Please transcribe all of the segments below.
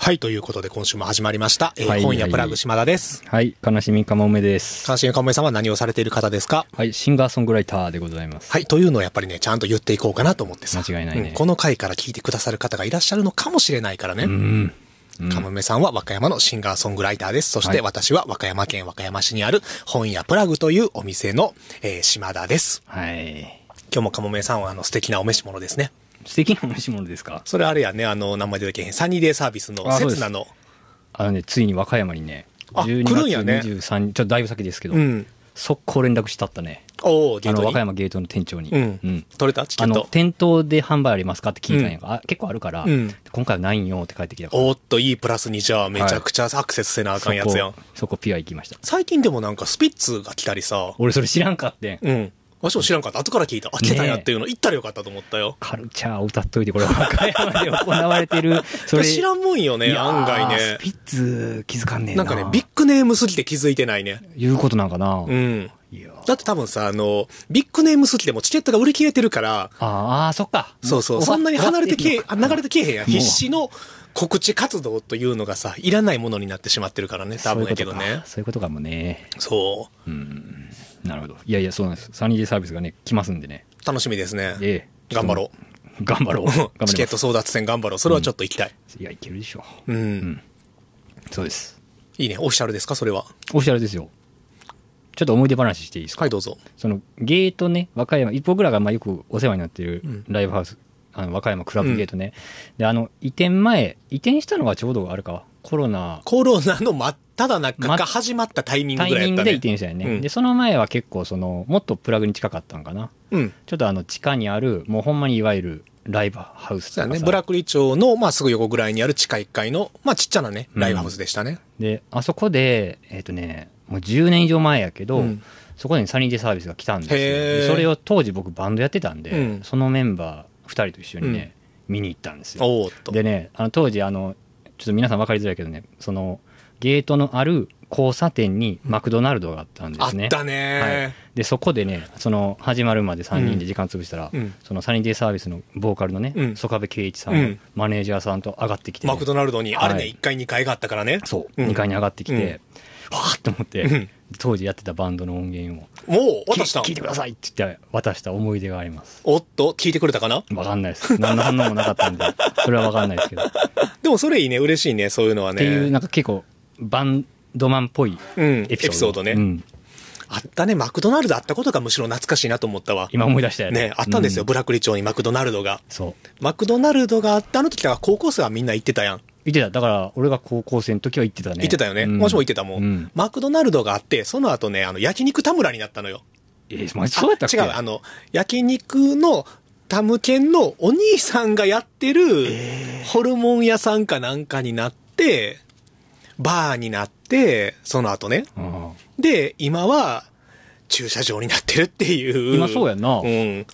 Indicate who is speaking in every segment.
Speaker 1: はい、ということで今週も始まりました。えー
Speaker 2: はい
Speaker 1: 今夜
Speaker 2: はい
Speaker 1: プラグ島田です。
Speaker 2: はい、悲しみかもめです。
Speaker 1: 関心かもめさんは何をされている方ですか
Speaker 2: はい、シンガーソングライターでございます。
Speaker 1: はい、というのをやっぱりね、ちゃんと言っていこうかなと思ってさ。
Speaker 2: 間違いないね
Speaker 1: うんこの回から聞いてくださる方がいらっしゃるのかもしれないからね。
Speaker 2: うん。
Speaker 1: かもめさんは和歌山のシンガーソングライターです。そし
Speaker 2: は
Speaker 1: て
Speaker 2: い
Speaker 1: 私は和歌山県和歌山市にある本屋プラグというお店の、えー島田です。
Speaker 2: はい。
Speaker 1: 今日もかもめさんはあの素敵なお召し物ですね。
Speaker 2: 素敵な美しいものですか
Speaker 1: それあれやね、あの、名前出てけへん。サニーデイサービスの
Speaker 2: あそ
Speaker 1: 刹
Speaker 2: うです
Speaker 1: 那の。
Speaker 2: あのね、ついに和歌山にね、
Speaker 1: あ
Speaker 2: 12
Speaker 1: 来るんやね
Speaker 2: 月23日、ちょっとだいぶ先ですけど、
Speaker 1: うん
Speaker 2: 速攻連絡したったね。
Speaker 1: おー、ゲ
Speaker 2: あ
Speaker 1: ー
Speaker 2: の、
Speaker 1: ト
Speaker 2: 和
Speaker 1: に。
Speaker 2: 歌山ゲートの店長に。
Speaker 1: うん。取れたチケ
Speaker 2: あ
Speaker 1: ッ
Speaker 2: の、
Speaker 1: ト。
Speaker 2: 店頭で販売ありますかって聞いたんやが、あ結構あるから、
Speaker 1: うん
Speaker 2: 今回はないんよって帰ってきたから。
Speaker 1: おーっと、いいプラスにじゃあめちゃくちゃアクセスせなあかんやつやん
Speaker 2: そこ。、そこピュア行きました。
Speaker 1: 最近でもなんかスピッツが来たりさ。
Speaker 2: 俺それ知らんかってん。
Speaker 1: うん。わしも知らんかった。後から聞いた。あ、来てたんやっていうの。行ったらよかったと思ったよ。
Speaker 2: カルチャーを歌っといて、これ和歌山で行われてる、そ れ。
Speaker 1: 知らんもんよ
Speaker 2: い
Speaker 1: ね、
Speaker 2: やー
Speaker 1: 案外ね
Speaker 2: ス。ピッツ気づかんねえ
Speaker 1: な
Speaker 2: な。
Speaker 1: んかね、ビッグネームすぎて気づいてないね。
Speaker 2: いうことなんかな。
Speaker 1: うん。
Speaker 2: いやー
Speaker 1: だって多分さ、あの、ビッグネームすぎてもチケットが売り切れてるから、
Speaker 2: あーあー、そっか。
Speaker 1: そうそう、
Speaker 2: も
Speaker 1: そんなに離れてけえ、あ
Speaker 2: 終わ
Speaker 1: 流
Speaker 2: っ
Speaker 1: れてけえへんや。
Speaker 2: もう
Speaker 1: 必死の告知活動というのがさ、いらないものになってしまってるからね、多分やけどね。
Speaker 2: そういうことかそういうことかもね。
Speaker 1: そう
Speaker 2: なるほど。いやいや、そうなんです。サニーデイサービスがね、来ますんでね。
Speaker 1: 楽しみですね。
Speaker 2: ええ。
Speaker 1: 頑張ろ
Speaker 2: う。頑張ろう。頑張り
Speaker 1: う。
Speaker 2: ます
Speaker 1: チケット争奪戦頑張ろう。それはちょっと行きたい。
Speaker 2: いや、いけるでしょ。
Speaker 1: うん。
Speaker 2: そうです。
Speaker 1: いいね。オフィシャルですかそれは。
Speaker 2: オフィシャルですよ。ちょっと思い出話していいですか、
Speaker 1: はい、どうぞ。
Speaker 2: そのゲートね、和歌山、一僕らがまあよくお世話になってる
Speaker 1: ん
Speaker 2: ライブハウス、あの和歌山クラブゲートね、であの移転前、移転したのがちょうどあれか、コロナ、
Speaker 1: コロナの真っただ中
Speaker 2: ま
Speaker 1: が始まったタイミング
Speaker 2: タ
Speaker 1: ぐら
Speaker 2: イ
Speaker 1: い
Speaker 2: ミ
Speaker 1: や
Speaker 2: ン
Speaker 1: った
Speaker 2: グで移
Speaker 1: ね。
Speaker 2: 転したよね、
Speaker 1: うん
Speaker 2: でその前は結構その、もっとプラグに近かったんかな、
Speaker 1: うん。
Speaker 2: ちょっとあの地下にある、もうほんまにいわゆるライブハウ
Speaker 1: そ
Speaker 2: ス
Speaker 1: う
Speaker 2: と
Speaker 1: だ
Speaker 2: か
Speaker 1: ね。
Speaker 2: さ
Speaker 1: ブラックリ町の、まあ、すぐ横ぐらいにある地下1階の、まあ、ちっちゃなね、ライブハウスでしたね。
Speaker 2: で、あそこで、えっ、とね、もう10年以上前やけど、
Speaker 1: うん
Speaker 2: そこにサニーデイサービスが来たんですよ
Speaker 1: へー
Speaker 2: で。それを当時僕バンドやってたんで、
Speaker 1: うん
Speaker 2: そのメンバー2人と一緒にね、見に行ったんですよ。
Speaker 1: おーっと。
Speaker 2: でねあの当時あのちょっと皆さん分かりづらいけどねそのゲートのある交差点にマクドナルドがあったんで
Speaker 1: あっ
Speaker 2: すね、
Speaker 1: たね
Speaker 2: はい、でそこでねその始まるまで3人で時間潰したら、
Speaker 1: うんうん
Speaker 2: そのサニーデイサービスのボーカルのね
Speaker 1: うん
Speaker 2: 曽我部圭一さん、
Speaker 1: うん
Speaker 2: マネージャーさんと上がってきてね、
Speaker 1: マクドナルドに、あれね、
Speaker 2: はい
Speaker 1: 1階2階があったからね。
Speaker 2: そう、
Speaker 1: うん
Speaker 2: 2階に上がってきて、わーっと思って、
Speaker 1: うん
Speaker 2: 当時やってたバンドの音源を
Speaker 1: もう、渡したん
Speaker 2: 聞いてくださいって言って渡した思い出があります
Speaker 1: おっと、聞いてくれたかな
Speaker 2: わかんないです何の反応もなかったんで それはわかんないですけど
Speaker 1: でもそれいいね、嬉しいね、そういうのは
Speaker 2: っていう
Speaker 1: ね。
Speaker 2: なんか結構バンドマンっぽい
Speaker 1: うん、エ
Speaker 2: エ
Speaker 1: ピ
Speaker 2: ピ
Speaker 1: ソ
Speaker 2: ソ
Speaker 1: ー
Speaker 2: ー
Speaker 1: ド
Speaker 2: ド
Speaker 1: ね。
Speaker 2: うん
Speaker 1: あったね、マクドナルドあったことがむしろ懐かしいなと思ったわ。
Speaker 2: 今思い出したよ
Speaker 1: ね、あったんですよ、
Speaker 2: う
Speaker 1: ブラックリ町にマクドナルドが。
Speaker 2: そう
Speaker 1: マクドナルドがあったあの時だから高校生はみんな行ってたやん。
Speaker 2: 行ってただから俺が高校生の時は行ってたね
Speaker 1: 行ってたよね。
Speaker 2: うん
Speaker 1: もしも行ってたもん,、
Speaker 2: うん
Speaker 1: マクドナルドがあって、その後ね、あの、焼肉田村になったのよ。
Speaker 2: えーマジそうやったっけ
Speaker 1: あ違う、あの、焼肉のタム犬のお兄さんがやってる、ホルモン屋さんかなんかになって、バーになって、その後ね。
Speaker 2: うん
Speaker 1: で、今は、駐車場になってるっていう。
Speaker 2: 今そうやんな
Speaker 1: うん。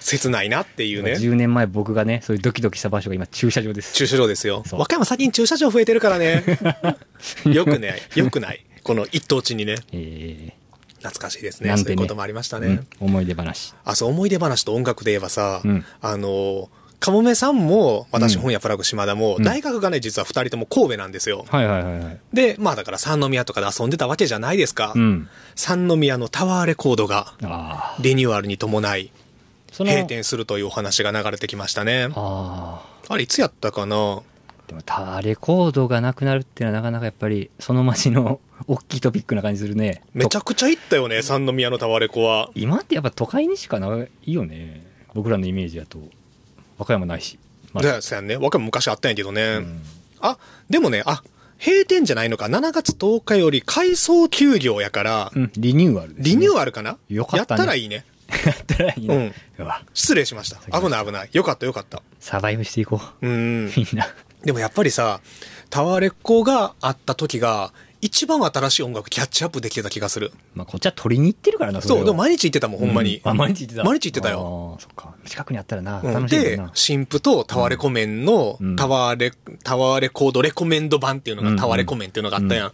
Speaker 1: 切ないなって いうね。
Speaker 2: 10年前僕がねそういうドキドキした場所が今駐車場です
Speaker 1: 駐車場ですよ。
Speaker 2: そう
Speaker 1: 和歌山最近駐車場増えてるから ね。よくね、よくない。この一等地にね、
Speaker 2: え
Speaker 1: 懐かしいです
Speaker 2: ー
Speaker 1: ね。
Speaker 2: なん
Speaker 1: そうい
Speaker 2: て
Speaker 1: う
Speaker 2: ね
Speaker 1: こともありましたね。
Speaker 2: うん思い出話
Speaker 1: あ、そう、思い出話と音楽で言えばさ、
Speaker 2: うん
Speaker 1: あの、かもめさんも、私、
Speaker 2: うん
Speaker 1: 本屋プラグ島田も、
Speaker 2: うん
Speaker 1: 大学がね、実は二人とも神戸なんですよ。
Speaker 2: はいはいはいはい
Speaker 1: で、まあだから三宮とかで遊んでたわけじゃないですか。
Speaker 2: うん
Speaker 1: 三宮のタワーレコードが、
Speaker 2: ああ
Speaker 1: リニューアルに伴い、
Speaker 2: その
Speaker 1: 閉店するというお話が流れてきましたね。
Speaker 2: あ
Speaker 1: あれ、いつやったかな
Speaker 2: あでもタワーレコードがなくなるっていうのはなかなかやっぱりその街の 大きいトピックな感じするね
Speaker 1: めちゃくちゃ行ったよね、三宮のタワレコは。
Speaker 2: 今ってやっぱ都会にしかないよね僕らのイメージだと和歌山ないし、まあ
Speaker 1: で、そうやんね。若も昔あったんやけどね。
Speaker 2: うん
Speaker 1: あ、でもね、あ、閉店じゃないのか。7月10日より改装休業やから、
Speaker 2: うんリニューアルですね、
Speaker 1: リニューアルかな、
Speaker 2: よか
Speaker 1: やっ
Speaker 2: っ
Speaker 1: た
Speaker 2: ね
Speaker 1: たらいいね。
Speaker 2: やったらいいな、
Speaker 1: うん
Speaker 2: うわ
Speaker 1: 失礼しました。危ない危ない。よかったよかった。
Speaker 2: サバイブしていこう
Speaker 1: うん。
Speaker 2: みんな
Speaker 1: でもやっぱりさ、タワレコがあった時が、一番新しい音楽キャッチアップできてた気がする。
Speaker 2: まあこっちは取りに行ってるからな
Speaker 1: そう、
Speaker 2: れを
Speaker 1: でも毎日行ってたもん、ほんまに。
Speaker 2: うあ毎日行ってた
Speaker 1: 毎日行ってたよ。
Speaker 2: ああそっか近くにあったらな、
Speaker 1: うん
Speaker 2: 楽しいもん
Speaker 1: で
Speaker 2: な、
Speaker 1: 新婦とタワレコメンの
Speaker 2: うん
Speaker 1: タワーレ、タワーレコードレコメンド版っていうのが、
Speaker 2: うん
Speaker 1: タワレコメンっていうのがあったやん。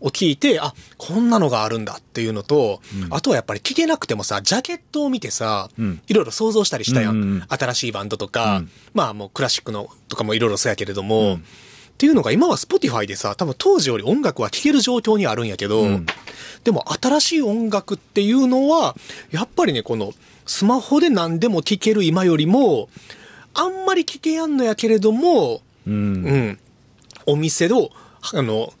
Speaker 1: を聞いて、あ、こんなのがあるんだっていうのと、あとはやっぱり聞けなくてもさ、ジャケットを見てさ、
Speaker 2: うん
Speaker 1: いろいろ想像したりしたやん。
Speaker 2: うんうんうん
Speaker 1: 新しいバンドとか、
Speaker 2: うん
Speaker 1: まあもうクラシックのとかもいろいろそうやけれども、っていうのが今は Spotify でさ、多分当時より音楽は聴ける状況にあるんやけど、
Speaker 2: うん
Speaker 1: でも新しい音楽っていうのは、やっぱりね、このスマホで何でも聴ける今よりも、あんまり聴けやんのやけれども、う
Speaker 2: う。
Speaker 1: んん、お店を、あの、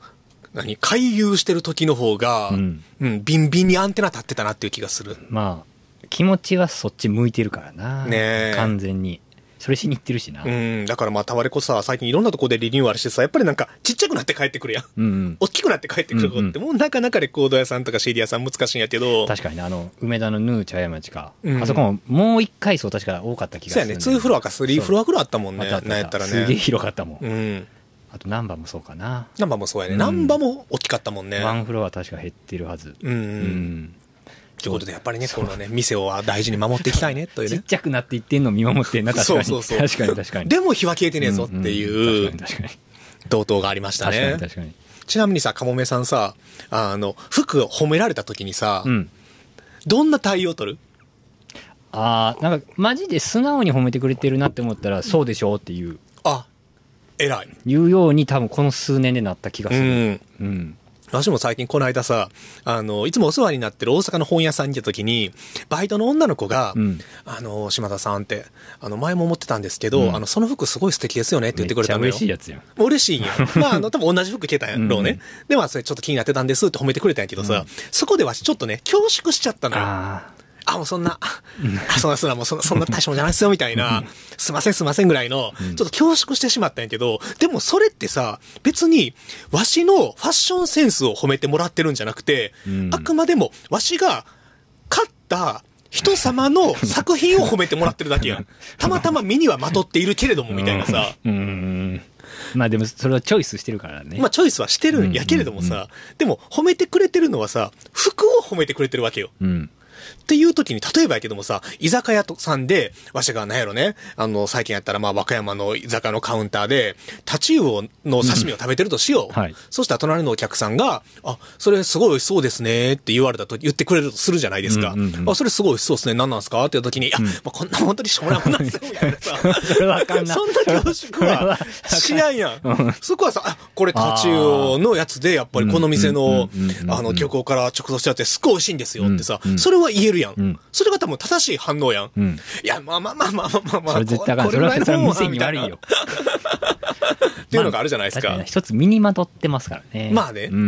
Speaker 1: 何、回遊してる時の方が、
Speaker 2: うん
Speaker 1: うん、ビンビンにアンテナ立ってたなっていう気がする。
Speaker 2: まあ、気持ちはそっち向いてるからな。
Speaker 1: ねえ
Speaker 2: 完全に。それしに行ってるしな。う。
Speaker 1: うんん、だからまあ、タワレコさ、最近いろんなとこでリニューアルしてさ、やっぱりなんか、ちっちゃくなって帰ってくるやん。
Speaker 2: うん。
Speaker 1: 大きくなって帰ってくることって、もうなかなかレコード屋さんとか CD 屋さん難しいんやけど、
Speaker 2: 確かにね、あの、梅田のヌー茶屋町か。
Speaker 1: うん
Speaker 2: あそこももう一階層確か多かった気がす
Speaker 1: そう
Speaker 2: る
Speaker 1: や
Speaker 2: んだ
Speaker 1: ね、
Speaker 2: よ。
Speaker 1: 2フロアか3フロアぐらいあったもん
Speaker 2: あっ
Speaker 1: ね、
Speaker 2: たあった
Speaker 1: なんやったら
Speaker 2: すげえ
Speaker 1: ね。
Speaker 2: 広かったもん。
Speaker 1: うん。
Speaker 2: あと難波もそうかな。
Speaker 1: ナンバーもそうやね。
Speaker 2: うん
Speaker 1: ナンバーも大きかったもんね。
Speaker 2: ワンフロア確か減ってるはず。
Speaker 1: うん。
Speaker 2: う
Speaker 1: うん、ということで、やっぱりね、このね、店を大事に守っていきたいね、という
Speaker 2: ちっ
Speaker 1: ね。
Speaker 2: ちゃくなっていってんの見守ってんな、確かに。
Speaker 1: そうそうそう
Speaker 2: 確かに確かに。
Speaker 1: でも日は消えてねえぞって
Speaker 2: ん
Speaker 1: い
Speaker 2: ん
Speaker 1: う
Speaker 2: 確かに
Speaker 1: 同等がありました
Speaker 2: 確かに。確かに
Speaker 1: ね。
Speaker 2: 確かに。
Speaker 1: ちなみにさ、かもめさんさ、あの、服を褒められた時にさ、
Speaker 2: うん。
Speaker 1: どんな対応取る
Speaker 2: ああ、なんか、マジで素直に褒めてくれてるなって思ったら、そうでしょうっていう、
Speaker 1: あ、偉い。
Speaker 2: いうように多分この数年でなった気がす
Speaker 1: う
Speaker 2: る。
Speaker 1: ん。
Speaker 2: うん。
Speaker 1: 私も最近この間さ、あの、いつもお世話になってる大阪の本屋さんに行った時に、バイトの女の子が、
Speaker 2: うん
Speaker 1: あの、島田さんって、あの、前も思ってたんですけど、
Speaker 2: うん
Speaker 1: あの、その服すごい素敵ですよねって言っ
Speaker 2: めって
Speaker 1: くれ
Speaker 2: ちゃ
Speaker 1: たのよ。
Speaker 2: 嬉しいやつやん。
Speaker 1: もう嬉 しいんよ。まあ、あの、多分同じ服着てたんやろうね。
Speaker 2: うん
Speaker 1: で、まあ、それちょっと気になってたんですって褒めてくれたんやけどさ、そこではちょっとね、恐縮しちゃったのよ。あ
Speaker 2: あ
Speaker 1: もうそんな、あ、そんな、そんな、もうそんな、そんな大したもんじゃないですよ、みたいな、すいません、すいませんぐらいの、ちょっと恐縮してしまったんやけど、でもそれってさ、別に、わしのファッションセンスを褒めてもらってるんじゃなくて、
Speaker 2: うん
Speaker 1: あくまでも、わしが、買った、人様の作品を褒めてもらってるだけやん。たまたま身にはまとっているけれども、みたいなさ。
Speaker 2: あ。うん。まあでも、それはチョイスしてるからね。
Speaker 1: まあ、チョイスはしてるんやけれどもさ、でも褒めてくれてるのはさ、服を褒めてくれてるわけよ。
Speaker 2: うん。
Speaker 1: っていう時に、例えばやけどもさ、居酒屋とさんで、わしがなんやろね、あの、最近やったらまあ、和歌山の居酒屋のカウンターで、タチウオの刺身を食べてるとしよう。
Speaker 2: うんはい
Speaker 1: そしたら隣のお客さんが、あ、それすごい美味しそうですねって言われたと言ってくれるとするじゃないですか。
Speaker 2: うんうんうん
Speaker 1: あ、それすごい美味しそうですね。何なんですかっていう時に、いや、まあ、こんな本当にしょうもないもんなんですよ、みたいなさ。
Speaker 2: それはあかんな。
Speaker 1: そんな恐縮
Speaker 2: それ
Speaker 1: は
Speaker 2: は
Speaker 1: しない やん。そこはさ、あ、これタチウオのやつで、やっぱりこの店の
Speaker 2: うんうんうんう、ん
Speaker 1: あの、漁港から直送してあって、すっごい美味しいんですよってさ
Speaker 2: うんう、ん
Speaker 1: それは言えるやん
Speaker 2: ん。
Speaker 1: それが多分正しい反応やん。
Speaker 2: うん
Speaker 1: いや、まあまあまあまあまあまあまあ、
Speaker 2: それ絶対あかん。
Speaker 1: こ
Speaker 2: それは、
Speaker 1: こ
Speaker 2: それは
Speaker 1: ぐらいのもんは
Speaker 2: 店に悪いよ
Speaker 1: み。たいなっていうのがあるじゃないです
Speaker 2: 確
Speaker 1: か
Speaker 2: に。一つ身にまとってますからね。
Speaker 1: まあね
Speaker 2: うんう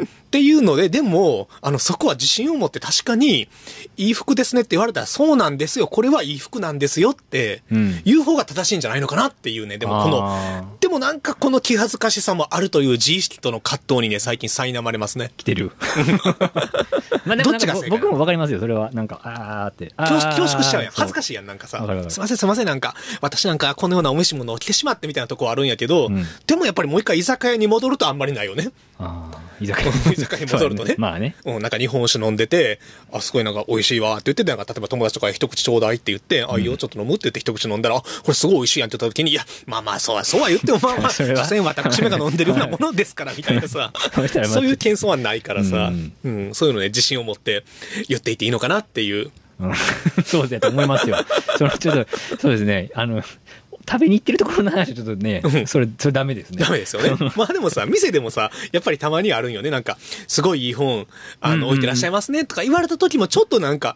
Speaker 2: ん。
Speaker 1: っていうので、でも、あの、そこは自信を持って確かに、いい服ですねって言われたら、そうなんですよ、これはいい服なんですよって
Speaker 2: うん、
Speaker 1: 言う方が正しいんじゃないのかなっていうね、でもこの、
Speaker 2: あー
Speaker 1: でもなんかこの気恥ずかしさもあるという自意識との葛藤にね、最近苛まれますね。
Speaker 2: 来てる。 まあで
Speaker 1: ど
Speaker 2: も
Speaker 1: っ
Speaker 2: なん
Speaker 1: ちが
Speaker 2: か
Speaker 1: 正解
Speaker 2: 僕もわかりますよ、それは。なんか、あーって。
Speaker 1: 恐縮恐縮しちゃうやん。恥ずか
Speaker 2: しい。
Speaker 1: しいやん、なんかさ
Speaker 2: わかるわか。る
Speaker 1: すいません、すいません、なんか、私なんかこのようなお召し物を着てしまってみたいなとこはあるんやけど、
Speaker 2: うん
Speaker 1: でもやっぱりもう一回居酒屋に戻るとあんまりないよね。
Speaker 2: あー居酒 屋
Speaker 1: 居酒屋に戻るとね
Speaker 2: そうやまあね。
Speaker 1: うん、なんか日本酒飲んでて、あ、すごいなんか美味しいわって言ってて、なんか例えば友達とかに一口ちょうだいって言って、あ、いいよ、ちょっと飲むって言って一口飲んだら、あ、これすごい美味しいやんって言った時に、いや、まあまあ、そうは、そうは言っても、まあまあ、
Speaker 2: それ
Speaker 1: 所
Speaker 2: は
Speaker 1: 詮私めが飲んでるようなものですから、みたいな さ
Speaker 2: そした、ら
Speaker 1: そういう謙遜はないからさ
Speaker 2: うん、
Speaker 1: うん、そういうのね、自信を持って言っていていいのかなっていう。
Speaker 2: うん そうだと思いますよ。その、ちょっと、そうですね。あの、食べに行ってるところの話はちょっとね、それ、それダメですね。
Speaker 1: ダメですよ ね。まあでもさ、店でもさ、やっぱりたまにあるんよね。なんか、すごいいい本、あの、置いてらっしゃいますねとか言われた時も、ちょっとなんか、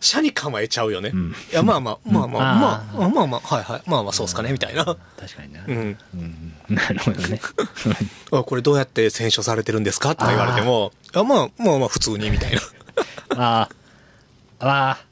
Speaker 1: 社に構えちゃうよね。いや、まあまあ、まあまあ、
Speaker 2: う
Speaker 1: まあ、まあまあ、はいはい、まあまあ、そうっすかね、みたいな。
Speaker 2: 確かにな。
Speaker 1: う。
Speaker 2: うんんなるほどね。
Speaker 1: あこれどうやって選書されてるんですかとか言われても、あまあ、まあまあ、普通に、みたいな。
Speaker 2: ああ。ああ。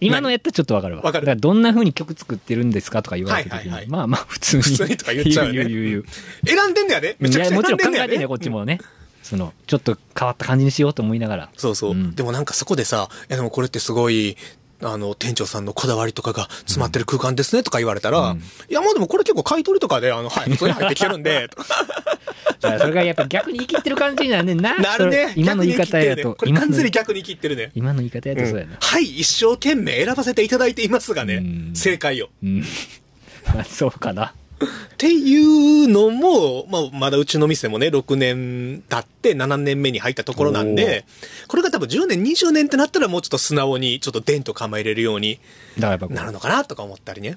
Speaker 2: 今のやったらちょっとわかるわ。
Speaker 1: わかる
Speaker 2: だらどんな風に曲作ってるんですかとか言われた
Speaker 1: は
Speaker 2: 時
Speaker 1: いはいはい
Speaker 2: に。まあまあ、普通に。
Speaker 1: 普通にとか言っちゃうよね
Speaker 2: 言う言う言う
Speaker 1: 選んでんだよね。めちゃく
Speaker 2: い
Speaker 1: ち
Speaker 2: や
Speaker 1: ゃ
Speaker 2: もち
Speaker 1: 選ん
Speaker 2: ろん
Speaker 1: で
Speaker 2: 考
Speaker 1: んだ
Speaker 2: えて
Speaker 1: よ
Speaker 2: ね、
Speaker 1: ね
Speaker 2: こっ。ちもね。その、ちょっと変わった感じにしようと思いながら。
Speaker 1: そうそう。
Speaker 2: ん
Speaker 1: でもなんかそこでさ、いやでもこれってすごい、あの、店長さんのこだわりとかが詰まってる空間ですねとか言われたら、いやまあでもこれ結構買い取りとかで、あの、はい、普通に入ってきてるん で、とか
Speaker 2: だからそれがやっぱ逆に生きってる感じになるねん な。
Speaker 1: なるね。
Speaker 2: それ今の言い方
Speaker 1: 逆に生きて
Speaker 2: や
Speaker 1: るね
Speaker 2: と。
Speaker 1: これ
Speaker 2: 今
Speaker 1: 完
Speaker 2: の
Speaker 1: 全に逆に切ってるね。
Speaker 2: 今の言い方やとそうやな。
Speaker 1: はい、一生懸命選ばせていただいていますが
Speaker 2: う
Speaker 1: ね
Speaker 2: ん、
Speaker 1: 正解を。
Speaker 2: うん。 まあそうかな。
Speaker 1: っていうのも、まあ、まだうちの店もね、6年経って7年目に入ったところなんで、これが多分10年、20年ってなったらもうちょっと素直に、ちょっとデンと構えれるように
Speaker 2: だからやっぱこ
Speaker 1: なる
Speaker 2: う、
Speaker 1: のかなとか思ったりね。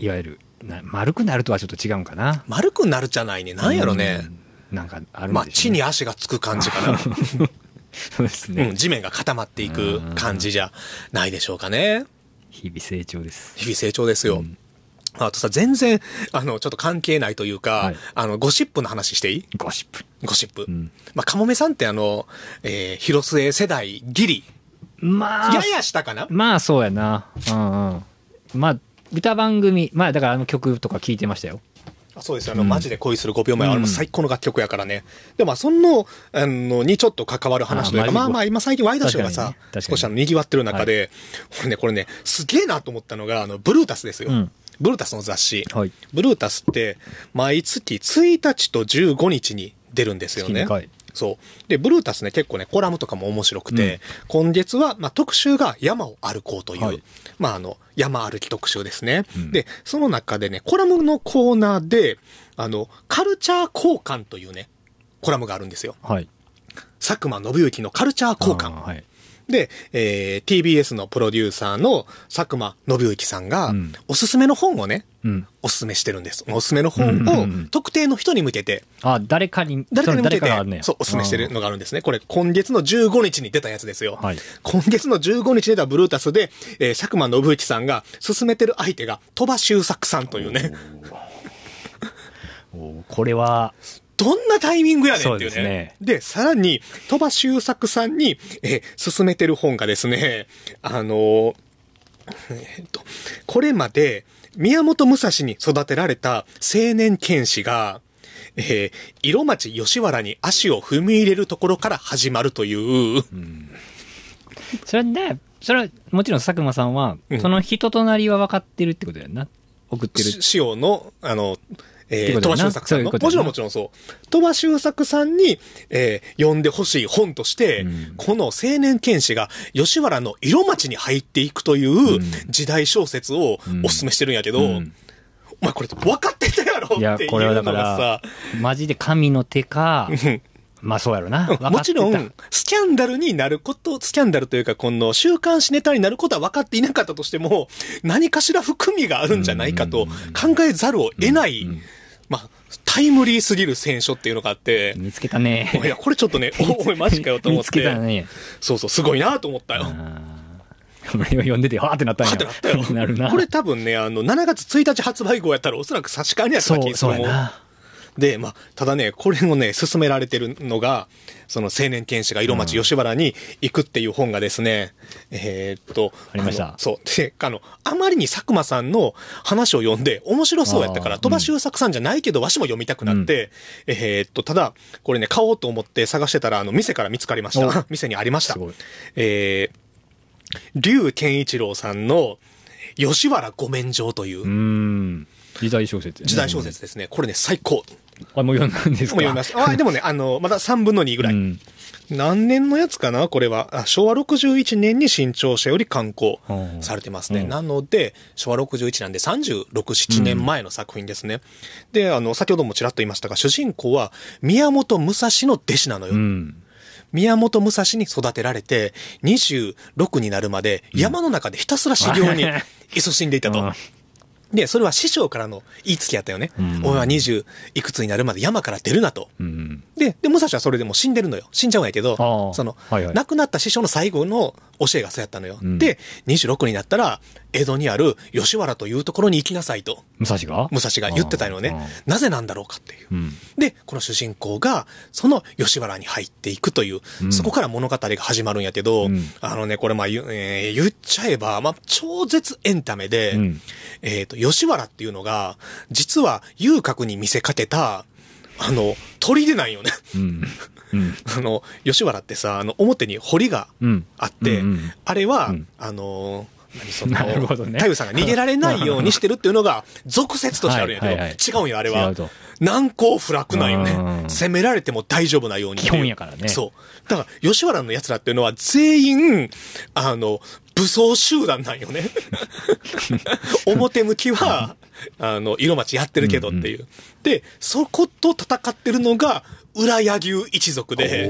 Speaker 2: いわゆるな丸くなるとはちょっと違うんかな。
Speaker 1: 丸くなるじゃないね。なんやろね。
Speaker 2: うん。なんかあるんでしょうね
Speaker 1: まあ、地に足がつく感じかな。
Speaker 2: そうです
Speaker 1: う
Speaker 2: ね
Speaker 1: ん、。地面が固まっていく感じじゃないでしょうかね。
Speaker 2: 日々成長です。
Speaker 1: 日々成長ですよ。あとさ、全然、あの、ちょっと関係ないというか、
Speaker 2: はい
Speaker 1: あの、ゴシップの話していい
Speaker 2: ゴシップ。
Speaker 1: ゴシップ。
Speaker 2: ん
Speaker 1: まあ、カモメさんってあの、えー広末世代ギリ、
Speaker 2: まあ、
Speaker 1: ややしたかな
Speaker 2: まあそうやな。うんうん。まあ、歌番組、まあだからあの曲とか聞いてましたよ。
Speaker 1: あそうですよあの、マジで恋する5秒前は、
Speaker 2: う
Speaker 1: あ
Speaker 2: ん
Speaker 1: れも最高の楽曲やからね。でもまあ、そんの、あの、にちょっと関わる話というか、ま
Speaker 2: あまあ
Speaker 1: あまあ、今最近ワイドショーがさ
Speaker 2: 確かにね、確か
Speaker 1: 少
Speaker 2: に
Speaker 1: しあの、賑わってる中で、俺ね、これね、すげえなと思ったのが、あの、ブルータスですよ。
Speaker 2: うん
Speaker 1: ブルータスの雑誌。
Speaker 2: はい。
Speaker 1: ブルータスって、毎月1日と15日に出るんですよ
Speaker 2: 月
Speaker 1: ね
Speaker 2: に回。
Speaker 1: そう。で、ブルータスね、結構ね、コラムとかも面白くて、今月は、まあ、特集が山を歩こうという、
Speaker 2: はい
Speaker 1: まあ、あの、山歩き特集ですね、
Speaker 2: ん
Speaker 1: で、その中でね、コラムのコーナーで、あの、カルチャー交換というね、コラムがあるんですよ。
Speaker 2: はい。
Speaker 1: 佐久間信之のカルチャー交換
Speaker 2: あ。ーはい。
Speaker 1: で、えー TBS のプロデューサーの佐久間信之さんが、
Speaker 2: うん
Speaker 1: おすすめの本をね、
Speaker 2: うん。
Speaker 1: おすすめしてるんです。おすすめの本
Speaker 2: うんうんう
Speaker 1: を
Speaker 2: ん
Speaker 1: 特定の人に向けて、
Speaker 2: あ、誰かに、
Speaker 1: 誰かに向け
Speaker 2: その誰がある
Speaker 1: て
Speaker 2: ね、
Speaker 1: そう、おすすめしてるのがあるんですね。これ、今月の15日に出たやつですよ。
Speaker 2: はい
Speaker 1: 今月の15日に出たブルータスで、えー佐久間信之さんが勧めてる相手が、鳥羽周作さんというね、
Speaker 2: うん。おーこれは、
Speaker 1: どんなタイミングやねんっていうね。
Speaker 2: そうですね
Speaker 1: で、さらに、鳥羽周作さんに、えー勧めてる本がですね、 あのーえーっと、これまで、宮本武蔵に育てられた青年剣士が、えー、色町吉原に足を踏み入れるところから始まるという、
Speaker 2: それで、それはもちろん佐久間さんは、
Speaker 1: うん
Speaker 2: その人となりは分かってるってことやんな。送ってる。
Speaker 1: し塩の、あの、え
Speaker 2: て
Speaker 1: ー、
Speaker 2: こと
Speaker 1: 鳥
Speaker 2: や
Speaker 1: 羽
Speaker 2: な
Speaker 1: 周作さんの
Speaker 2: そういうこと
Speaker 1: も
Speaker 2: やな
Speaker 1: ちろんもちろんそう。鳥羽周作さんに、えー読んでほしい本として、
Speaker 2: うん
Speaker 1: この青年剣士が吉原の色町に入っていくという
Speaker 2: うん
Speaker 1: 時代小説を
Speaker 2: うん
Speaker 1: お勧めしてるんやけど、
Speaker 2: うん
Speaker 1: お前これ分かってたやろ
Speaker 2: いや
Speaker 1: っていう
Speaker 2: これはだ
Speaker 1: の
Speaker 2: か
Speaker 1: が
Speaker 2: ら
Speaker 1: さ、
Speaker 2: マジで神の手か、まあそうやろな。分かって た
Speaker 1: もちろん、スキャンダルになること、スキャンダルというか、この週刊誌ネタになることは分かっていなかったとしても、何かしら含みがあるんじゃないかと
Speaker 2: うんうん
Speaker 1: 考えざるを得ない、
Speaker 2: うんうん
Speaker 1: まあ、タイムリーすぎる選書っていうのがあって、
Speaker 2: 見つけたね。
Speaker 1: いや、これちょっ とね、おおい、マジかよと思っ
Speaker 2: 見つけ
Speaker 1: て、
Speaker 2: たね。
Speaker 1: そうそう、すごいなと思ったよ。
Speaker 2: あー俺は読んでて、はーってなったん
Speaker 1: は
Speaker 2: や。
Speaker 1: ってなったよ
Speaker 2: なるな。
Speaker 1: これ多分ね、あの、7月1日発売後やったらおそらく差し替えにやった
Speaker 2: そ
Speaker 1: 気
Speaker 2: う、
Speaker 1: がす
Speaker 2: そ
Speaker 1: る
Speaker 2: うやな。
Speaker 1: で、まあ、ただね、これをね、勧められてるのが、その青年剣士が色町吉原に行くっていう本がですね、えーっと、
Speaker 2: ありました
Speaker 1: のそう。で、あの、あまりに佐久間さんの話を読んで、面白そうやったか
Speaker 2: あ
Speaker 1: ら、
Speaker 2: ー
Speaker 1: 鳥羽周作さんじゃないけど、わしも読みたくなって、えーっと、ただ、これね、買おうと思って探してたら、あの、店から見つかりました
Speaker 2: お。
Speaker 1: 店にありました
Speaker 2: すごい。
Speaker 1: えー、竜健一郎さんの、吉原御免状という
Speaker 2: うーん。時代小説やね。
Speaker 1: 時代小説ですね。これね、最高。
Speaker 2: あ、もう読んだんですか
Speaker 1: もう読みました。あ、でもね、あの、まだ3分の2ぐらい。
Speaker 2: うん
Speaker 1: 何年のやつかなこれは。あ昭和61年に新潮社より刊行
Speaker 2: うん
Speaker 1: されてますね。
Speaker 2: うん
Speaker 1: なので、昭和61なんで36、7年前の作品ですね。で、あの、先ほどもちらっと言いましたが、主人公は宮本武蔵の弟子なのよ。
Speaker 2: うん。
Speaker 1: 宮本武蔵に育てられて、26になるまで山の中でひたすら修 行に
Speaker 2: うん
Speaker 1: 勤しんでいたと。で、それは師匠からの言いつけやったよね。
Speaker 2: うん
Speaker 1: 俺は20いくつになるまで山から出るなと。
Speaker 2: うん。
Speaker 1: で、で、武蔵はそれでもう死んでるのよ。死んじゃうんやけど
Speaker 2: あ、あ
Speaker 1: その、
Speaker 2: はいはい
Speaker 1: 亡くなった師匠の最後の教えがそうやったのよ。
Speaker 2: うん
Speaker 1: で、26になったら、江戸にある吉原というところに行きなさいと、
Speaker 2: 武蔵が
Speaker 1: 武蔵が言ってたのね。なぜなんだろうかっていう
Speaker 2: う。ん。
Speaker 1: で、この主人公が、その吉原に入っていくという、
Speaker 2: うん
Speaker 1: そこから物語が始まるんやけど、
Speaker 2: うん
Speaker 1: あのね、これまあ言,、えー言っちゃえば、まあ、超絶エンタメで、
Speaker 2: うん
Speaker 1: えっ、と、吉原っていうのが、実は遊郭に見せかけた、あの、鳥でないよね。
Speaker 2: うん。うん。
Speaker 1: あの、吉原ってさ、あの、表に堀が
Speaker 2: うん。
Speaker 1: あって、
Speaker 2: うんうん
Speaker 1: あれは、
Speaker 2: うん
Speaker 1: あのー、何その
Speaker 2: なるほどね
Speaker 1: 太夫さんが逃げられないようにしてるっていうのが、俗説としてあるんやけど、
Speaker 2: はいはいはい
Speaker 1: 違うんよ、あれ
Speaker 2: 違
Speaker 1: は
Speaker 2: うと。
Speaker 1: 難攻不落なんよ
Speaker 2: う
Speaker 1: ね。
Speaker 2: ん
Speaker 1: 攻められても大丈夫なようにっていう。
Speaker 2: 基本やからね
Speaker 1: そう。だから、吉原の奴らっていうのは全員、あの、武装集団なんよね。 表向きは、あの、色町やってるけどっていう。で、そこと戦ってるのが、浦柳牛一族で。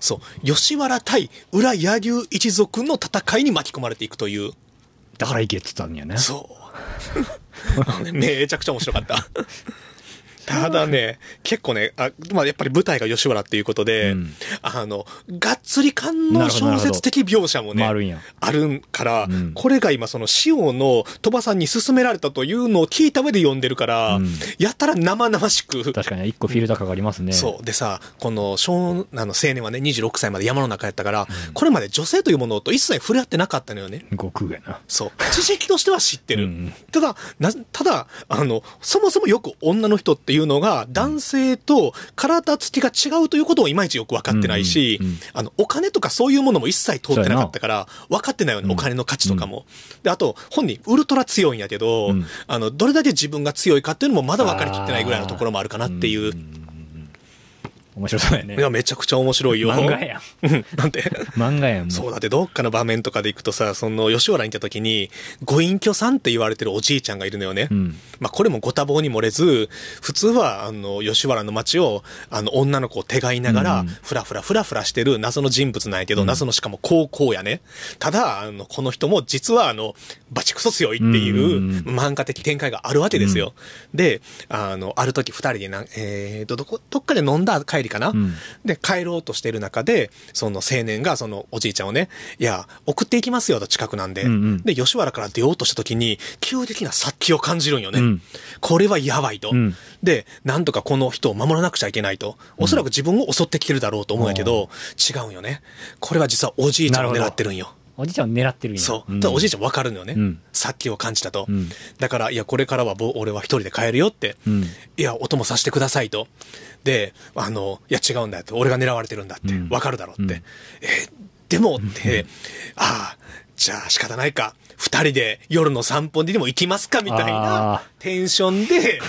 Speaker 1: そう。吉原対裏柳一族の戦いに巻き込まれていくという。
Speaker 2: だから行けって言ったんやね。
Speaker 1: そう。あの ねめちゃくちゃ面白かった。ただね、結構ね、あまあ、やっぱり舞台が吉原っていうことで、
Speaker 2: うん
Speaker 1: あの、がっつり観音小説的描写もね、
Speaker 2: なるほどなるほどまああるんや
Speaker 1: あるんから、
Speaker 2: うん
Speaker 1: これが今その塩の鳥羽さんに勧められたというのを聞いた上で読んでるから、
Speaker 2: うん
Speaker 1: やったら生々しく、
Speaker 2: 確かにね一個フィルターかかりますね。
Speaker 1: そう。でさ、この少、あの、青年はね、26歳まで山の中やったから、これまで女性というものと一切触れ合ってなかったのよね。
Speaker 2: 悟空やな。
Speaker 1: そう。知識としては知ってる。
Speaker 2: うん
Speaker 1: ただな、ただ、あの、そもそもよく女の人っていうのが、男性と体つきが違うということをいまいちよく分かってないし、
Speaker 2: うんうんうん
Speaker 1: あの、お金とかそういうものも一切通ってなかったから、分かってないよね、
Speaker 2: うん
Speaker 1: お金の価値とかも。で、あと、本人、ウルトラ強いんやけど、
Speaker 2: うん
Speaker 1: あの、どれだけ自分が強いかっていうのもまだ分かりきってないぐらいのところもあるかなっていう。
Speaker 2: んんん面白そうやね
Speaker 1: い。や、めちゃくちゃ面白いよ。
Speaker 2: 漫画やん。
Speaker 1: うんなんて。
Speaker 2: 漫画やん。もう
Speaker 1: そうだってどっかの場面とかで行くとさ、その吉原に行った時に、ご隠居さんって言われてるおじいちゃんがいるのよね。
Speaker 2: うん
Speaker 1: まあこれもご多忙に漏れず、普通はあの吉原の街をあの女の子を手がいながら、ふらふらふらふらしてる謎の人物なんやけど、謎のしかも高校やね。ただ、あの、この人も実はあの、バチクソ強いっていう
Speaker 2: うん
Speaker 1: 漫画的展開があるわけですよ。で、あの、ある時二人でな、えーと、どこ、どっかで飲んだ帰りかな、
Speaker 2: ん
Speaker 1: で、帰ろうとしてる中で、その青年が、そのおじいちゃんをね、いや、送っていきますよと近くなんで。
Speaker 2: うんうん
Speaker 1: で、吉原から出ようとした時に、急激な殺気を感じるんよね。
Speaker 2: うん
Speaker 1: これはやばいと、
Speaker 2: うん
Speaker 1: で、なんとかこの人を守らなくちゃいけないと。おそらく自分を襲ってきてるだろうと思うんやけど、違うんよね。これは実はおじいちゃんを狙ってるんよ。
Speaker 2: おじいちゃんを狙ってるんや。
Speaker 1: そう。
Speaker 2: ん
Speaker 1: ただおじいちゃんわかるのよね。
Speaker 2: うん
Speaker 1: 殺気を感じたと。
Speaker 2: うん
Speaker 1: だから、いや、これからはぼ俺は一人で帰るよって。
Speaker 2: うん
Speaker 1: いや、音もさせてくださいと。で、あの、いや、違うんだよと。俺が狙われてるんだって
Speaker 2: うん。
Speaker 1: わかるだろうって。
Speaker 2: うん
Speaker 1: えーでもって、ああ、じゃあ仕方ないか。二人で夜の散歩にでも行きますかみたい
Speaker 2: あ
Speaker 1: な
Speaker 2: ー
Speaker 1: テンション で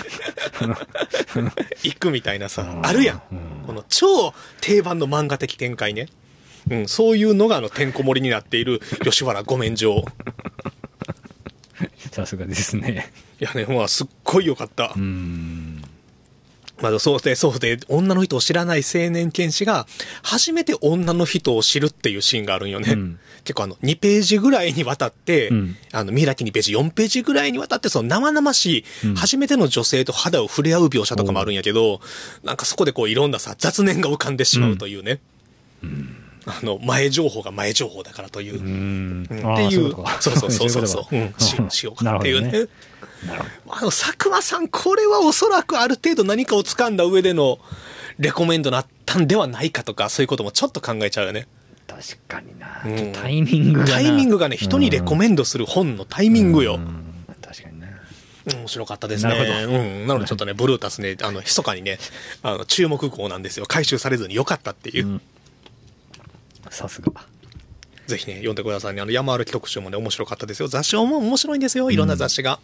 Speaker 1: 行くみたいなさ、あるやん
Speaker 2: うん。
Speaker 1: この超定番の漫画的展開ね。うん、そういうのがあのてんこ盛りになっている吉原御免状。
Speaker 2: さすがですね。
Speaker 1: いやね、まあすっごい良かった。
Speaker 2: うん。
Speaker 1: まあ、そうで、そうで、女の人を知らない青年剣士が、初めて女の人を知るっていうシーンがあるんよね。
Speaker 2: うん
Speaker 1: 結構あの、2ページぐらいにわたって、
Speaker 2: うん
Speaker 1: あの、ミイラキ2ページ、4ページぐらいにわたって、その生々しい、初めての女性と肌を触れ合う描写とかもあるんやけど、なんかそこでこう、いろんなさ、雑念が浮かんでしまうというね。あの、前情報が前情報だからという。
Speaker 2: うん。って
Speaker 1: っていう、そうそうそう そうそう、うん、ししようかっていうね。。あの、佐久間さん、これはおそらくある程度何かを掴んだ上でのレコメンドなったんではないかとか、そういうこともちょっと考えちゃうよね。
Speaker 2: 確かにな
Speaker 1: うん。
Speaker 2: ちょっとタイミングがな。
Speaker 1: タイミングがね、人にレコメンドする本のタイミングよ。
Speaker 2: うん確かにな。
Speaker 1: うん面白かったですね。
Speaker 2: なる
Speaker 1: うん。なのでちょっとね、ブルータスね、あの、密かにね、あの、注目校なんですよ。回収されずに良かったっていう。
Speaker 2: うんさすが。
Speaker 1: ぜひね、読んでくださいね。あの、山歩き特集もね、面白かったですよ。雑誌も面白いんですよ。いろんな雑誌が。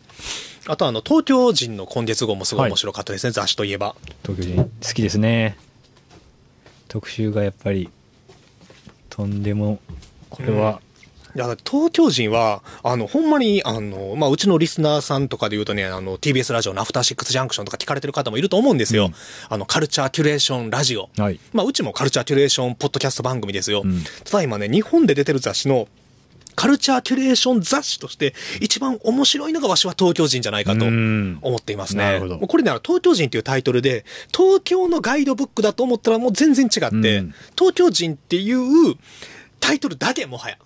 Speaker 1: あと、あの、東京人の今月号もすごい面白かったですね。雑誌といえば。
Speaker 2: 東京人好きですね特集がやっぱりとんでもこれは、
Speaker 1: いや、東京人は、あの、ほんまに、あの、まあ、うちのリスナーさんとかで言うとね、あの、TBS ラジオのアフターシックスジャンクションとか聞かれてる方もいると思うんですよ。
Speaker 2: うん
Speaker 1: あの、カルチャーキュレーションラジオ。
Speaker 2: はい
Speaker 1: まあ、うちもカルチャーキュレーションポッドキャスト番組ですよ。
Speaker 2: うん
Speaker 1: ただ今ね、日本で出てる雑誌の、カルチャーキュレーション雑誌として、一番面白いのがわしは東京人じゃないかと
Speaker 2: うん
Speaker 1: 思っていますね。
Speaker 2: なるほど
Speaker 1: もうこれなら東京人っていうタイトルで、東京のガイドブックだと思ったらもう全然違って、
Speaker 2: うん
Speaker 1: 東京人っていうタイトルだけもはや。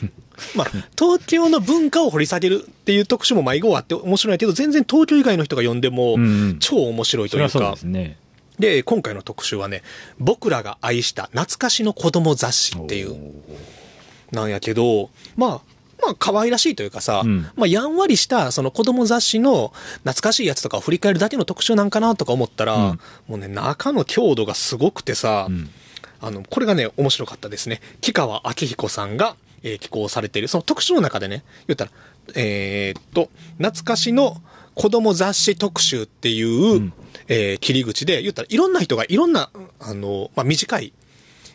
Speaker 1: うん。 まあ、東京の文化を掘り下げるっていう特集も迷子はあって面白いけど、全然東京以外の人が読んでも
Speaker 2: うん
Speaker 1: 超面白い
Speaker 2: そ
Speaker 1: と
Speaker 2: れ
Speaker 1: い
Speaker 2: は
Speaker 1: う
Speaker 2: そう
Speaker 1: か
Speaker 2: で。すね
Speaker 1: で、今回の特集はね、僕らが愛した懐かしの子供雑誌ってい
Speaker 2: お
Speaker 1: う、なんやけど、まあ、まあ、可愛らしいというかさ、
Speaker 2: うん
Speaker 1: まあ、やんわりした、その子供雑誌の懐かしいやつとかを振り返るだけの特集なんかなとか思ったら、
Speaker 2: うん
Speaker 1: もうね、中の強度がすごくてさ、
Speaker 2: うん
Speaker 1: あの、これがね、面白かったですね。木川明彦さんが、えー寄稿されている、その特集の中でね、言ったら、えーっと、懐かしの子供雑誌特集っていう、
Speaker 2: ん
Speaker 1: えー切り口で、言ったらいろんな人がいろんな、あの、まあ、短い、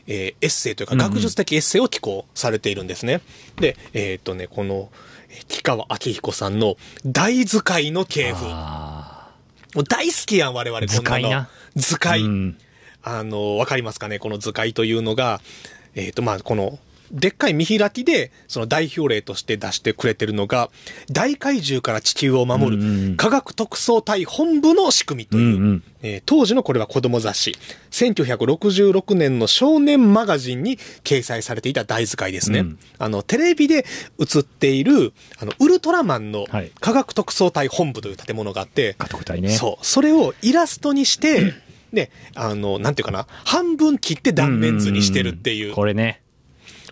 Speaker 1: えーエッセイというか
Speaker 2: うんうん
Speaker 1: 学術的エッセイを寄稿されているんですね。で、えーっとね、この、えー木川明彦さんの大図解の系譜。
Speaker 2: あ
Speaker 1: もう大好きやん、我々、こんなの。
Speaker 2: 図解な
Speaker 1: 図
Speaker 2: ー
Speaker 1: 解。
Speaker 2: うん
Speaker 1: あの、わかりますかねこの図解というのが、えっ、と、まあ、この、でっかい見開きで、その代表例として出してくれてるのが、大怪獣から地球を守
Speaker 2: うんうんう
Speaker 1: る
Speaker 2: ん
Speaker 1: 科学特捜隊本部の仕組みという、
Speaker 2: うんうん
Speaker 1: えー当時のこれは子供雑誌、1966年の少年マガジンに掲載されていた題遣いですね。
Speaker 2: うん
Speaker 1: あの、テレビで映っている、あの、ウルトラマンの
Speaker 2: はい
Speaker 1: 科学特捜隊本部という建物があって、
Speaker 2: 家督隊ね。
Speaker 1: そう。それをイラストにして、ね、あの、なんていうかな、半分切って断面図にしてるっていう。
Speaker 2: これね。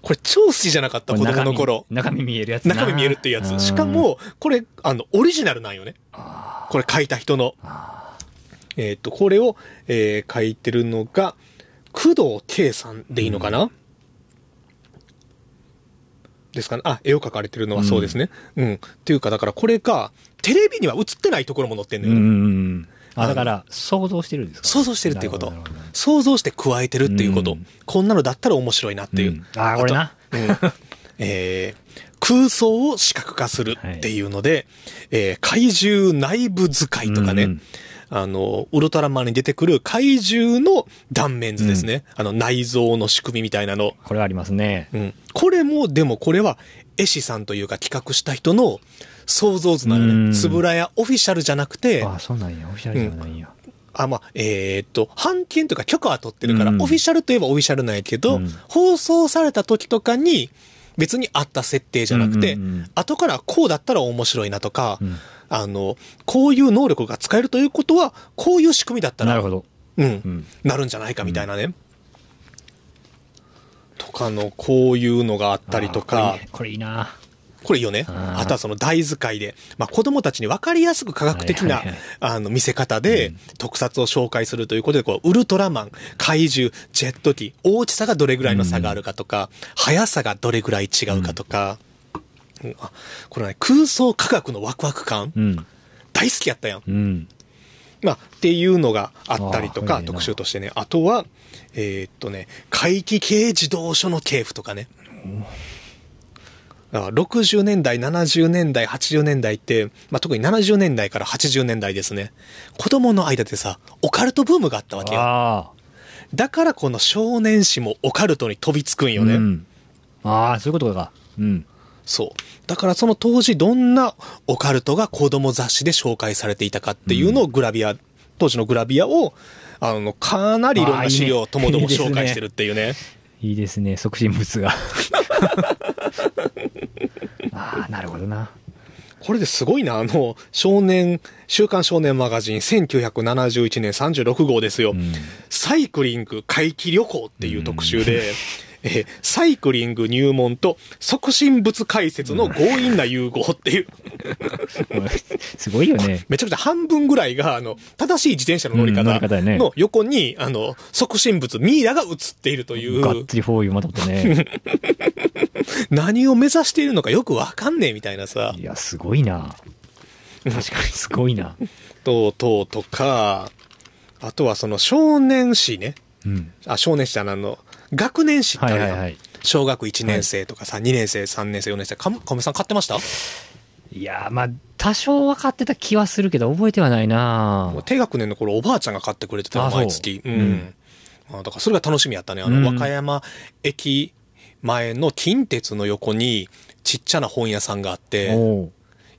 Speaker 1: これ超好きじゃなかった、子供の頃
Speaker 2: こ。れ中身中身見えるやつな
Speaker 1: 中身見えるっていうや
Speaker 2: う
Speaker 1: つ。
Speaker 2: ん
Speaker 1: しかも、これ、あの、オリジナルなんよね。これ書いた人の。えーっと、これを、えー書いてるのが、工藤圭さんでいいのかな、ですかね。あ、絵を描かれてるのはそうですね。うん。っていうか、だからこれが、テレビには映ってないところも載ってんの
Speaker 2: うん
Speaker 1: よ。
Speaker 2: うんうん。あ、だから、想像してるんですか
Speaker 1: 想像してるっていうこと
Speaker 2: なるほどなるほ。
Speaker 1: 想像して加えてるっていうこと。
Speaker 2: うん
Speaker 1: こんなのだったら面白いなっていう。
Speaker 2: うんあーこれな
Speaker 1: と。うん えー空想を視覚化するっていうので、えー怪獣内部使いとかね、
Speaker 2: うん
Speaker 1: あの、ウルトラマンに出てくる怪獣の断面図ですね。あの、内臓の仕組みみたいなの。
Speaker 2: どこれありますね。
Speaker 1: うん。これも、でもこれは、絵師さんというか企画した人の想像図なの
Speaker 2: うん
Speaker 1: ね。つぶらやオフィシャルじゃなくて、
Speaker 2: あ、そうなんや。オフィシャルじゃないんや。
Speaker 1: あ、まあ、えーっと、版権というか許可は取ってるから、
Speaker 2: うん
Speaker 1: オフィシャルといえばオフィシャルなんやけど、
Speaker 2: うん
Speaker 1: 放送された時とかに、別にあった設定じゃなくて、
Speaker 2: うんうんうん
Speaker 1: 後からこうだったら面白いなとか、
Speaker 2: うん
Speaker 1: あの、こういう能力が使えるということは、こういう仕組みだったら、
Speaker 2: なるほど。
Speaker 1: うん、
Speaker 2: うん
Speaker 1: なるんじゃないかみたいなね。とかの、こういうのがあったりと
Speaker 2: あ
Speaker 1: か
Speaker 2: ーこれいい。ねこれいいな。
Speaker 1: これいいよね。
Speaker 2: あ
Speaker 1: あ
Speaker 2: ー
Speaker 1: とはその台使いで、まあ子供たちに分かりやすく科学的な、
Speaker 2: はいはいはい
Speaker 1: あの見せ方で特撮を紹介するということで、こう、ウルトラマン、怪獣、ジェット機、大きさがどれぐらいの差があるかとか、速さがどれぐらい違うかとか、うんあこれね、空想科学のワクワク感、
Speaker 2: うん。
Speaker 1: 大好きやったやん。
Speaker 2: うん。
Speaker 1: まあ、っていうのがあったりと
Speaker 2: あー
Speaker 1: か、
Speaker 2: いいな
Speaker 1: 特集としてね。あとは、えーっとね、怪奇系自動書の系譜とかね。だから60年代、70年代、80年代って、まあ、特に70年代から80年代ですね。子供の間でさ、オカルトブームがあったわけよ。
Speaker 2: ああ。
Speaker 1: だからこの少年誌もオカルトに飛びつくんよね。
Speaker 2: うんああ、そういうことか。うん。
Speaker 1: そう。だからその当時どんなオカルトが子供雑誌で紹介されていたかっていうのをグラビア、当時のグラビアを、あの、かなりいろんな
Speaker 2: あーいいね
Speaker 1: 資料をともど
Speaker 2: い
Speaker 1: も
Speaker 2: いですね
Speaker 1: 紹介してるっていうね。
Speaker 2: いいですね。促進 物が。ああ、なるほどな。
Speaker 1: これですごいな、あの、少年、週刊少年マガジン1971年36号ですよ。
Speaker 2: うん
Speaker 1: サイクリング回帰旅行っていう特集で、えーサイクリング入門と促進物解説の強引な融合っていう。
Speaker 2: すごいよね。
Speaker 1: めちゃくちゃ半分ぐらいが、あの、正しい自転車の乗り
Speaker 2: うん乗り方
Speaker 1: 方
Speaker 2: やね
Speaker 1: の横に、あの、促進物、ミイラが映っているとい
Speaker 2: がっ
Speaker 1: う、
Speaker 2: つりフォーユーまたことね。
Speaker 1: 何を目指しているのかよくわかんねえみたいなさ
Speaker 2: い、や、すごいな。確かにすごいな。
Speaker 1: とうとうとか、あとはその少年誌ね、
Speaker 2: うん。
Speaker 1: あ、少年誌じゃないあの、学年誌ってあるやん
Speaker 2: はいはいはい
Speaker 1: 小学1年生とかさ、2年生、3年生、4年生、かむかむさん買ってました
Speaker 2: いや、まあ、多少分かってた気はするけど、覚えてはないな
Speaker 1: もう。低学年の頃、おばあちゃんが買ってくれてたの
Speaker 2: あそう
Speaker 1: 毎月。う
Speaker 2: うん
Speaker 1: ん。あだから、それが楽しみやったね。あの、
Speaker 2: うん
Speaker 1: 和歌山駅前の近鉄の横に、ちっちゃな本屋さんがあって、
Speaker 2: おう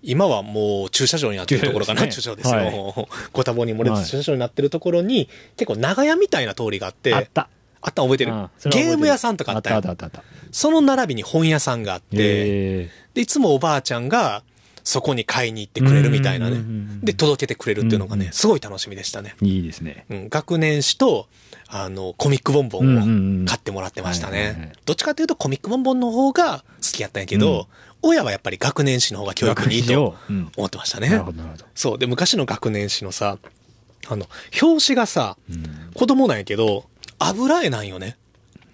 Speaker 1: 今はもう駐車場になってるところ かな、
Speaker 2: 駐
Speaker 1: 駐車場
Speaker 2: 車場で
Speaker 1: ですす
Speaker 2: ね
Speaker 1: よ。ご多忙に漏れ
Speaker 2: はい
Speaker 1: ず駐車場になってるところに、結構長屋みたいな通りがあって、
Speaker 2: あった。
Speaker 1: あったん覚えてる
Speaker 2: うんそれは覚えてる
Speaker 1: ゲーム屋さんとかあ
Speaker 2: あ
Speaker 1: っ
Speaker 2: ったた
Speaker 1: や
Speaker 2: あ
Speaker 1: ん
Speaker 2: ったあったあった。
Speaker 1: その並びに本屋さんがあって、
Speaker 2: え
Speaker 1: で、いつもおばあちゃんが、そこに買いに行ってくれるみたいな
Speaker 2: うんうんうんうん
Speaker 1: ね。で、届けてくれるっていうのが
Speaker 2: うんう
Speaker 1: ね、
Speaker 2: ん
Speaker 1: すごい楽しみでしたね。
Speaker 2: ーいいですね。
Speaker 1: うん、学年誌と、あの、コミックボンボ
Speaker 2: うんうんう
Speaker 1: ン
Speaker 2: ん
Speaker 1: を買ってもらってました
Speaker 2: はいはいは
Speaker 1: ね
Speaker 2: い。
Speaker 1: どっちかというとコミックボンボンの方が好きやったんやけど、親はやっぱり学年誌の方が教育にいいと
Speaker 2: 学年誌をうん
Speaker 1: 思ってました
Speaker 2: なる
Speaker 1: ね
Speaker 2: ほ。ど、なるほど。
Speaker 1: そう。で、昔の学年誌のさ、あの、表紙がさ、
Speaker 2: うん
Speaker 1: 子供なんやけど、油絵なんよね。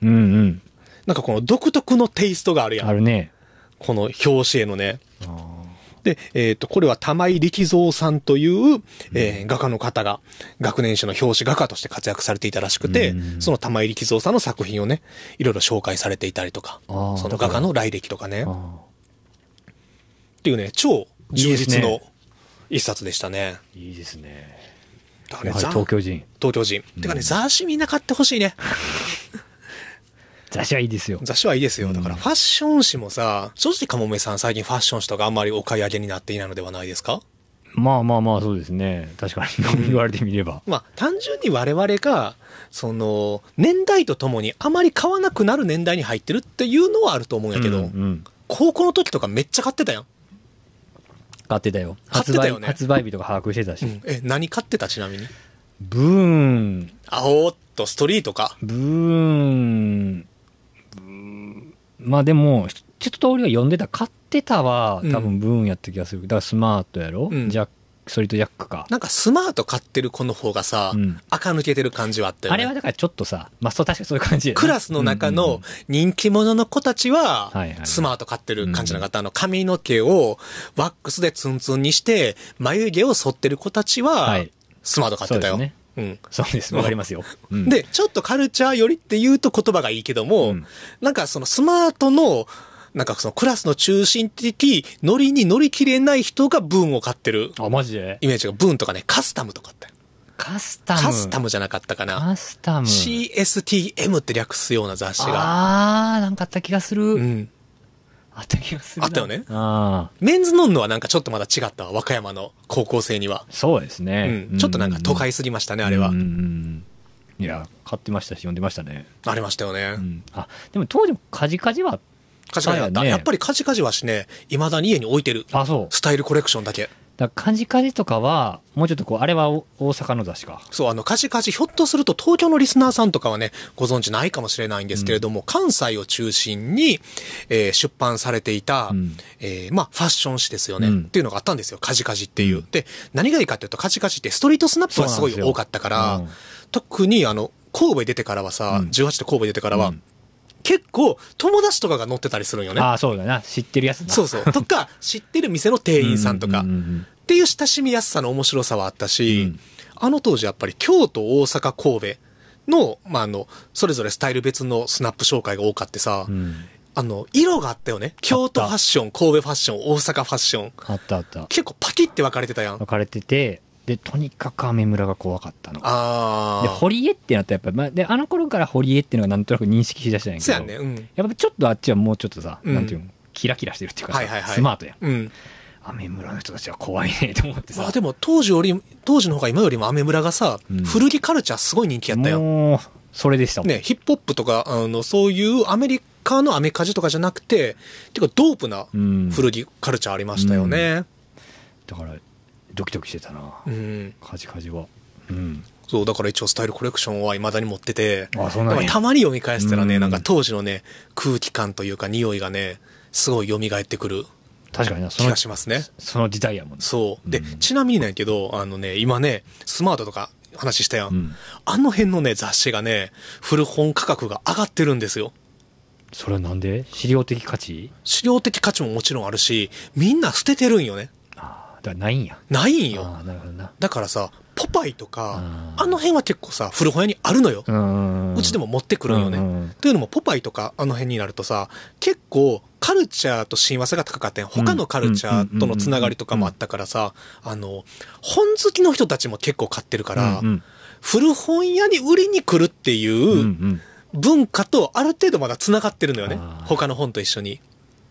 Speaker 2: うんうん。
Speaker 1: なんかこの独特のテイストがあるや
Speaker 2: あ
Speaker 1: ん。
Speaker 2: るね。
Speaker 1: この表紙へのね。
Speaker 2: あー
Speaker 1: で、えっ、と、これは玉井力蔵さんという、えー画家の方が、学年誌の表紙画家として活躍されていたらしくて、
Speaker 2: うん
Speaker 1: その玉井力蔵さんの作品をね、いろいろ紹介されていたりとか、
Speaker 2: あー
Speaker 1: その
Speaker 2: だか
Speaker 1: 画
Speaker 2: ら
Speaker 1: 家の来歴とかね、っ
Speaker 2: あ
Speaker 1: ていうね、超充実
Speaker 2: いい
Speaker 1: の
Speaker 2: で
Speaker 1: 一冊でしたね。
Speaker 2: ーいいですね。
Speaker 1: だから
Speaker 2: や
Speaker 1: ね、
Speaker 2: はり
Speaker 1: ざ
Speaker 2: 東京人。
Speaker 1: 東京人。てかね、雑誌みんな買ってほしいね。
Speaker 2: 雑誌はいいですよ。
Speaker 1: 雑誌はいいです
Speaker 2: う
Speaker 1: よ。
Speaker 2: ん
Speaker 1: だからファッション誌もさ、正直かもめさん最近ファッション誌とかあんまりお買い上げになっていないのではないですか
Speaker 2: まあまあまあ、そうですね。確かに、言われてみれば。
Speaker 1: まあ単純に我々が、その、年代とともにあまり買わなくなる年代に入ってるっていうのはあると思うんやけど、
Speaker 2: うんうん
Speaker 1: 高校の時とかめっちゃ買ってたやん。
Speaker 2: 買ってたよ。
Speaker 1: 買って
Speaker 2: 発
Speaker 1: た
Speaker 2: 売
Speaker 1: よね
Speaker 2: 発売日とか把握してたし。
Speaker 1: え、何買ってたちなみに。
Speaker 2: ブーン、
Speaker 1: あおーっと、ストリートか。
Speaker 2: ブーン、ブーンまあでも、ひ一通りは読んでた。買ってたは、多分ブーンやった気がする。だからスマートやろ、
Speaker 1: うん
Speaker 2: ジャック、ソリッドジャックか。
Speaker 1: なんかスマート買ってる子の方がさ、
Speaker 2: うん
Speaker 1: 垢抜けてる感じはあったよね。
Speaker 2: あれはだからちょっとさ、まあそう確かにそういう感じやな
Speaker 1: クラスの中
Speaker 2: うんうんう
Speaker 1: の
Speaker 2: ん
Speaker 1: 人気者の子たちは
Speaker 2: はいは、い
Speaker 1: スマート買ってる感じじゃなかった。あの、髪の毛をワックスでツンツンにして、眉毛を剃ってる子たち
Speaker 2: は、
Speaker 1: はいスマート買ってたよ。
Speaker 2: そうです
Speaker 1: うん。
Speaker 2: そうです。わかりますよ。うん、
Speaker 1: で、ちょっとカルチャーよりって言うと言葉がいいけども、
Speaker 2: うん
Speaker 1: なんかそのスマートの、なんかそのクラスの中心的、ノリに乗り切れない人がブーンを買ってる
Speaker 2: あ、マジで
Speaker 1: イメージが、ブーンとかね、カスタムとかあって。
Speaker 2: カスタム。
Speaker 1: カスタムじゃなかったかな。
Speaker 2: カスタム。
Speaker 1: CSTM って略すような雑誌が。
Speaker 2: あー、なんかあった気がする。
Speaker 1: うん。
Speaker 2: あった気がするな。
Speaker 1: あったよね
Speaker 2: ああ。
Speaker 1: メンズノンノはなんかちょっとまだ違ったわ、和歌山の高校生には。
Speaker 2: そうです
Speaker 1: う
Speaker 2: ね。
Speaker 1: ん。ちょっとなんか都会すぎましたね、あれは
Speaker 2: うんう。んうんいや、買ってましたし、読んでましたね。
Speaker 1: ありましたよね
Speaker 2: う。ん。あ、でも当時もカジカジは、
Speaker 1: カジカジだっ
Speaker 2: そう
Speaker 1: た。
Speaker 2: やね
Speaker 1: やっぱりカジカジはしね、未だに家に置いてる。
Speaker 2: あ、そう。
Speaker 1: スタイルコレクションだけ。
Speaker 2: だからカジカジとかは、もうちょっとこう、あれはお大阪の雑誌か。
Speaker 1: そう、あの、カジカジ、ひょっとすると東京のリスナーさんとかはね、ご存知ないかもしれないんですけれども、関西を中心に、えー出版されていた、
Speaker 2: うん
Speaker 1: えーまあ、ファッション誌ですよね、
Speaker 2: うん
Speaker 1: っていうのがあったんですよ、カジカジっていう。
Speaker 2: うん
Speaker 1: で、何がいいかっていうと、カジカジってストリートスナップがすごい
Speaker 2: そうなんですよ
Speaker 1: 多かったから、
Speaker 2: うん
Speaker 1: 特にあの、神戸出てからはさ、
Speaker 2: うん
Speaker 1: 18と神戸出てからは、
Speaker 2: うん
Speaker 1: 結構友達とかが乗ってたりするんよね。
Speaker 2: ああ、そうだな。知ってるやつだ。
Speaker 1: そうそう。とか、知ってる店の店員さんとか、
Speaker 2: ううううん
Speaker 1: っていう親しみやすさの面白さはあったし、
Speaker 2: うん
Speaker 1: あの当時やっぱり京都、大阪、神戸の、まあ、あの、それぞれスタイル別のスナップ紹介が多かってさ、
Speaker 2: うん
Speaker 1: あの、色があったよね。京都ファッション、神戸ファッション、大阪ファッション。
Speaker 2: あったあった。
Speaker 1: 結構パキって分かれてたやん。
Speaker 2: 分かれてて、で、とにかくアメ村が怖かったの。
Speaker 1: あ
Speaker 2: で、
Speaker 1: ー。
Speaker 2: 堀江ってなったらやっぱり、まあ、で、あの頃から堀江っていうのがなんとなく認識しだしたんやけ
Speaker 1: そ
Speaker 2: ど。
Speaker 1: うやんね。うん。
Speaker 2: やっぱちょっとあっちはもうちょっとさ、
Speaker 1: うん
Speaker 2: なんていうの、キラキラしてるっていうかさ、
Speaker 1: はいはいはい
Speaker 2: スマートやん。
Speaker 1: うん。
Speaker 2: アメ村の人たちは怖いねと思って
Speaker 1: ま
Speaker 2: さ
Speaker 1: あ。でも当時より、当時の方が今よりもアメ村がさ、
Speaker 2: うん
Speaker 1: 古着カルチャーすごい人気やったやん。
Speaker 2: もう、それでしたもん。
Speaker 1: ね、ヒップホップとか、あの、そういうアメリカのアメカジとかじゃなくて、てかドープな
Speaker 2: うん。
Speaker 1: 古着カルチャーありましたよね。
Speaker 2: だから、ドキドキしてたな。
Speaker 1: うん。
Speaker 2: カジカジは。うん。
Speaker 1: そう、だから一応スタイルコレクションは未だに持ってて、
Speaker 2: あ、そん
Speaker 1: だ
Speaker 2: な
Speaker 1: か
Speaker 2: に
Speaker 1: ら。たまに読み返したら
Speaker 2: う
Speaker 1: ね、
Speaker 2: ん
Speaker 1: なんか当時のね、空気感というか匂いがね、すごい蘇ってくる
Speaker 2: 確かにな、そ
Speaker 1: 気
Speaker 2: の
Speaker 1: が、しますね。
Speaker 2: その時代やもんね。
Speaker 1: そう。で、
Speaker 2: うん
Speaker 1: ちなみになんやけど、あのね、今ね、スマートとか話したやん。
Speaker 2: うん。
Speaker 1: あの辺のね、雑誌がね、古本価格が上がってるんですよ。
Speaker 2: それはなんで資料的価値
Speaker 1: 資料的価値ももちろんあるし、みんな捨ててるんよね。
Speaker 2: ああ、だからないんや。
Speaker 1: ないんよ。
Speaker 2: ああ、なるほどな。
Speaker 1: だからさ、ポパイとか、
Speaker 2: あー
Speaker 1: あの辺は結構さ、古本屋にあるのよ。
Speaker 2: うん。
Speaker 1: うちで
Speaker 2: も
Speaker 1: も持ってくるんよね。というのも、ポパイとかあの辺になるとさ、結構カルチャーと親和性が高かったんや他のカルチャーとのつながりとかもあったからさ、あの、本好きの人たちも結構買ってるから、
Speaker 2: うんうん
Speaker 1: 古本屋に売りに来るって
Speaker 2: うんう。
Speaker 1: いうん文化とある程度まだつながってるのよね
Speaker 2: あー。
Speaker 1: 他の本と一緒に。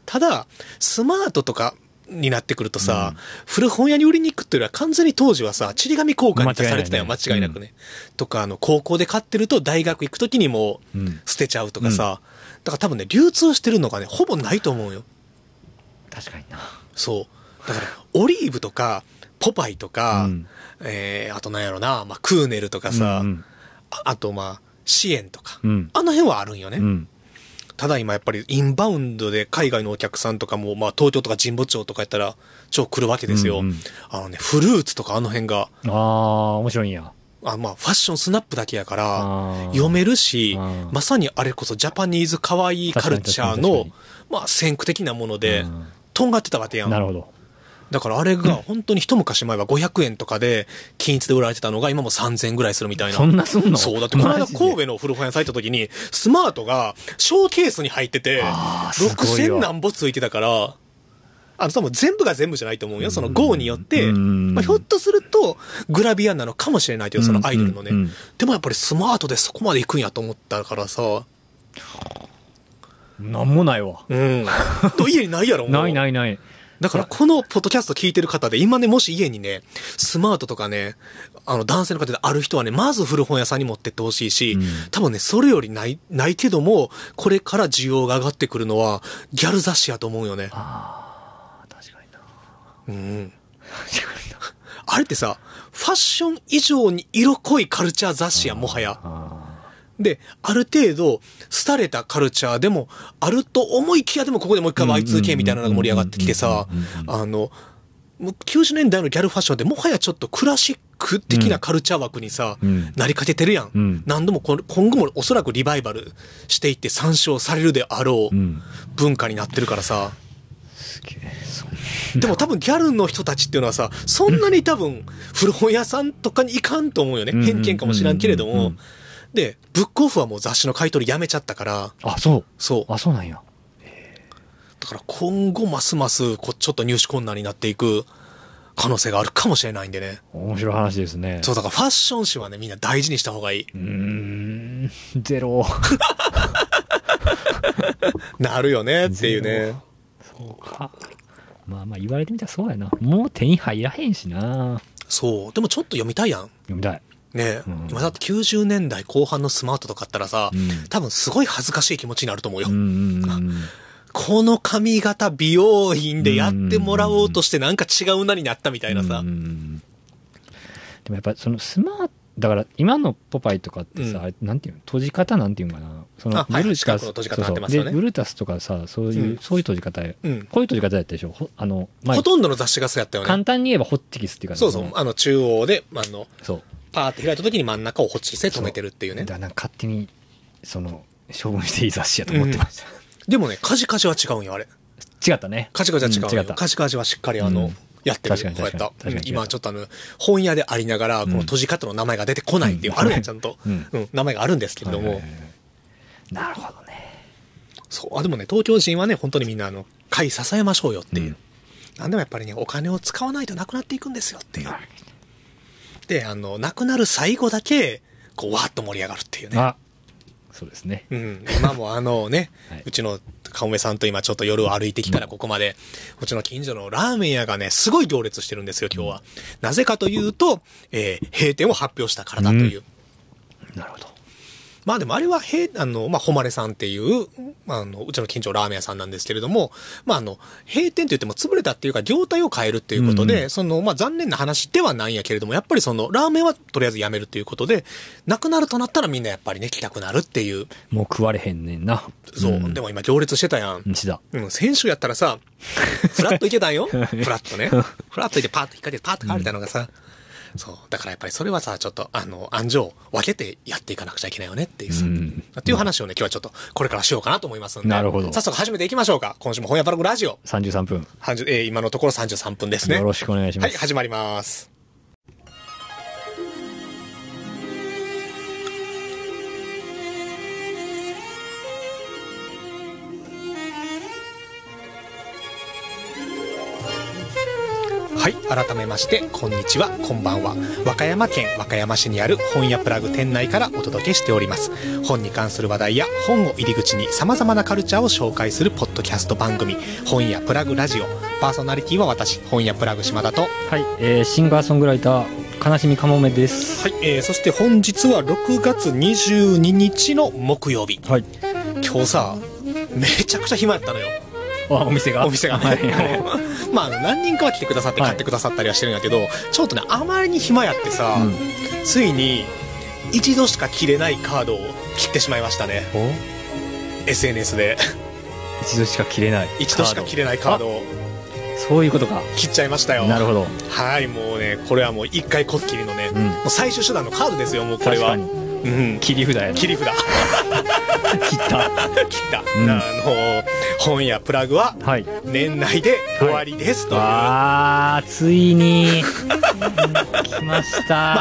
Speaker 1: ただ、スマートとか、になってくるとさ、古本屋に売りに行くっていうよりは完全に当時はさ、ちり紙交換に出されてたよ、
Speaker 2: 間
Speaker 1: 間
Speaker 2: 違
Speaker 1: 違
Speaker 2: い
Speaker 1: い
Speaker 2: ないね
Speaker 1: なくね。とか、あの、高校で買ってると大学行くときにもう
Speaker 2: うん。
Speaker 1: 捨てちゃうとかさ、だから多分ね流通してるのがねほぼないと思うよ
Speaker 2: 確かにな。
Speaker 1: そうだからオリーブとかポパイとか、
Speaker 2: うん
Speaker 1: えー、あとなんやろな、まあ、クーネルとかさ、
Speaker 2: うん
Speaker 1: ああとまあ支援とか、
Speaker 2: うん。
Speaker 1: あの辺はあるんよね、
Speaker 2: うん。
Speaker 1: ただ今やっぱりインバウンドで海外のお客さんとかも、まあ、東京とか神保町とかやったら超来るわけですよ、
Speaker 2: うんうん
Speaker 1: あのねフルーツとかあの辺が
Speaker 2: ああ、面白いんや。
Speaker 1: あまあファッションスナップだけやから
Speaker 2: あー
Speaker 1: 読めるし
Speaker 2: あー
Speaker 1: まさにあれこそジャパニーズ可愛いカルチャー
Speaker 2: 確かに確か
Speaker 1: の
Speaker 2: に
Speaker 1: まあ先駆的なもので
Speaker 2: うん
Speaker 1: とんがってたわけや
Speaker 2: なんるほど。
Speaker 1: だからあれが本当に一昔前は500円とかで均一で売られてたのが今も3000円ぐらいするみたいな
Speaker 2: そんなすんの
Speaker 1: そうだってこの間
Speaker 2: マジで
Speaker 1: 神戸の古本屋さん行った時にスマートがショーケースに入ってて
Speaker 2: あーすごいわ
Speaker 1: 6000何歩ついてたからあの多分全部が全部じゃないと思うよその号によって
Speaker 2: うん
Speaker 1: まあひょっとするとグラビアなのかもしれないけどそのアイドルのね
Speaker 2: うんうんうん
Speaker 1: でもやっぱりスマートでそこまで行くんやと思ったからさ、
Speaker 2: なんもないわ。
Speaker 1: うん。 と家にないやろ、もう
Speaker 2: ないないない。
Speaker 1: だからこのポッドキャスト聞いてる方で、今ね、もし家にね、スマートとかね、あの、男性の方である人はね、まず古本屋さんに持ってってほしいし、
Speaker 2: うん
Speaker 1: 多分ね、それよりない、ないけども、これから需要が上がってくるのは、ギャル雑誌やと思うよね。
Speaker 2: ああ、確かにな。
Speaker 1: うん。
Speaker 2: 確かにな。
Speaker 1: あれってさ、ファッション以上に色濃いカルチャー雑誌やん、もはや。
Speaker 2: あ
Speaker 1: で、ある程度、廃れたカルチャーでも、あると思いきやでも、ここでもう一回
Speaker 2: うんうんうん
Speaker 1: Y2K みたいなのが盛り上がってきてさ
Speaker 2: うんうんう、ん
Speaker 1: あの、もう90年代のギャルファッションって、もはやちょっとクラシック的なカルチャー枠にさ、
Speaker 2: うん
Speaker 1: なりかけてるやん。
Speaker 2: うん
Speaker 1: 何度もこれ、今後もおそらくリバイバルしていって参照されるであろ
Speaker 2: ーう。
Speaker 1: うん文化になってるからさ。
Speaker 2: すげえ。そう
Speaker 1: でも多分ギャルの人たちっていうのはさ、そんなに多分古本屋さんとかに行かんと思うよね。
Speaker 2: うんうん
Speaker 1: 偏見かもしらんけれど
Speaker 2: うんうんう
Speaker 1: も
Speaker 2: ん。
Speaker 1: で、ブックオフはもう雑誌の買い取りやめちゃったから、
Speaker 2: あ、そう。
Speaker 1: そう。
Speaker 2: あ、そうなんや。
Speaker 1: だから今後ますますこうちょっと入手困難になっていく可能性があるかもしれないんでね。
Speaker 2: 面白い話ですね。
Speaker 1: そう、だからファッション誌はね、みんな大事にした方がいい。
Speaker 2: うーん、ゼロ。
Speaker 1: なるよねっていうね。
Speaker 2: そうか。まあまあ言われてみたらそうやな。もう手に入らへんしな。
Speaker 1: そう。でもちょっと読みたいやん。
Speaker 2: 読みたい。
Speaker 1: ね、
Speaker 2: うん
Speaker 1: 今だって90年代後半のスマートとかあったらさ、
Speaker 2: うん
Speaker 1: 多分すごい恥ずかしい気持ちになると思うよ。
Speaker 2: うんうんうんうん。
Speaker 1: この髪型美容院でやってもらおうとしてなんか違うなになったみたいなさ
Speaker 2: うん。でもやっぱそのスマートだから今のポパイとかってさ、
Speaker 1: うん
Speaker 2: あれなんていうの閉じ方なんていうのかなそ
Speaker 1: あ
Speaker 2: の
Speaker 1: はい
Speaker 2: ブル
Speaker 1: 四角
Speaker 2: タ
Speaker 1: の
Speaker 2: ス
Speaker 1: 閉じ
Speaker 2: そ
Speaker 1: 方な
Speaker 2: う
Speaker 1: っ
Speaker 2: そ
Speaker 1: てま
Speaker 2: う
Speaker 1: すよね
Speaker 2: でブルタスとかさそういう、
Speaker 1: うん
Speaker 2: そういう閉じ方や、
Speaker 1: うん
Speaker 2: こういう閉じ方やったでしょほあの前
Speaker 1: ほとんどの雑誌がそうやったよね。
Speaker 2: 簡単に言えばホッチキスっていうか
Speaker 1: そうそう。あの、中央で、あの、
Speaker 2: そう
Speaker 1: パーって開いた時に真ん中をホチキスで止めてるっていうね
Speaker 2: だ。からなんか勝手にその処分していい雑誌やと思ってました、
Speaker 1: でもね、カジカジは違うんよ、あれ。
Speaker 2: 違ったね
Speaker 1: カジカジは違うんよ。
Speaker 2: うん違った
Speaker 1: カジカジはしっかりあの、
Speaker 2: うん
Speaker 1: やってる。
Speaker 2: 確かに
Speaker 1: こうやった
Speaker 2: 確かに確かに
Speaker 1: うん今ちょっとあの、本屋でありながら、この閉じ方の名前が出てこないっていう、
Speaker 2: うん
Speaker 1: あるやん、ちゃんと、
Speaker 2: うん
Speaker 1: うん。名前があるんですけれども。
Speaker 2: はいはいはいなるほどね
Speaker 1: そう。あ、でもね、東京人はね、本当にみんなあの、会支えましょうよっていう。
Speaker 2: うん
Speaker 1: なんでもやっぱりね、お金を使わないとなくなっていくんですよっていう。で、あの、なくなる最後だけ、こう、わーっと盛り上がるっていうね。
Speaker 2: あそうですね
Speaker 1: うん。今もあのね、
Speaker 2: はいう
Speaker 1: ちのかおめさんと今ちょっと夜を歩いてきたらここまで、うちの近所のラーメン屋がね、すごい行列してるんですよ、今日は。なぜかというと、えー閉店を発表したからだという。
Speaker 2: うなるほど
Speaker 1: まあでもあれは、へ、あの、まあ、誉さんっていう、あの、うちの近所のラーメン屋さんなんですけれども、まああの、閉店と言っても潰れたっていうか、業態を変えるっていうことで、
Speaker 2: う
Speaker 1: その、まあ残念な話ではないんやけれども、やっぱりその、ラーメンはとりあえずやめるということで、なくなるとなったらみんなやっぱりね、来たくなるっていう。
Speaker 2: もう食われへんねんな
Speaker 1: そう。
Speaker 2: ん
Speaker 1: でも今行列してたやん。
Speaker 2: 西田
Speaker 1: うん、先週やったら さ、フラッといけたんよ。フラッとね。フラッといてパーッと引っ掛けてパーッと変われたのがさ、そう。だからやっぱりそれはさ、ちょっと、あの、案上、分けてやっていかなくちゃいけないよねっていうさ、
Speaker 2: うん
Speaker 1: っていう話をね、今日はちょっと、これからしようかなと思いますんで。
Speaker 2: なるほど
Speaker 1: 早速始めていきましょうか。今週も本屋パラグラジオ、
Speaker 2: 33分、
Speaker 1: 30えー今のところ33分ですね。
Speaker 2: よろしくお願いしま
Speaker 1: はい、
Speaker 2: す、
Speaker 1: 始まります。はい、改めまして、こんにちは、こんばんは。和歌山県和歌山市にある本屋プラグ店内からお届けしております。本に関する話題や本を入り口に様々なカルチャーを紹介するポッドキャスト番組、本屋プラグラジオ。パーソナリティは私、本屋プラグ島田と、
Speaker 2: はいえーシンガーソングライター悲しみかもめです
Speaker 1: はい、えー、そして本日は6月22日の木曜日。
Speaker 2: はい
Speaker 1: 今日さ、めちゃくちゃ暇やったのよ。
Speaker 2: あお店が
Speaker 1: お店がね。
Speaker 2: はいはい
Speaker 1: まああの、何人かは来てくださって
Speaker 2: はい
Speaker 1: 買ってくださったりはしてるんだけど、ちょっとね、あまりに暇やってさ、
Speaker 2: うん
Speaker 1: ついに、一度しか切れないカードを切ってしまいましたね。
Speaker 2: お
Speaker 1: SNS で。
Speaker 2: 一度しか切れない
Speaker 1: 一度しか切れないカードを
Speaker 2: あそういうことか
Speaker 1: 切っちゃいましたよ。
Speaker 2: なるほど、
Speaker 1: はい、もうね、これはもう一回こっきりのね、
Speaker 2: うん
Speaker 1: もう最終手段のカードですよ、もうこれ
Speaker 2: 確
Speaker 1: は。
Speaker 2: かに
Speaker 1: うん。
Speaker 2: 切り札やな
Speaker 1: 切り札。
Speaker 2: 切った
Speaker 1: 切った、
Speaker 2: うん
Speaker 1: あの本やプラグは
Speaker 2: はい
Speaker 1: 年内で終わりですという、
Speaker 2: あーついに来ました、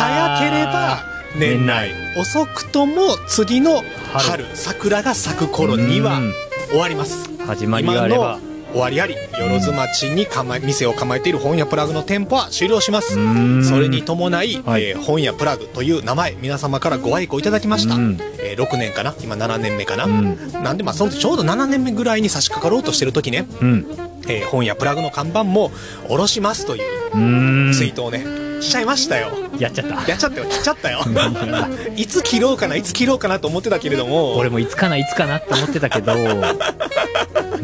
Speaker 1: 早ければ年内遅くとも次の春桜が咲く頃には
Speaker 2: うん
Speaker 1: 終わります
Speaker 2: 始まりがあれば
Speaker 1: 今の終わりあり、よろ町に構え、店を構えている本屋プラグの店舗は終了します
Speaker 2: う。ーん
Speaker 1: それに伴い、
Speaker 2: はい
Speaker 1: えー本屋プラグという名前、皆様からご愛顧いただきました。
Speaker 2: うん
Speaker 1: えー6年かな今7年目かな、
Speaker 2: うん
Speaker 1: なんでまあ、そのちょうど7年目ぐらいに差し掛かろうとしてる時ね、
Speaker 2: うん
Speaker 1: えー本屋プラグの看板も下ろしますという
Speaker 2: うーん
Speaker 1: ツイートをね、しちゃいましたよ。
Speaker 2: やっちゃった
Speaker 1: やっちゃったよ、切っちゃったよ。 いつ切ろうかな、いつ切ろうかなと思ってたけれども、
Speaker 2: 俺もいつかないつかなって思って たけど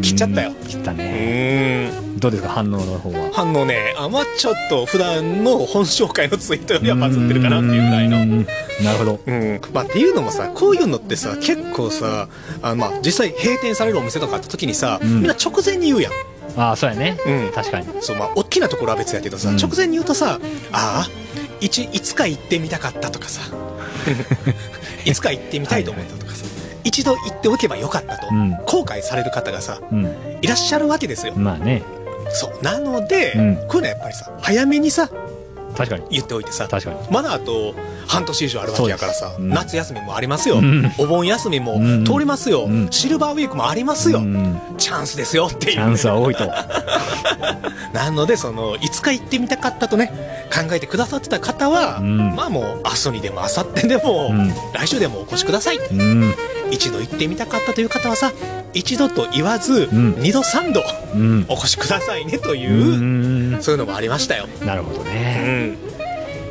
Speaker 1: 切っちゃったよ
Speaker 2: うん切った
Speaker 1: う
Speaker 2: ね
Speaker 1: ーん。
Speaker 2: どうですか反応の方は
Speaker 1: 反応ね、あまあちょっと普段の本紹介のツイートよりはバズってるかなっていうぐらいの。
Speaker 2: んなるほど
Speaker 1: うん、まあっていうのもさこういうのってさ結構さあまあ実際閉店されるお店とかあった時にさ、
Speaker 2: うん
Speaker 1: みんな直前に言うやん。
Speaker 2: ああそうやね、
Speaker 1: うん
Speaker 2: 確かに
Speaker 1: そうまあ大きなところは別やけどさ、
Speaker 2: うん
Speaker 1: 直前に言うとさああいちいつか行ってみたかったとか さいつか行ってみたいと思ったとかさ一度行っておけばよかったと、
Speaker 2: うん
Speaker 1: 後悔される方がさ
Speaker 2: うん
Speaker 1: いらっしゃるわけですよ。
Speaker 2: まあね
Speaker 1: そうなので、
Speaker 2: うん
Speaker 1: こういうのはやっぱりさ早めにさ
Speaker 2: 確かに
Speaker 1: 言っておいてさ
Speaker 2: 確かに
Speaker 1: まだあと半年以上あるわけやからさ、
Speaker 2: そうですうん
Speaker 1: 夏休みもありますよ、
Speaker 2: うん
Speaker 1: お盆休みも
Speaker 2: うん
Speaker 1: 通りますよ、
Speaker 2: うん
Speaker 1: シルバーウィークもありますよ、
Speaker 2: うん
Speaker 1: チャンスですよってい
Speaker 2: チャン
Speaker 1: う
Speaker 2: スは多いと
Speaker 1: なのでそのいつか行ってみたかったとね考えてくださってた方は、
Speaker 2: うん
Speaker 1: まあもう明日にでも明後日でも、
Speaker 2: うん
Speaker 1: 来週でもお越しください
Speaker 2: うん
Speaker 1: 一度行ってみたかったという方はさ一度と言わず、
Speaker 2: うん
Speaker 1: 二度三度
Speaker 2: うん
Speaker 1: お越しくださいねというう、
Speaker 2: ん
Speaker 1: そういうのもありましたよ、
Speaker 2: なるほど
Speaker 1: う
Speaker 2: ね、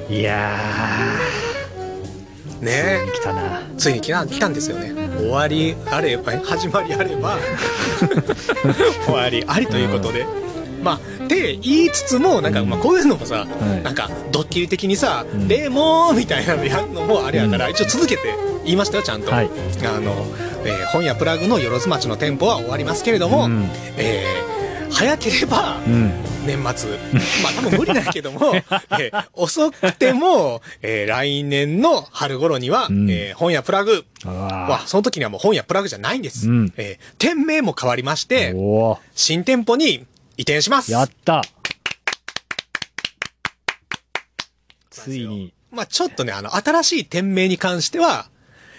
Speaker 1: ん、
Speaker 2: いや
Speaker 1: ね
Speaker 2: ー来たな
Speaker 1: ついに来た来たんですよね終わりあれば始まりあれ ば終わりありということで、まあって言いつつもなんか、
Speaker 2: うん
Speaker 1: まあ、こういうのもさ、
Speaker 2: はい
Speaker 1: なんかドッキリ的にさ「
Speaker 2: ん
Speaker 1: でも」みたいなのやるのもあれやから、一応続けて言いましたよちゃんと、
Speaker 2: はい
Speaker 1: あのえー本屋プラグのよろず町の店舗は終わりますけれども、
Speaker 2: うん
Speaker 1: えー早ければ、
Speaker 2: うん
Speaker 1: 年末。まあ多分無理だけど も、えー遅くても、えー来年の春頃には、
Speaker 2: うん
Speaker 1: えー本屋プラグ
Speaker 2: うわ
Speaker 1: は、その時にはもう本屋プラグじゃないんです。
Speaker 2: うん
Speaker 1: えー店名も変わりまし
Speaker 2: ー
Speaker 1: て、
Speaker 2: おー
Speaker 1: 新店舗に移転します。
Speaker 2: やったついに
Speaker 1: まあちょっとね、あの、新しい店名に関しては、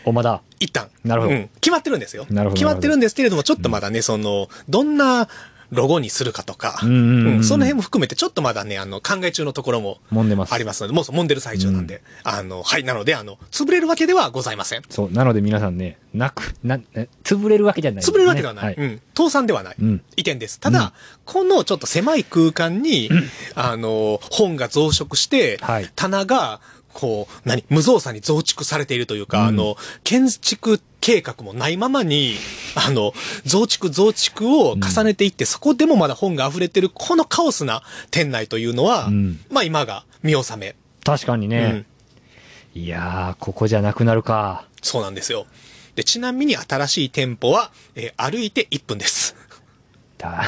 Speaker 2: おまだ
Speaker 1: 一旦。
Speaker 2: なるほど
Speaker 1: うん決まってるんですよ。
Speaker 2: なるほど
Speaker 1: 決まってるんですけれども、ちょっとまだね、その、どんな、ロゴにするかとか、
Speaker 2: うんうんうんうん
Speaker 1: うんその辺も含めて、ちょっとまだね、あの、考え中のところも
Speaker 2: 揉んでます
Speaker 1: ありますので、もう揉んでる最中なんで、あの、はい、なので、あの、潰れるわけではございません。
Speaker 2: そうなので皆さんねなくなえ潰れるわけじゃない、
Speaker 1: 潰れるわけではない。
Speaker 2: ね
Speaker 1: うん。倒産ではない。
Speaker 2: うん
Speaker 1: 移転です。ただ、
Speaker 2: うん
Speaker 1: このちょっと狭い空間に、あの、本が増殖して、
Speaker 2: はい
Speaker 1: 棚が、こう、何、無造作に増築されているというか、
Speaker 2: うん
Speaker 1: あの、建築計画もないままに、あの、増築増築を重ねていって、そこでもまだ本が溢れてる、このカオスな店内というのは、
Speaker 2: うん
Speaker 1: まあ今が見納め。
Speaker 2: 確かにね、いやーここじゃなくなるか
Speaker 1: そうなんですよ。で、ちなみに新しい店舗は、えー歩いて1分です。
Speaker 2: だ,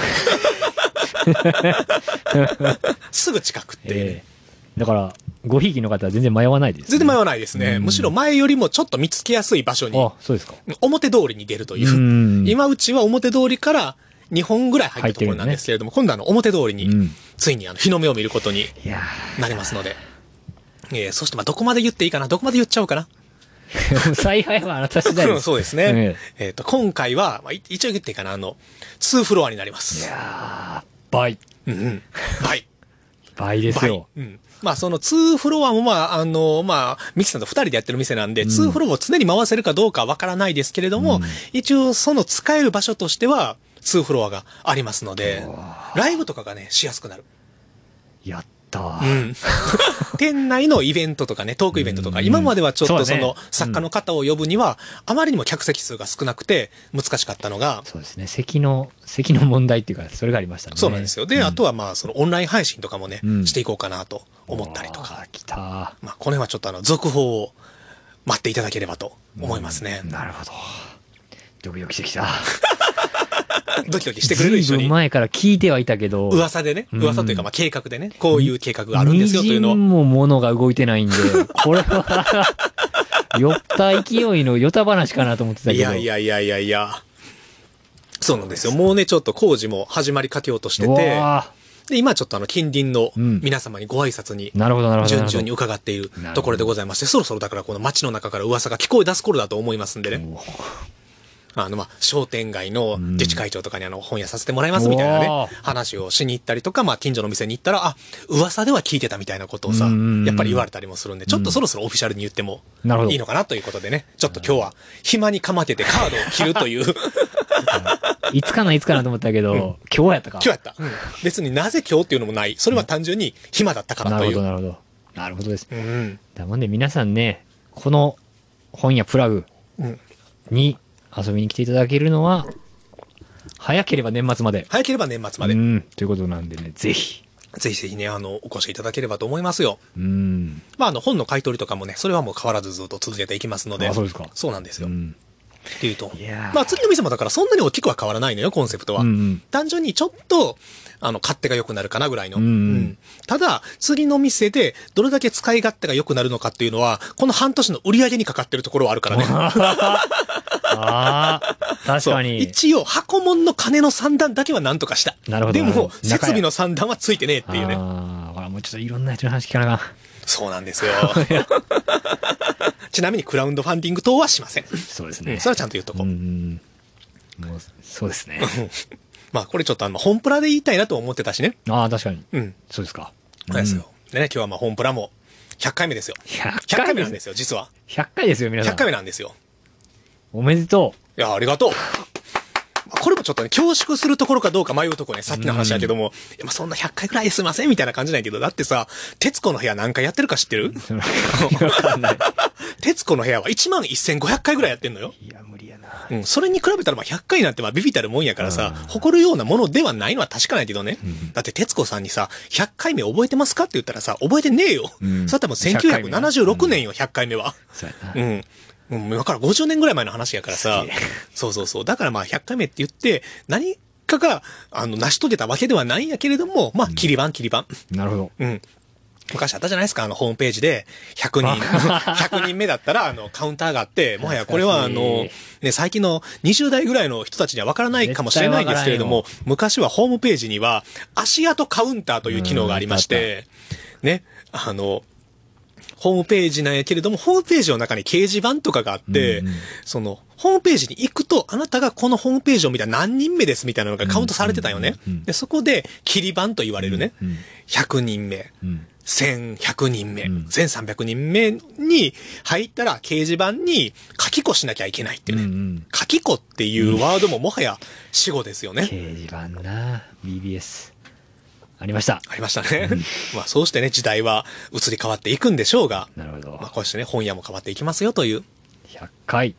Speaker 1: すぐ近くっていうね、
Speaker 2: えー、だからごひいきの方は全然迷わないです、
Speaker 1: 全然迷わないですね。
Speaker 2: うん
Speaker 1: むしろ前よりもちょっと見つけやすい場所に
Speaker 2: あ、そうですか
Speaker 1: 表通りに出るというう。
Speaker 2: ん
Speaker 1: 今うちは表通りから2本ぐらい入ったところなんですけれども、今度はあの表通り
Speaker 2: う
Speaker 1: に
Speaker 2: ん、
Speaker 1: ついにあの日の目を見ることに
Speaker 2: いや
Speaker 1: なりますので。えーそしてまあどこまで言っていいかなどこまで言っちゃおうかな
Speaker 2: ー 采配はあなた次第
Speaker 1: う
Speaker 2: で
Speaker 1: ん
Speaker 2: す
Speaker 1: そうですね
Speaker 2: え。
Speaker 1: えっ、と、今回は、まあ、い一応言っていいかなあの、2フロアになりま
Speaker 2: い
Speaker 1: す。
Speaker 2: やー倍
Speaker 1: うんうん。はい。
Speaker 2: 倍ですよ
Speaker 1: 倍うん。まあ、その2フロアも、まあ、あの、まあ、ミキさんと2人でやってる店なんで、2フロアを常に回せるかどうかはわからないですけれども、一応、その使える場所としては、2フロアがありますので、ライブとかがね、しやすくなる。
Speaker 2: やったー、
Speaker 1: うん。店内のイベントとかね、トークイベントとか、
Speaker 2: うん
Speaker 1: 今まではちょっと
Speaker 2: そ
Speaker 1: そう
Speaker 2: ね
Speaker 1: の、作家の方を呼ぶには、あまりにも客席数が少なくて、難しかったのが、
Speaker 2: そうですね席の席の問題っていうかそれがありましたね
Speaker 1: そうなんですよ。で、あとはまあ、そのオンライン配信とかもね、
Speaker 2: うん
Speaker 1: していこうかなと思ったりとか
Speaker 2: うわ。ー来たー
Speaker 1: まあ、この辺はちょっとあの、続報を待っていただければと思いますね。
Speaker 2: なるほど。ドキドキしてきた。
Speaker 1: ドキドキしてくれる一緒
Speaker 2: ずいぶ
Speaker 1: に
Speaker 2: ん。前から聞いてはいたけど、
Speaker 1: 噂でね、
Speaker 2: うん
Speaker 1: 噂というか、まあ、計画でね、こういう計画があるんですよというのを
Speaker 2: みじ。んも物が動いてな いんで、これは、酔った勢いのヨタ話かなと思ってたけど。
Speaker 1: いやいやいやいやいや。そうなんですよ。もうね、ちょっと工事も始まりかけようとして
Speaker 2: う
Speaker 1: て、
Speaker 2: わ
Speaker 1: で、今ちょっとあの、近隣の
Speaker 2: うん
Speaker 1: 皆様にご挨拶に
Speaker 2: ー、なるほどなるほど
Speaker 1: 順
Speaker 2: なるほど。
Speaker 1: 々に伺っている
Speaker 2: なるほど
Speaker 1: ところでございまして、そろそろだからこの街の中から噂が聞こえ出す頃だと思いますんでね。あの、まあ、商店街の
Speaker 2: ん
Speaker 1: 自治会長とかにあの、本屋させてもらいますみたいな
Speaker 2: うわ
Speaker 1: ね
Speaker 2: ー、
Speaker 1: 話をしに行ったりとか、まあ、近所の店に行ったら、あ、噂では聞いてたみたいなことをさ
Speaker 2: うんうんう、ん
Speaker 1: やっぱり言われたりもするんで、ちょっとそろそろオフィシャルに言っても
Speaker 2: なるほど
Speaker 1: いいのかなということでね、ちょっと今日は暇にかまけてカードを切ると いう、
Speaker 2: いつかないつかなと思ったけど、今日やったか。
Speaker 1: 今日やった。別になぜ今日っていうのもない。それは単純に暇だったから
Speaker 2: な
Speaker 1: と
Speaker 2: る
Speaker 1: い
Speaker 2: ほ
Speaker 1: う
Speaker 2: ど、。なるほど。なるほどです。
Speaker 1: うん。
Speaker 2: だもんで皆さんね、この本やプラグ
Speaker 1: うん
Speaker 2: に遊びに来ていただけるのは、早ければ年末まで。
Speaker 1: 早ければ年末まで
Speaker 2: う。ん、ということなんでね、ぜひ。
Speaker 1: ぜひぜひね、あの、お越しいただければと思いますよ。
Speaker 2: うん。
Speaker 1: まあ、あの、本の買い取りとかもね、それはもう変わらずずっと続けていきますので。
Speaker 2: あそうですか
Speaker 1: そうなんです
Speaker 2: う
Speaker 1: よ。っ
Speaker 2: ん。
Speaker 1: ていうと
Speaker 2: いや。ー
Speaker 1: まあ、次の店もだからそんなに大きくは変わらないのよ、コンセプトは。
Speaker 2: うんうん
Speaker 1: 単純にちょっと、あの、勝手が良くなるかなぐらいの。
Speaker 2: うんうん
Speaker 1: ただ、次の店でどれだけ使い勝手が良くなるのかっていうのは、この半年の売り上げにかかってるところはある からね。
Speaker 2: ああ、確かに。
Speaker 1: 一応、箱物の金の三段だけはなんとかした。
Speaker 2: なるほど
Speaker 1: で
Speaker 2: なるほ
Speaker 1: も
Speaker 2: ど、中や
Speaker 1: 設備の三段はついてねえっていうね。
Speaker 2: ああ、ほら、もうちょっといろんな人の話聞かなあかん
Speaker 1: そうなんですよ。 ちなみにクラウンドファンディング等はしません。
Speaker 2: そうです
Speaker 1: う
Speaker 2: ね。
Speaker 1: ん、それはちゃんと言うとこ。
Speaker 2: うんうん。もう、そうですね。
Speaker 1: まあ、これちょっとあの、本プラで言いたいなと思ってたしね。
Speaker 2: ああ、確かに。
Speaker 1: うん。
Speaker 2: そうですか。
Speaker 1: そうですよ。でね、今日はまあ、本プラも100回目ですよ。
Speaker 2: 100
Speaker 1: 100回
Speaker 2: 回
Speaker 1: 目
Speaker 2: 目
Speaker 1: なんですよ、実は。
Speaker 2: 100回ですよ、皆さん。
Speaker 1: 100回目なんですよ。
Speaker 2: おめでと
Speaker 1: いや、ありがとう。まあこれもちょっとね、恐縮するところかどうか迷うとこね、さっきの話だけども、いやまあそんな100回くらいですいませんみたいな感じなんやけど、だってさ、徹子の部屋何回やってるか知ってる
Speaker 2: う。わかんない。
Speaker 1: 徹子の部屋は1万1500回ぐらいやってんのよ。
Speaker 2: いや、無理やな。
Speaker 1: うん、それに比べたらまあ100回なんてまあビビたるもんやからさ、誇るようなものではないのは確かないけどね。だって徹子さんにさ、100回目覚えてますかって言ったらさ、覚えてねえよ。
Speaker 2: ん
Speaker 1: それは多分1976年よ、100回目は。
Speaker 2: そうやな。
Speaker 1: うん。もうだから50年ぐらい前の話やからさ
Speaker 2: すげえ、
Speaker 1: そうそうそう。だからまあ100回目って言って、何かが、あの、成し遂げたわけではないんやけれども、まあ、切り板、切り板。
Speaker 2: なるほど。
Speaker 1: うん。昔あったじゃないですか、あの、ホームページで、100人、100人目 だったら、あの、カウンターがあって、もはやこれは、あ
Speaker 2: 懐か
Speaker 1: の、
Speaker 2: しい
Speaker 1: ね、最近の20代ぐらいの人たちには分からないかもしれないですけれども
Speaker 2: 絶、
Speaker 1: 昔はホームページには、足跡カウンターという機能がありまして、ね、あの、ホームページなんやけれども、ホームページの中に掲示板とかがあって、
Speaker 2: うんうん
Speaker 1: その、ホームページに行くと、あなたがこのホームページを見た何人目ですみたいなのがカウントされてたよね。
Speaker 2: うんうんうん
Speaker 1: でそこで、切り板と言われるね、
Speaker 2: うん
Speaker 1: 100人目、
Speaker 2: うん。
Speaker 1: 1100人目、
Speaker 2: うん
Speaker 1: 1300人目に入ったら掲示板に書き子しなきゃいけないっていうね。
Speaker 2: うんうん
Speaker 1: 書き子っていうワードももはや死語ですよね。
Speaker 2: 掲示板な。BBS。ありました。
Speaker 1: ありましたね。 まあそうしてね、時代は移り変わっていくんでしょうが、
Speaker 2: なるほど
Speaker 1: まあ。こうしてね、本屋も変わっていきますよという、
Speaker 2: 100回。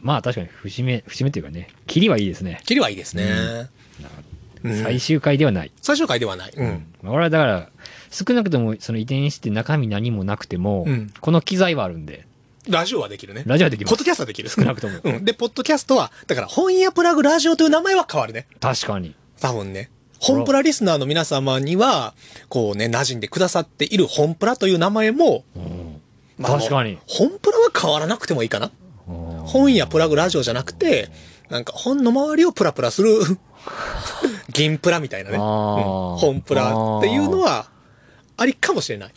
Speaker 2: まあ確かに節目、節目というかね、切りはいいですね。
Speaker 1: 切りはいいですね。うん
Speaker 2: 最終回ではない。
Speaker 1: 最終回ではない。うん。
Speaker 2: まあ俺はだから、少なくともその移転して中身何もなくても、
Speaker 1: うん
Speaker 2: この機材はあるんで、
Speaker 1: ラジオはできるね。
Speaker 2: ラジオはできます
Speaker 1: ポッドキャストはできる。
Speaker 2: 少なくとも
Speaker 1: うん。で、ポッドキャストは、だから本屋プラグラジオという名前は変わるね。
Speaker 2: 確かに。
Speaker 1: 多分ね。
Speaker 2: ほら
Speaker 1: 本プラリスナーの皆様には、こうね、馴染んでくださっている本プラという名前も、
Speaker 2: うん
Speaker 1: まあ
Speaker 2: 確かに。
Speaker 1: 本プラは変わらなくてもいいかな。
Speaker 2: うん
Speaker 1: 本やプラグラジオじゃなくて、なんか本の周りをプラプラする、 銀プラみたいなね。
Speaker 2: あ
Speaker 1: うん
Speaker 2: ー
Speaker 1: 本プラっていうのは、ありかもしれない。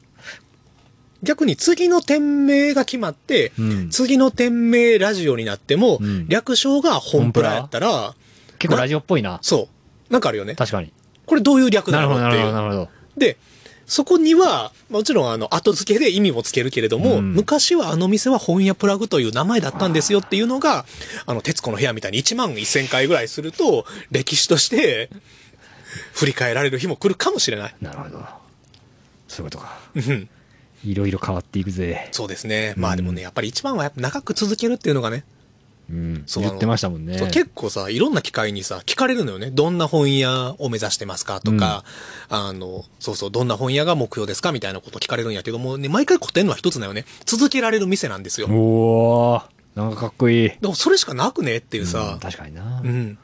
Speaker 1: 逆に次の店名が決まって、
Speaker 2: うん
Speaker 1: 次の店名ラジオになっても、
Speaker 2: うん
Speaker 1: 略称が本プラやったら、
Speaker 2: 結構ラジオっぽいな。
Speaker 1: そう。なんかあるよね。
Speaker 2: 確かに。
Speaker 1: これどういう略
Speaker 2: な
Speaker 1: な
Speaker 2: るほ
Speaker 1: の
Speaker 2: ど、
Speaker 1: っ
Speaker 2: な
Speaker 1: て
Speaker 2: る
Speaker 1: い
Speaker 2: ほど、
Speaker 1: う。
Speaker 2: なるほど。
Speaker 1: で、そこには、もちろんあの、後付けで意味もつけるけれども、
Speaker 2: うん
Speaker 1: 昔はあの店は本屋プラグという名前だったんですよっていうのが、あの、徹子の部屋みたいに1万1000回ぐらいすると、歴史として、振り返られる日も来るかもしれない。
Speaker 2: なるほど。そういうことか。
Speaker 1: うん。
Speaker 2: いろいろ変わっていくぜ。
Speaker 1: そうですね。まあでもね、やっぱり一番はやっぱ長く続けるっていうのがね、
Speaker 2: うん。
Speaker 1: そう
Speaker 2: 言ってましたもんね。
Speaker 1: そう結構さ、いろんな機会にさ、聞かれるのよね。どんな本屋を目指してますかとか、あの、そうそう、どんな本屋が目標ですかみたいなこと聞かれるんやけども、ね、毎回答えるのは一つだよね。続けられる店なんですよ。
Speaker 2: おー、なんかかっこいい。
Speaker 1: でもそれしかなくねっていう
Speaker 2: う
Speaker 1: さ
Speaker 2: ん、確かにな。
Speaker 1: うん、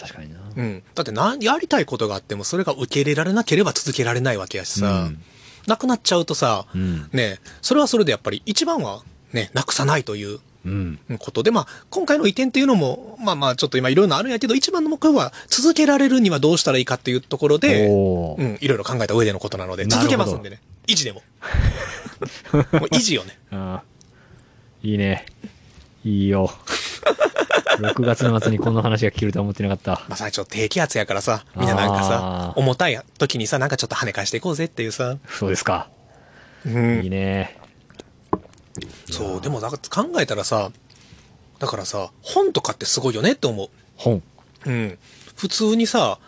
Speaker 2: 確かにな。
Speaker 1: うん。だってな、やりたいことがあっても、それが受け入れられなければ続けられないわけやしさ、
Speaker 2: うん
Speaker 1: なくなっちゃうとさ、
Speaker 2: うん
Speaker 1: ね、それはそれでやっぱり一番は、ね、なくさないという
Speaker 2: うん。
Speaker 1: ことで、まあ、今回の移転っていうのも、まあまあ、ちょっと今いろいろあるんやけど、一番の目標は続けられるにはどうしたらいいかっていうところで、
Speaker 2: おー
Speaker 1: うん、いろいろ考えた上でのことなので、
Speaker 2: なる
Speaker 1: 続
Speaker 2: ほど
Speaker 1: けますんでね。維 持でも。もう維持よね。
Speaker 2: ああいいね。いいよ。 6月の末にこの話が聞けるとは思ってなかった。
Speaker 1: まあさ、ちょっと低気圧やからさ、みんななんかさ、
Speaker 2: あー
Speaker 1: 重たい時にさ、なんかちょっと跳ね返していこうぜっていうさ。
Speaker 2: そうですか。
Speaker 1: うん
Speaker 2: いいね。
Speaker 1: そう、でもなんか考えたらさ、だからさ、本とかってすごいよねって思
Speaker 2: 本。
Speaker 1: う。うん。普通にさ、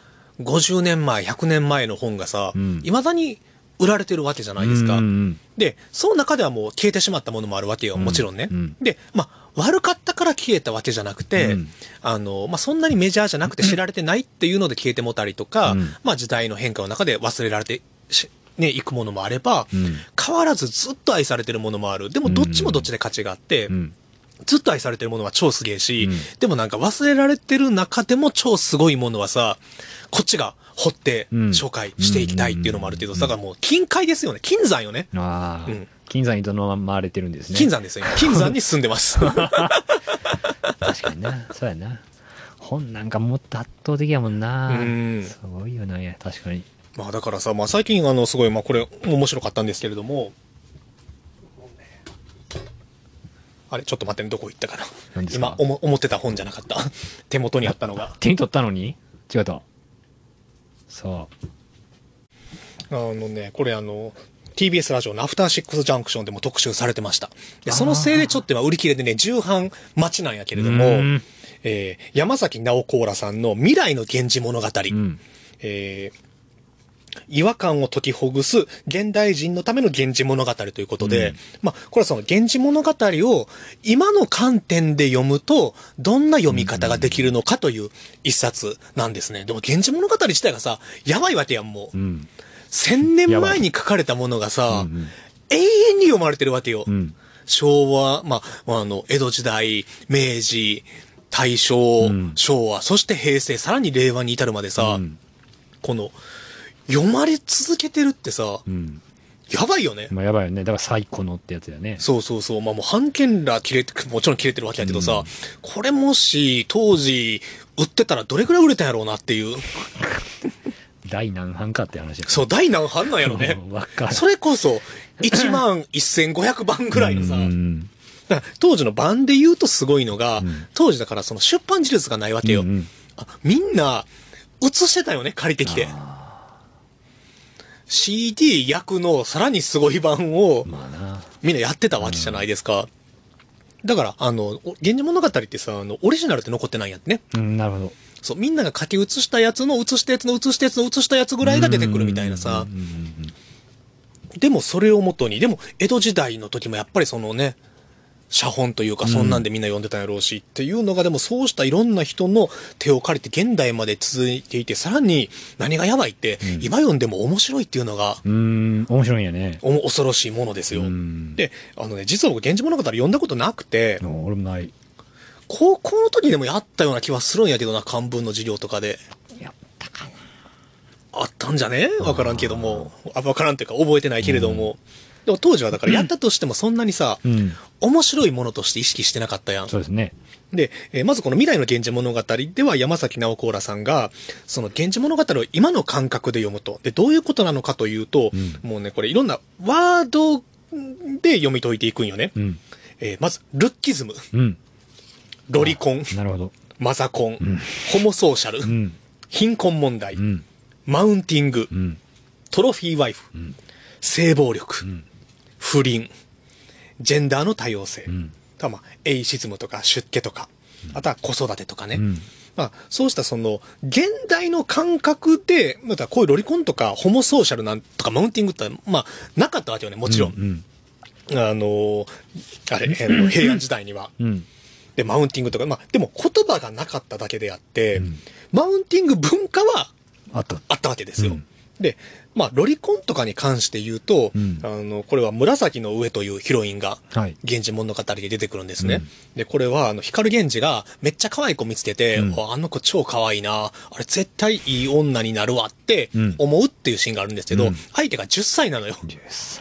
Speaker 1: 50年前、100年前の本がさ、
Speaker 2: うん
Speaker 1: 未だに売られてるわけじゃないですか。
Speaker 2: うんうん
Speaker 1: で、その中ではもう消えてしまったものもあるわけよ、
Speaker 2: うん
Speaker 1: もちろんね。
Speaker 2: うん
Speaker 1: で、まあ、悪かったから消えたわけじゃなくて、
Speaker 2: うん
Speaker 1: あの、まあ、そんなにメジャーじゃなくて知られてないっていうので消えてもたりとか、
Speaker 2: うん
Speaker 1: まあ、時代の変化の中で忘れられてし、ね、いくものもあれば、
Speaker 2: うん
Speaker 1: 変わらずずっと愛されてるものもある。でも、どっちもどっちで価値があって、
Speaker 2: うん。
Speaker 1: ずっと愛されてるものは超すげえし、
Speaker 2: うん
Speaker 1: でもなんか忘れられてる中でも超すごいものはさ、こっちが掘って
Speaker 2: うん
Speaker 1: 紹介していきたいっていうのもあるけど、
Speaker 2: うん
Speaker 1: だからもう金塊ですよね。金山よね。
Speaker 2: ああ、
Speaker 1: うん
Speaker 2: 金山にどのまま回れてるんですね。
Speaker 1: 金山 ですよ。今金山に住んでます。
Speaker 2: 確かにな。そうやな。本なんかもっと圧倒的やもんな。
Speaker 1: うん
Speaker 2: すごいよな、いや確かに。
Speaker 1: まあだからさ、まあ最近あの、すごい、まあこれ面白かったんですけれども、あれ、ちょっと待ってね、どこ行ったかな。
Speaker 2: 何です
Speaker 1: 今
Speaker 2: か
Speaker 1: 思、思ってた本じゃなかった。 手元にあったのが。
Speaker 2: 手に取ったのに違うと。そう。
Speaker 1: あのね、これあの、TBS ラジオのアフターシックスジャンクションでも特集されてました。で、そのせいでちょっと今売り切れでね、重版待ちなんやけれども
Speaker 2: うん、
Speaker 1: えー山崎直子らさんの未来の源氏物語、
Speaker 2: うん。
Speaker 1: えー違和感を解きほぐす現代人のための源氏物語ということで、
Speaker 2: うん
Speaker 1: まあ、これはその源氏物語を今の観点で読むと、どんな読み方ができるのかという一冊なんですね。でも、源氏物語自体がさ、やばいわけやん、もう
Speaker 2: う。ん。
Speaker 1: 千年
Speaker 2: やば
Speaker 1: 前
Speaker 2: い
Speaker 1: に書かれたものがさ、
Speaker 2: うんうん
Speaker 1: 永遠に読まれてるわけよ。
Speaker 2: うん。
Speaker 1: 昭和、まあ、あの、江戸時代、明治、大正、
Speaker 2: うん
Speaker 1: 昭和、そして平成、さらに令和に至るまでさ、
Speaker 2: うん
Speaker 1: この、読まれ続けてるってさ、
Speaker 2: うん。
Speaker 1: やばいよね。
Speaker 2: まあやばいよね。だから最高のってやつだよね。
Speaker 1: そうそうそう。まあもう、半券ら切れて、もちろん切れてるわけやけどさ、
Speaker 2: うん
Speaker 1: これもし、当時、売ってたらどれくらい売れたんやろうなっていう。
Speaker 2: 第何版かって話だ。
Speaker 1: そう、大難犯なんやろね
Speaker 2: わかる。
Speaker 1: それこそ、1万1500番ぐらいのさ、
Speaker 2: うんうん
Speaker 1: だから当時の版で言うとすごいのが、
Speaker 2: ん
Speaker 1: 当時だからその出版技術がないわけよ。
Speaker 2: うんうん
Speaker 1: あみんな、写してたよね、借りてきて。CD 役のさらにすごい版を
Speaker 2: まあな。
Speaker 1: みんなやってたわけじゃないですか。だから、あの、お源氏物語ってさ、あの、オリジナルって残ってないんやってね。
Speaker 2: うん、なるほど。
Speaker 1: そう、みんなが書き写したやつの、写したやつの、写したやつの、写したやつぐらいが出てくるみたいなさ。
Speaker 2: うんうんうん
Speaker 1: でもそれをもとに、でも江戸時代の時もやっぱりそのね、写本というかそんなんでみんな読んでたんやろうし、っていうのがでもそうしたいろんな人の手を借りて現代まで続いていて、さらに何がやばいって、今読んでも面白いっていうのが、
Speaker 2: うん。うん、面白いんやね。
Speaker 1: お恐ろしいものですよ。
Speaker 2: うん
Speaker 1: で、あのね、実は僕、源氏物語読んだことなくて、
Speaker 2: うん俺もない。
Speaker 1: 高校の時でもやったような気はするんやけどな、漢文の授業とかで。
Speaker 2: やったかな。
Speaker 1: あったんじゃねわからんけども。あ、わからんというか覚えてないけれども。でも当時はだからやったとしてもそんなにさ、
Speaker 2: うん。
Speaker 1: 面白いものとして意識してなかったやん。
Speaker 2: そうですね。
Speaker 1: で、えーまずこの未来の源氏物語では山崎直子らさんが、その源氏物語を今の感覚で読むと。で、どういうことなのかというと、
Speaker 2: う
Speaker 1: もうね、これいろんなワードで読み解いていくんよね。
Speaker 2: うん。
Speaker 1: えーまず、ルッキズム、
Speaker 2: うん。
Speaker 1: ロリコン、
Speaker 2: なるほど。
Speaker 1: マザコン、ホモソーシャル、
Speaker 2: うん。
Speaker 1: 貧困問題、
Speaker 2: うん。
Speaker 1: マウンティング
Speaker 2: う、ん。
Speaker 1: トロフィーワイフ、
Speaker 2: ん
Speaker 1: 性暴力、
Speaker 2: ん
Speaker 1: 不倫、ジェンダーの多様性、
Speaker 2: ん
Speaker 1: ただまあ、エイシズムとか出家とか、あとは子育てとかね。
Speaker 2: うん
Speaker 1: まあ、そうしたその、現代の感覚で、またこういうロリコンとか、ホモソーシャルなんとか、マウンティングって、まあ、なかったわけよね、もちろん。
Speaker 2: うん。
Speaker 1: あのーあれ、あ の平安時代には。
Speaker 2: うん。
Speaker 1: で、マウンティングとか、まあ、でも言葉がなかっただけであって、マウンティング文化は
Speaker 2: あった。
Speaker 1: あったわけですよ。
Speaker 2: うん
Speaker 1: で、まあ、ロリコンとかに関して言うと、
Speaker 2: うん
Speaker 1: あの、これは紫の上というヒロインが、
Speaker 2: はい
Speaker 1: 源氏物語で出てくるんですね。で、これは、あの、光源氏がめっちゃ可愛い子見つけて、
Speaker 2: うん
Speaker 1: ああの子超可愛いな、あれ絶対いい女になるわって
Speaker 2: うん
Speaker 1: 思うっていうシーンがあるんですけど、
Speaker 2: うん
Speaker 1: 相手が10歳なのよ。
Speaker 2: 10歳。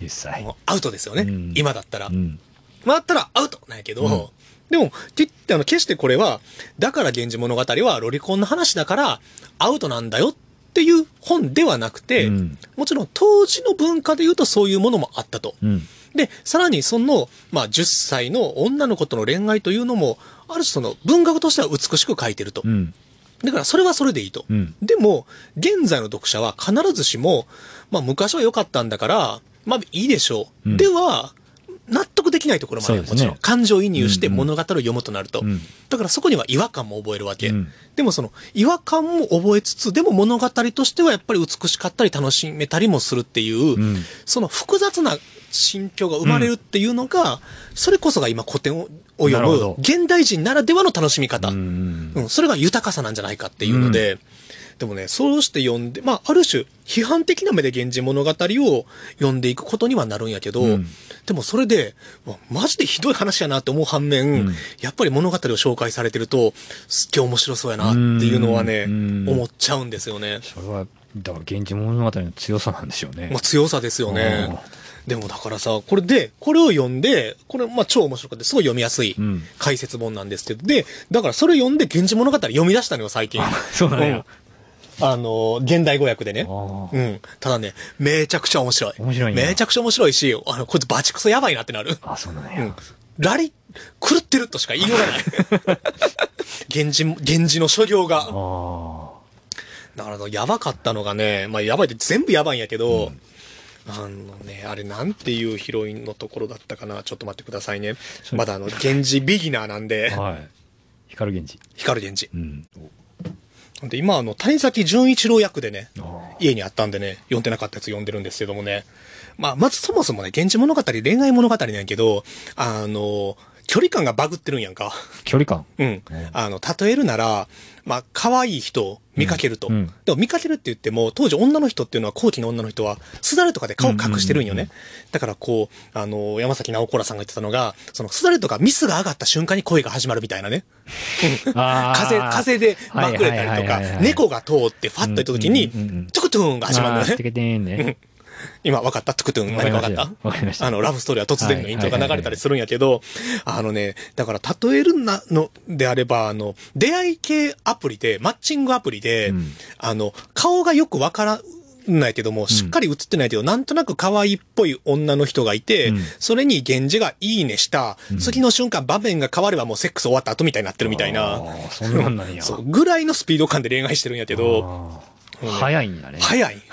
Speaker 2: 10歳
Speaker 1: もう。アウトですよね。
Speaker 2: うん
Speaker 1: 今だったら。
Speaker 2: うん。
Speaker 1: まあ、あったらアウトなんやけど、
Speaker 2: う
Speaker 1: で
Speaker 2: ん
Speaker 1: も、きあの、決してこれは、だから源氏物語はロリコンの話だから、アウトなんだよっていう本ではなくて、
Speaker 2: うん
Speaker 1: もちろん当時の文化で言うとそういうものもあったと。
Speaker 2: うん。
Speaker 1: で、さらにその、まあ、10歳の女の子との恋愛というのも、ある種その文学としては美しく書いてると。
Speaker 2: うん。
Speaker 1: だからそれはそれでいいと。
Speaker 2: うん
Speaker 1: でも、現在の読者は必ずしも、まあ昔は良かったんだから、まあいいでしょう。
Speaker 2: うん
Speaker 1: では、納得できないところもあるよ、も
Speaker 2: そうです
Speaker 1: ち
Speaker 2: ね
Speaker 1: ろん。感情移入して
Speaker 2: うんうん
Speaker 1: 物語を読むとなると。
Speaker 2: うん
Speaker 1: だからそこには違和感も覚えるわけ。
Speaker 2: うん
Speaker 1: でもその違和感も覚えつつ、でも物語としてはやっぱり美しかったり楽しめたりもするっていう、
Speaker 2: うん
Speaker 1: その複雑な心境が生まれるっていうのが、それこそが今古典を読
Speaker 2: なるほ
Speaker 1: む
Speaker 2: ど
Speaker 1: 現代人ならではの楽しみ方。
Speaker 2: うん
Speaker 1: うん、それが豊かさなんじゃないかっていうので、でもね、そうして読んで、まあ、ある種、批判的な目で源氏物語を読んでいくことにはなるんやけど、
Speaker 2: うん
Speaker 1: でもそれで、うわマジでひどい話やなって思う反面、
Speaker 2: うん
Speaker 1: やっぱり物語を紹介されてると、すっげえ面白そうやなっていうのはね、
Speaker 2: うん
Speaker 1: 思っちゃうんですよね。
Speaker 2: それは、だから、源氏物語の強さなんでしょう ね
Speaker 1: まあ、。強さですよ
Speaker 2: うん
Speaker 1: ね。でもだからさ、これで、これを読んで、これ、まあ、超面白くて、すごい読みやすい
Speaker 2: うん
Speaker 1: 解説本なんですけど、で、だからそれ読んで、源氏物語読み出したのよ、最近。
Speaker 2: そうなんや。
Speaker 1: うんあの、現代語訳でね。
Speaker 2: ああ
Speaker 1: うん。ただね、めちゃくちゃ面白い。
Speaker 2: 面白いんや
Speaker 1: めちゃくちゃ面白いし、あの、こいつバチクソやばいなってな る。
Speaker 2: あ、そうなん
Speaker 1: う
Speaker 2: や
Speaker 1: ん。。ラリ、狂ってるとしか言いようがない。 源氏も、源氏の所業が。
Speaker 2: あ
Speaker 1: だからあの、やばかったのがね、まあ、やばいって全部やばいんやけど、あのね、あれなんていうヒロインのところだったかな。ちょっと待ってくださいね。
Speaker 2: そう
Speaker 1: まだあの、源氏ビギナーなんで
Speaker 2: あ。、はい。光源氏。
Speaker 1: 光源氏。
Speaker 2: うん。
Speaker 1: ほんで、今あの、谷崎潤一郎役でね、
Speaker 2: あ
Speaker 1: 家にあったんでね、読んでなかったやつ読んでるんですけどもね。まあ、まずそもそもね、現地物語、恋愛物語なんやけど、あの、距離感がバグってるんやんか。
Speaker 2: ー距離感。
Speaker 1: うん
Speaker 2: うん。
Speaker 1: あの、例えるなら、まあ、可愛い人を見かけると。
Speaker 2: うんうん
Speaker 1: でも見かけるって言っても、当時女の人っていうのは、後期の女の人は、すだれとかで顔隠してるんよね。
Speaker 2: うん
Speaker 1: だからこう、あの、山崎直子らさんが言ってたのが、そのすだれとかミスが上がった瞬間に恋が始まるみたいなね。
Speaker 2: あー
Speaker 1: 風、風でまくれたりと
Speaker 2: はいはいはいはい
Speaker 1: か
Speaker 2: は、い
Speaker 1: 猫が通ってファッといった時に
Speaker 2: うんうんうんうん、
Speaker 1: トゥクトゥーンが始まるの
Speaker 2: あ
Speaker 1: よね
Speaker 2: ー。てけてーんね。
Speaker 1: 今分かったトゥクトゥン
Speaker 2: わか
Speaker 1: 何
Speaker 2: り
Speaker 1: か分
Speaker 2: ま
Speaker 1: か
Speaker 2: し
Speaker 1: っ
Speaker 2: たよ
Speaker 1: た
Speaker 2: わかりました
Speaker 1: あの、ラブストーリーは突然のイントロが
Speaker 2: はいはいはい
Speaker 1: 流れたりするんやけど、あのね、だから例えるなのであれば、あの、出会い系アプリで、マッチングアプリで、
Speaker 2: うん
Speaker 1: あの、顔がよく分からないけども、しっかり映ってないけど、なんとなく可愛いっぽい女の人がいて、
Speaker 2: うん
Speaker 1: それに源氏がいいねした、次の瞬間場面が変わればもうセックス終わった後みたいになってるみたい
Speaker 2: あ
Speaker 1: な、
Speaker 2: ーそんなんなんや。
Speaker 1: そう、ぐらいのスピード感で恋愛してるんやけど、
Speaker 2: あー早いんだね。
Speaker 1: 早い。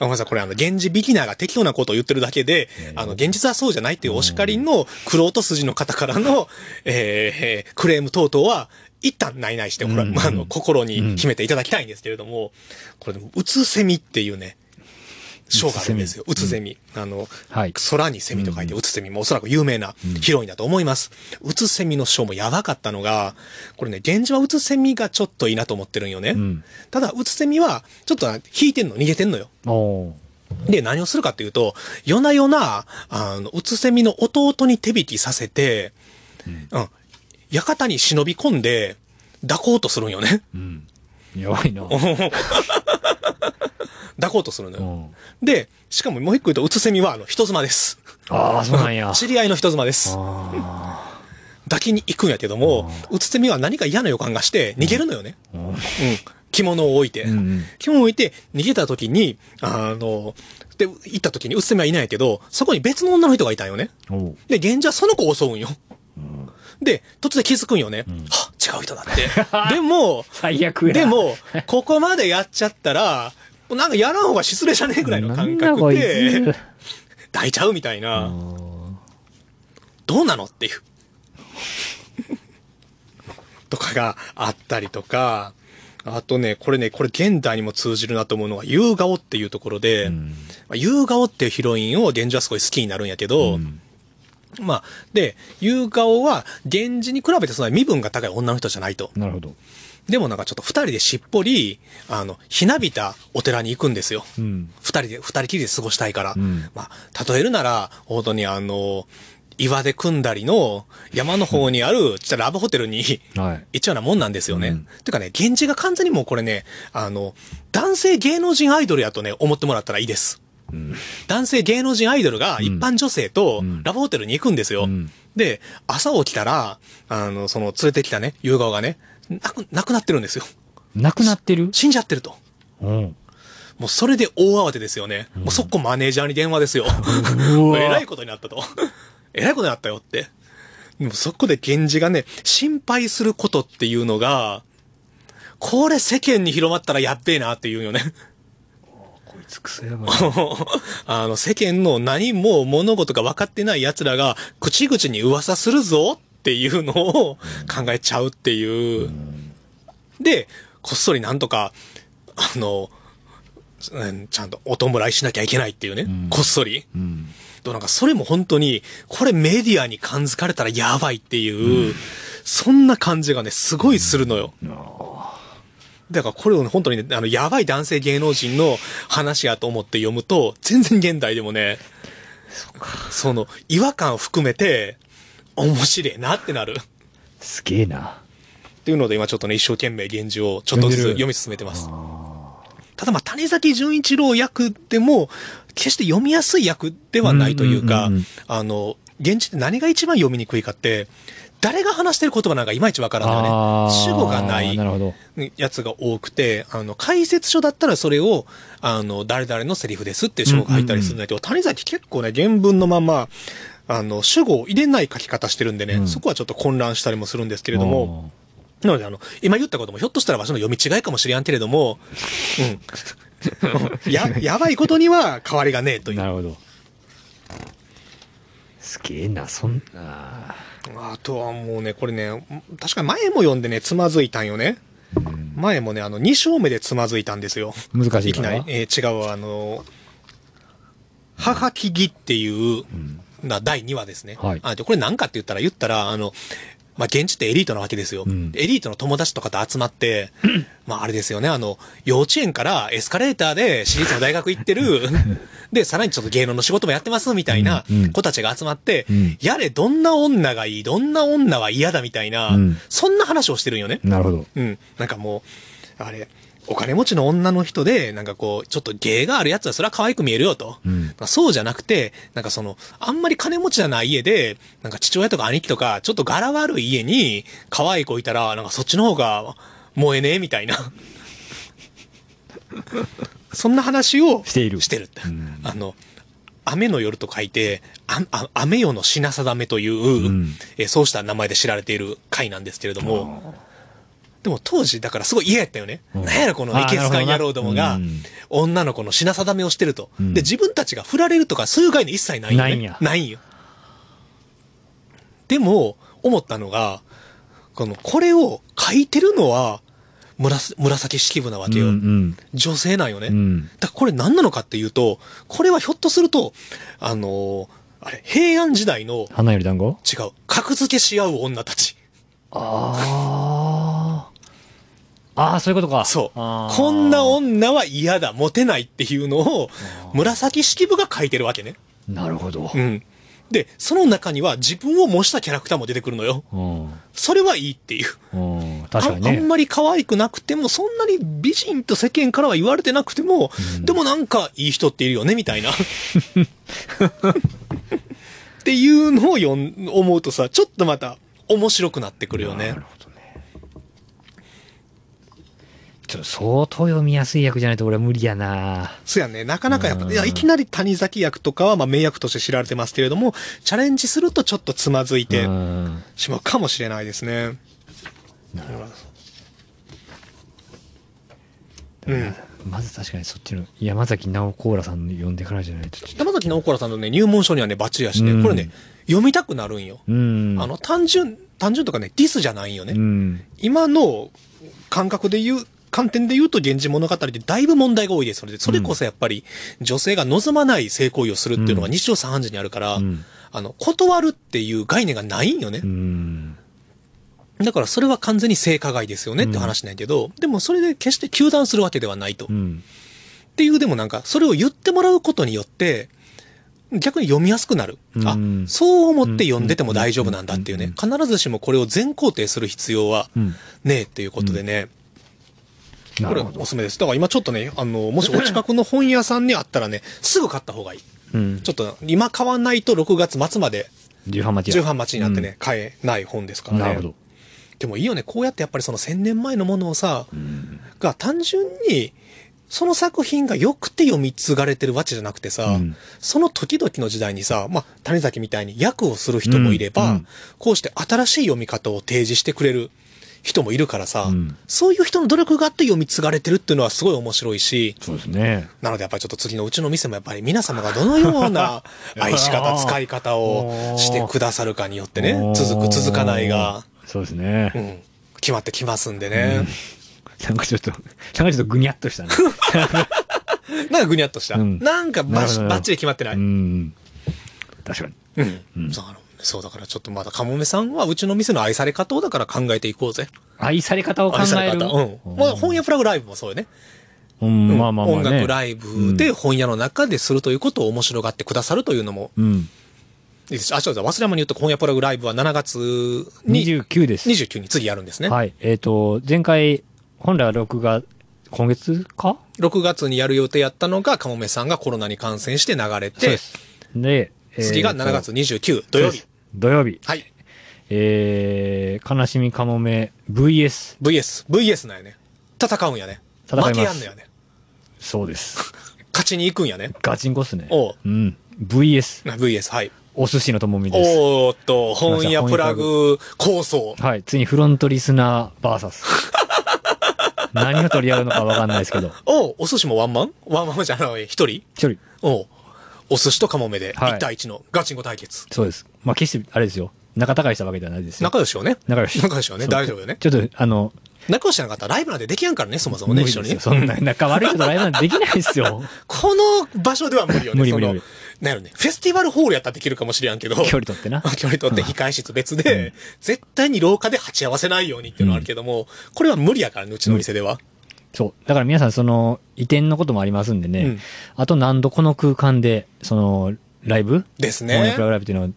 Speaker 1: あまさん、これ、あの、源氏ビギナーが適当なことを言ってるだけで、あの、現実はそうじゃないっていうお叱りの、苦労と筋の方からの、えーえークレーム等々は、一旦ないないして、これは、
Speaker 2: うん
Speaker 1: まあ、あの、心に秘めていただきたいんですけれども、これでも、うつセミっていうね、章があるんですよ。うつセミ。あの、
Speaker 2: はい
Speaker 1: 空にセミと書いて、うつセミもおそらく有名なヒロインだと思います。うつセミの章もやばかったのが、これね、源氏はうつセミがちょっといいなと思ってるんよね。
Speaker 2: うん。
Speaker 1: ただ、うつセミは、ちょっと引いてんの、逃げてんのよ。
Speaker 2: おー
Speaker 1: で、何をするかっていうと、夜な夜な、あの、うつセミの弟に手引きさせて、うん、館に忍び込んで、抱こうとするんよね。
Speaker 2: うん。やばいな。
Speaker 1: 抱こうとするの
Speaker 2: う
Speaker 1: よ。
Speaker 2: ん
Speaker 1: で、しかももう一個言うと、うつセミは、あの、人妻です。
Speaker 2: ああ、そうな んや。
Speaker 1: 知り合いの人妻です。
Speaker 2: あ
Speaker 1: 抱きに行くんやけども、うつセミは何か嫌な予感がして、逃げるのよね。
Speaker 2: ーうん
Speaker 1: うん。着物を置いて。
Speaker 2: うんうん
Speaker 1: 着物を置いて、逃げた時に、あの、で、行った時に、うつせみはいないけど、そこに別の女の人がいたんよね。
Speaker 2: おう
Speaker 1: で、源氏はその子を襲うんよ。で、突然気づくんよね。はっ違う人だっ て。でも、
Speaker 2: 最悪や。
Speaker 1: でも、ここまでやっちゃったら、なんかやらん方が失礼じゃねえぐらいの感
Speaker 2: なんだこ
Speaker 1: 覚
Speaker 2: い
Speaker 1: で
Speaker 2: つ、
Speaker 1: 抱いちゃうみたいな。どうなのっていう。 とかがあったりとか、あとね、これね、これ現代にも通じるなと思うのが、夕顔っていうところで、
Speaker 2: ん
Speaker 1: まあ夕顔っていうヒロインを源氏はすごい好きになるんやけど、
Speaker 2: うん
Speaker 1: まあ、で、夕顔は源氏に比べてそんなに身分が高い女の人じゃないと。
Speaker 2: なるほど。
Speaker 1: でもなんかちょっと二人でしっぽり、あの、ひなびたお寺に行くんですよ。
Speaker 2: うん。
Speaker 1: 二人で、二人きりで過ごしたいから。
Speaker 2: うん
Speaker 1: まあ、例えるなら、本当にあの、岩で組んだりの山の方にあ る、ちっちゃなラブホテルに
Speaker 2: はい。
Speaker 1: 行っちゃうようなもんなんですよね。
Speaker 2: うん
Speaker 1: てかね、源氏が完全にもうこれね、あの、男性芸能人アイドルやとね、思ってもらったらいいです。
Speaker 2: うん。
Speaker 1: 男性芸能人アイドルが一般女性と
Speaker 2: うん
Speaker 1: ラブホテルに行くんですよ。
Speaker 2: うん
Speaker 1: で、朝起きたら、あの、その連れてきたね、夕顔がね、なく、なくなってるんですよ。
Speaker 2: なくなってる
Speaker 1: 死んじゃってると。
Speaker 2: うん。
Speaker 1: もうそれで大慌てですよね。もうそこマネージャーに電話ですよ。
Speaker 2: う
Speaker 1: えらいことになったと。 えらいことになったよって。でもそこで源氏がね、心配することっていうのが、これ世間に広まったらやっべえなっていうよね。
Speaker 2: こいつクソやばい。
Speaker 1: あの、世間の何も物事が分かってない奴らが、口々に噂するぞっていうのを考えちゃうっていう。で、こっそりなんとか、あの、うんちゃんとお弔いしなきゃいけないっていうね。
Speaker 2: ん
Speaker 1: こっそり。
Speaker 2: うん。
Speaker 1: となんかそれも本当に、これメディアに感づかれたらやばいっていう、そんな感じがね、すごいするのよ。だからこれをね、本当にね、あの、やばい男性芸能人の話やと思って読むと、全然現代でもね、その、違和感を含めて、面白いなってなる。っ
Speaker 2: すげえな。
Speaker 1: ていうので今ちょっとね、一生懸命現状をちょっとずつ
Speaker 2: 読んで
Speaker 1: 読み進めてます。ただまあ、谷崎潤一郎役でも、決して読みやすい役ではないというか、
Speaker 2: うんうんうんうん
Speaker 1: あの、現地で何が一番読みにくいかって、誰が話してる言葉なんかいまいちわからないよ
Speaker 2: あー
Speaker 1: ね。主語がない
Speaker 2: なるほど。
Speaker 1: やつが多くて、あの、解説書だったらそれを、あの、誰々のセリフですっていう主語が入ったりするんだけど、谷崎結構ね、原文のまま、あの、主語を入れない書き方してるんでね、
Speaker 2: うん
Speaker 1: そこはちょっと混乱したりもするんですけれども、なので、あの、今言ったこともひょっとしたらわしの読み違いかもしれんけれども、うん。 や、やばいことには変わりがねえ
Speaker 2: あ
Speaker 1: と
Speaker 2: ー、
Speaker 1: いう。
Speaker 2: なるほど。すげえな、そんな。
Speaker 1: あとはもうね、これね、確か前も読んでね、つまずいたんよね。前もね、あの、2章目でつまずいたんですよ。
Speaker 2: 難しい
Speaker 1: き
Speaker 2: か
Speaker 1: な
Speaker 2: な。
Speaker 1: り、えー違う、あの、母木木っていう、な第2話ですね。
Speaker 2: はい
Speaker 1: あでこれ何かって言ったら、言ったら、あの、まあ、現地ってエリートなわけですよ。
Speaker 2: うん
Speaker 1: エリートの友達とかと集ま って、まあ、あれですよね、あの、幼稚園からエスカレーターで私立の大学行って る、で、さらにちょっと芸能の仕事もやってます、みたいな
Speaker 2: うんうん
Speaker 1: 子たちが集まって、
Speaker 2: うん
Speaker 1: やれ、どんな女がいい、どんな女は嫌だ、みたいな、
Speaker 2: うん
Speaker 1: そんな話をしてるんよね。
Speaker 2: なるほど。
Speaker 1: うん。なんかもう、あれ、お金持ちの女の人で、なんかこう、ちょっと芸があるやつはそれは可愛く見えるよと。
Speaker 2: うん。
Speaker 1: そうじゃなくて、なんかその、あんまり金持ちじゃない家で、なんか父親とか兄貴とか、ちょっと柄悪い家に、可愛い子いたら、なんかそっちの方が燃えねえみた いな。そんな話を
Speaker 2: している
Speaker 1: してるって
Speaker 2: うん
Speaker 1: あの、雨の夜と書いて、ああ雨夜の品定めという、
Speaker 2: ん
Speaker 1: えーそうした名前で知られている回なんですけれども、でも当時、だからすごい嫌やったよね。
Speaker 2: うん
Speaker 1: なんやろこのいけすかい野郎ども
Speaker 2: あーな
Speaker 1: が
Speaker 2: るほどなうん、
Speaker 1: 女の子の品定めをしてると。
Speaker 2: うん
Speaker 1: で、自分たちが振られるとか、そういう概念一切ないよ、ね。
Speaker 2: ないんや
Speaker 1: ないんよ。でも、思ったのが、この、これを書いてるのは、紫紫式部なわけよ。
Speaker 2: うん
Speaker 1: 女性なんよね。
Speaker 2: うん。うん。
Speaker 1: だからこれ何なのかっていうと、これはひょっとすると、あのーあれ、平安時代の、
Speaker 2: 花より団子
Speaker 1: 違う、格付けし合う女たち。
Speaker 2: ああ。ああ、そういうことか。
Speaker 1: そう。
Speaker 2: あー
Speaker 1: こんな女は嫌だ、モテないっていうのを、紫式部が書いてるわけね。
Speaker 2: なるほど
Speaker 1: う。ん。で、その中には自分を模したキャラクターも出てくるのよ。
Speaker 2: うん。
Speaker 1: それはいいっていう。
Speaker 2: うん。確かにね。
Speaker 1: ああんまり可愛くなくても、そんなに美人と世間からは言われてなくても、でもなんかいい人っているよね、みたいな。 っていうのを読ん思うとさ、ちょっとまた面白くなってくるよね
Speaker 2: なる。ほどね。ちょっと相当読みやすい役じゃないと俺は無理やな。
Speaker 1: そうやね。なかなかやっぱ、
Speaker 2: うん
Speaker 1: いや、いきなり谷崎役とかは、まあ、名役として知られてますけれども、チャレンジするとちょっとつまずいうて
Speaker 2: ん。
Speaker 1: しまうかもしれないですね。うん。
Speaker 2: まず確かにそっちの山崎直子らさん読んでからじゃないとちょっと。
Speaker 1: 山崎直子らさんのね、入門書にはね、バッチリやしね、
Speaker 2: うん
Speaker 1: これね、読みたくなるんよ。
Speaker 2: うん。
Speaker 1: あの、単純、単純とかね、ディスじゃないんよね。
Speaker 2: うん。
Speaker 1: 今の感覚で言う、観点で言うと、源氏物語でだいぶ問題が多いですので、それこそやっぱり、女性が望まない性行為をするっていうのが
Speaker 2: うん
Speaker 1: 日常茶飯事にあるから、
Speaker 2: うん
Speaker 1: あの、断るっていう概念がないんよね。
Speaker 2: うん。
Speaker 1: だからそれは完全に性加害ですよねって話なんやけど、でもそれで決して糾弾するわけではないと。
Speaker 2: う
Speaker 1: っ
Speaker 2: ん。
Speaker 1: ていう、でもなんか、それを言ってもらうことによって、逆に読みやすくなる。あ
Speaker 2: うん、
Speaker 1: そう思って読んでても大丈夫なんだっていう
Speaker 2: う
Speaker 1: ね
Speaker 2: ん。
Speaker 1: 必ずしもこれを全肯定する必要は
Speaker 2: うん
Speaker 1: ねえっていうことでね。
Speaker 2: な
Speaker 1: これ
Speaker 2: るほど
Speaker 1: お。すすめです。だから今ちょっとね、あの、も しお近くの本屋さんにあったらね、すぐ買った方がいい。
Speaker 2: うん
Speaker 1: ち。ょっと今買わないと6月末まで、
Speaker 2: 重版待ち
Speaker 1: 重
Speaker 2: や。
Speaker 1: 版待ちになってね、買えない本ですか
Speaker 2: うん。
Speaker 1: らね。
Speaker 2: なるほど。
Speaker 1: でもいいよね。こうやってやっぱりその1000年前のものをさ、が単純に、その作品が良くて読み継がれてるわけじゃなくてさ、
Speaker 2: うん
Speaker 1: その時々の時代にさ、まあ、谷崎みたいに役をする人もいれば、
Speaker 2: うんうん
Speaker 1: こうして新しい読み方を提示してくれる人もいるからさ、
Speaker 2: うん
Speaker 1: そういう人の努力があって読み継がれてるっていうのはすごい面白いし、
Speaker 2: そうですね。
Speaker 1: なのでやっぱりちょっと次のうちの店もやっぱり皆様がどのよう な愛し方、使い方をしてくださるかによってね
Speaker 2: お、ー
Speaker 1: 続く続かないが、。
Speaker 2: そうですね。
Speaker 1: うん、決まってきますんでね。
Speaker 2: なんかちょっと、なんかちょっとぐにゃっとしたね。
Speaker 1: なんかぐにゃっとした。
Speaker 2: うん
Speaker 1: なんかバ
Speaker 2: なる
Speaker 1: シ
Speaker 2: ほど
Speaker 1: バッチリ決まってない。
Speaker 2: う
Speaker 1: うん。
Speaker 2: ん。確かに。うん
Speaker 1: そうなのそうだからちょっとまだカモメさんはうちの店の愛され方をだから考えていこうぜ。
Speaker 2: 愛され方を考
Speaker 1: 愛され
Speaker 2: える。
Speaker 1: 方。うん。まあ本屋プラグライブもそうよね。
Speaker 2: うん、まあまあまあ、ね。
Speaker 1: 音楽ライブで本屋の中でするということを面白がってくださるというのも
Speaker 2: うん。
Speaker 1: いいですし。あ、そうだ、忘れ山に言うと本屋プラグライブは7月に
Speaker 2: 29です。
Speaker 1: 29に次やるんですね。
Speaker 2: はい。えっ、と、前回、本来は録画、今月か
Speaker 1: 6月にやる予定やったのがカモメさんがコロナに感染して流れ
Speaker 2: そう
Speaker 1: て
Speaker 2: で、す。で、えー
Speaker 1: 次が7月29土曜。
Speaker 2: そうで
Speaker 1: 日
Speaker 2: す。土曜日。
Speaker 1: はい。
Speaker 2: えー、悲しみかもめ VS。
Speaker 1: VS。VS なんやね。戦うんやね。
Speaker 2: 戦います
Speaker 1: 負けやんのやね。
Speaker 2: そうです。
Speaker 1: 勝ちに行くんやね。
Speaker 2: ガチンコっすね。
Speaker 1: おう
Speaker 2: うん。VS。
Speaker 1: な VS、はい。
Speaker 2: お寿司のともみです。
Speaker 1: おーっと、本屋プラグ構想。
Speaker 2: はい。ついにフロントリスナ ー VS。何を取り合うのかわかんないですけど。
Speaker 1: おうお寿司もワンマンワンマンじゃない、一人
Speaker 2: 一人。
Speaker 1: おうお寿司とカモメで
Speaker 2: はい
Speaker 1: 1対1のガチンコ対決。
Speaker 2: そうです。まあ、決して、あれですよ。仲違いしたわけではないですよ。
Speaker 1: 仲良しよね。
Speaker 2: 仲良し。
Speaker 1: 仲良しよね。
Speaker 2: そう
Speaker 1: 大丈夫よね。
Speaker 2: ちょっと、あの、
Speaker 1: 仲良しじゃなかったらライブなんてできやんからね、そもそもね、
Speaker 2: 無理
Speaker 1: 一緒
Speaker 2: で
Speaker 1: に
Speaker 2: す
Speaker 1: ね
Speaker 2: よ。。そんな、仲悪い人とライブなんてできないです よ。
Speaker 1: この場所では無理よね。
Speaker 2: 無理
Speaker 1: その
Speaker 2: 無理無
Speaker 1: なんやろね。フェスティバルホールやったらできるかもしれやんけど。
Speaker 2: 距離取ってな。
Speaker 1: 距離取って控え室別で、絶対に廊下で鉢合わせないようにっていうのはあるけども、これは無理やからね、うちの店では。
Speaker 2: そう。だから皆さん、その、移転のこともありますんでね、
Speaker 1: うん
Speaker 2: あと何度この空間で、その、ライブ
Speaker 1: です
Speaker 2: モ
Speaker 1: ね
Speaker 2: ネプ。ラグライブっていうのを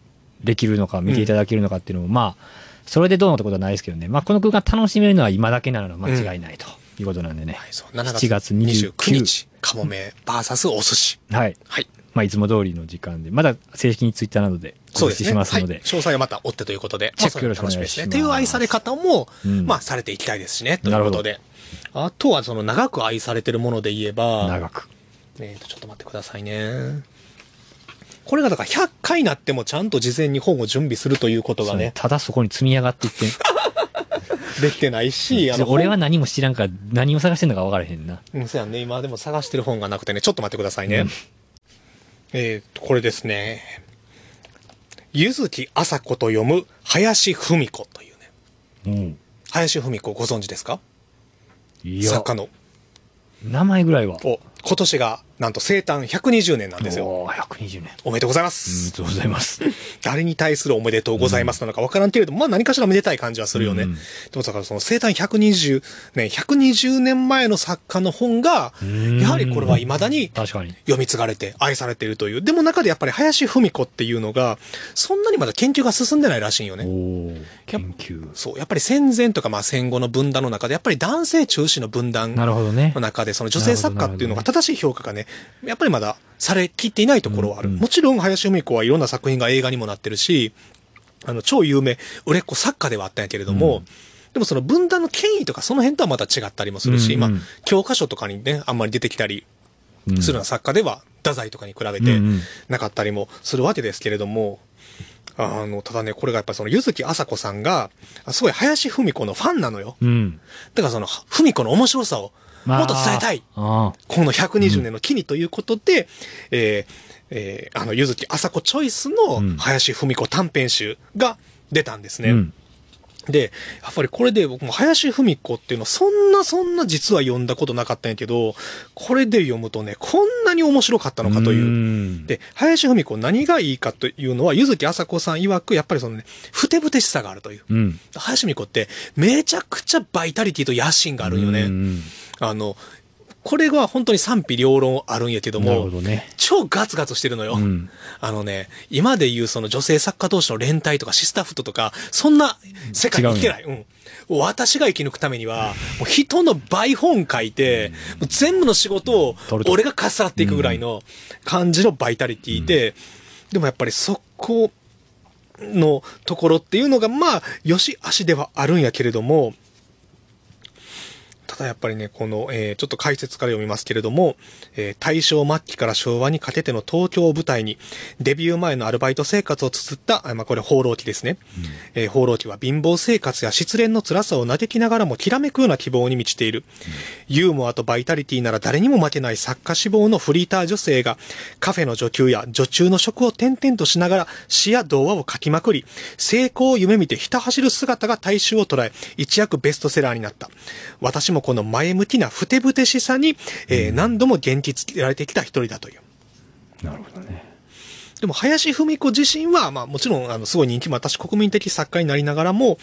Speaker 2: できるのか、見ていただけるのかっていうのも、まあ、それでどうのってことはないですけどね。まあ、この空間楽しめるのは今だけなのは間違いないということなんでね。
Speaker 1: そう
Speaker 2: 7月29
Speaker 1: 29日、カモメ VS お寿司。
Speaker 2: はい。
Speaker 1: はい。
Speaker 2: まあ、いつも通りの時間で、まだ正式にツイッターなどで
Speaker 1: そう
Speaker 2: 告
Speaker 1: です
Speaker 2: 知
Speaker 1: ね。
Speaker 2: しますの
Speaker 1: は
Speaker 2: で
Speaker 1: い、詳細はまた追ってということで、
Speaker 2: チェックよろしくお願いし
Speaker 1: ま
Speaker 2: ます
Speaker 1: あそれは楽みですね。っていう愛され方も、
Speaker 2: うん
Speaker 1: まあ、されていきたいですしね、ということで。あとは、その、長く愛されてるもので言えば、
Speaker 2: 長く。
Speaker 1: えっと、ちょっと待ってくださいね。これがだから100回になってもちゃんと事前に本を準備するということが
Speaker 2: そう
Speaker 1: ね、
Speaker 2: ただそこに積み上がって いって、
Speaker 1: できてないし、あの、
Speaker 2: 俺は何も知らんから何を探してんのか分からへんな。
Speaker 1: うん、そうやんね。今でも探してる本がなくてね、ちょっと待ってくださいね。
Speaker 2: うん
Speaker 1: えーっと、これですね。ゆずきあさこと読む、林文子というね。
Speaker 2: うん。
Speaker 1: 林文子ご存知ですか
Speaker 2: いや
Speaker 1: 作、家の。
Speaker 2: 名前ぐらいは。
Speaker 1: お、今年が、なんと生誕120年なんですよ。
Speaker 2: おー120年。
Speaker 1: おめでとうございま。
Speaker 2: おめですとうございます。
Speaker 1: 誰に対するおめでとうございますなのかわからんけれども、まあ何かしらめでたい感じはするよね。
Speaker 2: うん
Speaker 1: でもだからその生誕120年、120年前の作家の本が、やはりこれは未だに
Speaker 2: 確かに。
Speaker 1: 読み継がれて愛されているという。でも中でやっぱり林芙美子っていうのが、そんなにまだ研究が進んでないらしいんよね。
Speaker 2: おー研究。
Speaker 1: そう。やっぱり戦前とかまあ戦後の分断の中で、やっぱり男性中心の分断
Speaker 2: な
Speaker 1: の
Speaker 2: るほどね。
Speaker 1: 中で、その女性作家っていうのが
Speaker 2: なるほ
Speaker 1: 正しい評価がね、やっぱりまだされきっていないところはある。
Speaker 2: うんうん
Speaker 1: もちろん林芙美子はいろんな作品が映画にもなってるし、あの、超有名、売れっ子作家ではあったんやけれども、
Speaker 2: うん
Speaker 1: でもその分断の権威とかその辺とはまた違ったりもするし、
Speaker 2: うんうん
Speaker 1: まあ、教科書とかにね、あんまり出てきたり
Speaker 2: うん
Speaker 1: するような作家では、太宰とかに比べて
Speaker 2: うんうん
Speaker 1: なかったりもするわけですけれども、あの、ただね、これがやっぱりその、ゆずきあさこさんが、すごい林芙美子のファンなのよ。
Speaker 2: うん。
Speaker 1: だからその、芙美子の面白さをもっと伝えたい。
Speaker 2: あー
Speaker 1: この120年の期にということで、えーえーあの、ゆずきあさこチョイスの
Speaker 2: うん
Speaker 1: 林芙美子短編集が出たんです
Speaker 2: あー。
Speaker 1: ね。
Speaker 2: うん。
Speaker 1: で、やっぱりこれで僕も林芙美子っていうのはそんなそんな実は読んだことなかったんやけど、これで読むとね、こんなに面白かったのかという。
Speaker 2: うん。
Speaker 1: で、林芙美子何がいいかというのは、柚木麻子さん曰く、やっぱりそのね、ふてぶてしさがあるという。
Speaker 2: うん。
Speaker 1: 林芙美子って、めちゃくちゃバイタリティと野心があるんよ
Speaker 2: う
Speaker 1: ね。
Speaker 2: ん
Speaker 1: あの、これは本当に賛否両論あるんやけど
Speaker 2: なるほ
Speaker 1: も、
Speaker 2: どね。
Speaker 1: 超ガツガツしてるのよ。
Speaker 2: うん。
Speaker 1: あのね、今で言うその女性作家同士の連帯とかシスターフットとか、そんな世界に生きてない。うん。私が生き抜くためには、もう人の倍本書いて、もう全部の仕事を
Speaker 2: 取ると
Speaker 1: 俺がかっさらっていくぐらいの感じのバイタリティで、でもやっぱりそこのところっていうのが、まあ、よし悪しではあるんやけれども、ただやっぱりね、この、えーちょっと解説から読みますけれども、えー大正末期から昭和にかけての東京を舞台に、デビュー前のアルバイト生活を綴った、あまあ、これ放浪記ですね。えー放浪記は貧乏生活や失恋の辛さを嘆きながらもきらめくような希望に満ちている。ユーモアとバイタリティなら誰にも負けない作家志望のフリーター女性が、カフェの女給や女中の職を転々としながら詩や童話を書きまくり、成功を夢見てひた走る姿が大衆を捉え、一躍ベストセラーになった。私もこの前向きなふてぶてしさに、えー何度も元気つけられてきた一人だという。
Speaker 2: なるほどね。
Speaker 1: でも、林文子自身は、まあ、もちろん、あの、すごい人気もあったし、国民的作家になりながらも、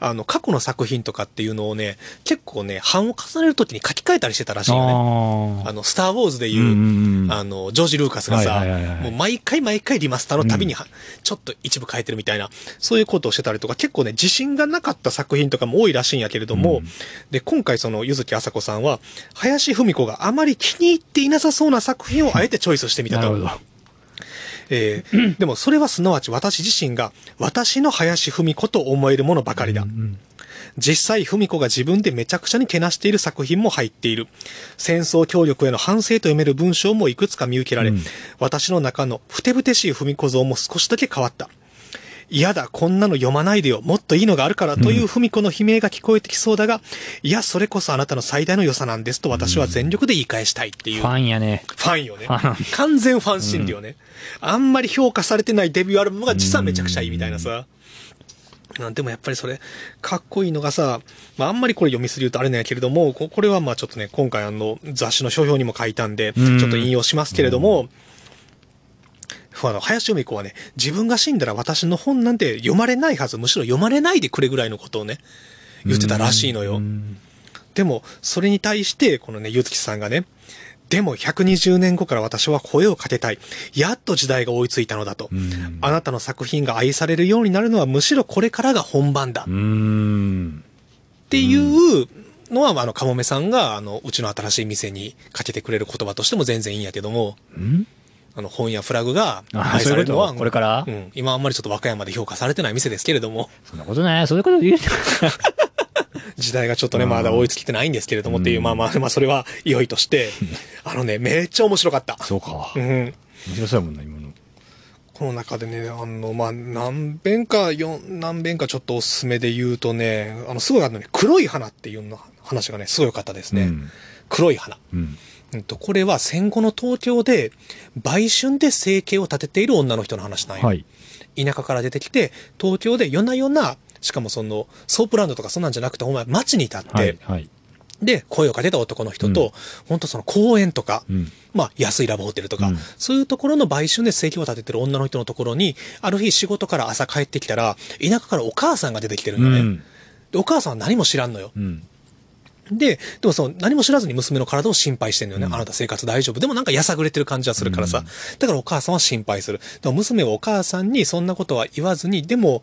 Speaker 1: あの、過去の作品とかっていうのをね、結構ね、版を重ねるときに書き換えたりしてたらしいよね。
Speaker 2: あ
Speaker 1: あ
Speaker 2: あ。
Speaker 1: の、スター・ウォーズでいう、
Speaker 2: うんうんうん
Speaker 1: あの、ジョージ・ルーカスがさ、
Speaker 2: はいはいはいはい
Speaker 1: もう毎回毎回リマスターのたびには、ちょっと一部変えてるみたいな、そういうことをしてたりとか、結構ね、自信がなかった作品とかも多いらしいんやけれども、で、今回その、柚木麻子さんは、林芙美子があまり気に入っていなさそうな作品をあえてチョイスしてみた
Speaker 2: なる
Speaker 1: と
Speaker 2: ほ。ど。
Speaker 1: えーでもそれはすなわち私自身が私の林芙美子と思えるものばかりだ。実際、芙美子が自分でめちゃくちゃにけなしている作品も入っている。戦争協力への反省と読める文章もいくつか見受けられ、
Speaker 2: うん
Speaker 1: 私の中のふてぶてしい芙美子像も少しだけ変わった。嫌だ、こんなの読まないでよ、もっといいのがあるからという芙美子の悲鳴が聞こえてきそうだが、いや、それこそあなたの最大の良さなんですと私は全力で言い返したいっていう。
Speaker 2: ファンやね。
Speaker 1: ファンよね
Speaker 2: ファン。
Speaker 1: 完全ファン心理よね。あんまり評価されてないデビューアルバムが実はめちゃくちゃいいみたいなさ。あでもやっぱりそれ、かっこいいのがさ、まあ、あんまりこれ読みすぎるとあれなんやけれども、ここれはまあちょっとね、今回あの、雑誌の書評にも書いたんで、ち
Speaker 2: うん
Speaker 1: ょっと引用しますけれども、あの、林由美子はね、自分が死んだら私の本なんて読まれないはず、むしろ読まれないでくれぐらいのことをね、言ってたらしいのよ。
Speaker 2: うん
Speaker 1: でも、それに対して、このね、ゆずきさんがね、でも120年後から私は声をかけたい。やっと時代が追いついたのだと。
Speaker 2: うん
Speaker 1: あなたの作品が愛されるようになるのはむしろこれからが本番だ。
Speaker 2: う
Speaker 1: っ
Speaker 2: ん。
Speaker 1: ていうのは、あの、かもめさんが、あの、うちの新しい店にかけてくれる言葉としても全然いいんやけども、
Speaker 2: うん
Speaker 1: あの、本やフラグが
Speaker 2: あ
Speaker 1: 愛されるのは、
Speaker 2: そういうことこれから
Speaker 1: うん。今あんまりちょっと和歌山で評価されてない店ですけれど も、
Speaker 2: そんなことない。そういうこと言うて。
Speaker 1: 時代がちょっとね、まだ追いつきてないんですけれどもっていう、まあまあ、まあ、それは良いと して、あのね、めっちゃ面白かった。
Speaker 2: そうか。
Speaker 1: う
Speaker 2: 面
Speaker 1: ん。
Speaker 2: 白そうやもんな、今の。
Speaker 1: この中でね、あの、まあ、何遍か、よ何遍かちょっとおすすめで言うとね、あの、すごいあのね、黒い花っていうの話がね、すごい良かったですね。
Speaker 2: うん
Speaker 1: 黒い花。
Speaker 2: うん。
Speaker 1: うんと、これは戦後の東京で、売春で生計を立てている女の人の話なんよ。
Speaker 2: はい。
Speaker 1: 田舎から出てきて、東京で夜な夜な、しかもその、ソープランドとかそんなんじゃなくて、お前街に立って、
Speaker 2: はい。はい。
Speaker 1: で、声をかけた男の人と、本当その公園とか、
Speaker 2: うん。
Speaker 1: まあ、安いラブホテルとか、
Speaker 2: うん
Speaker 1: そういうところの売春で生計を立ててる女の人のところに、ある日仕事から朝帰ってきたら、田舎からお母さんが出てきてるんだね。
Speaker 2: うん
Speaker 1: でお母さんは何も知らんのよ。
Speaker 2: うん。
Speaker 1: で、でもその何も知らずに娘の体を心配してんのよね。
Speaker 2: うん
Speaker 1: あなた生活大丈夫。でもなんかやさぐれてる感じはするからさ。だからお母さんは心配する。でも娘はお母さんにそんなことは言わずに、でも、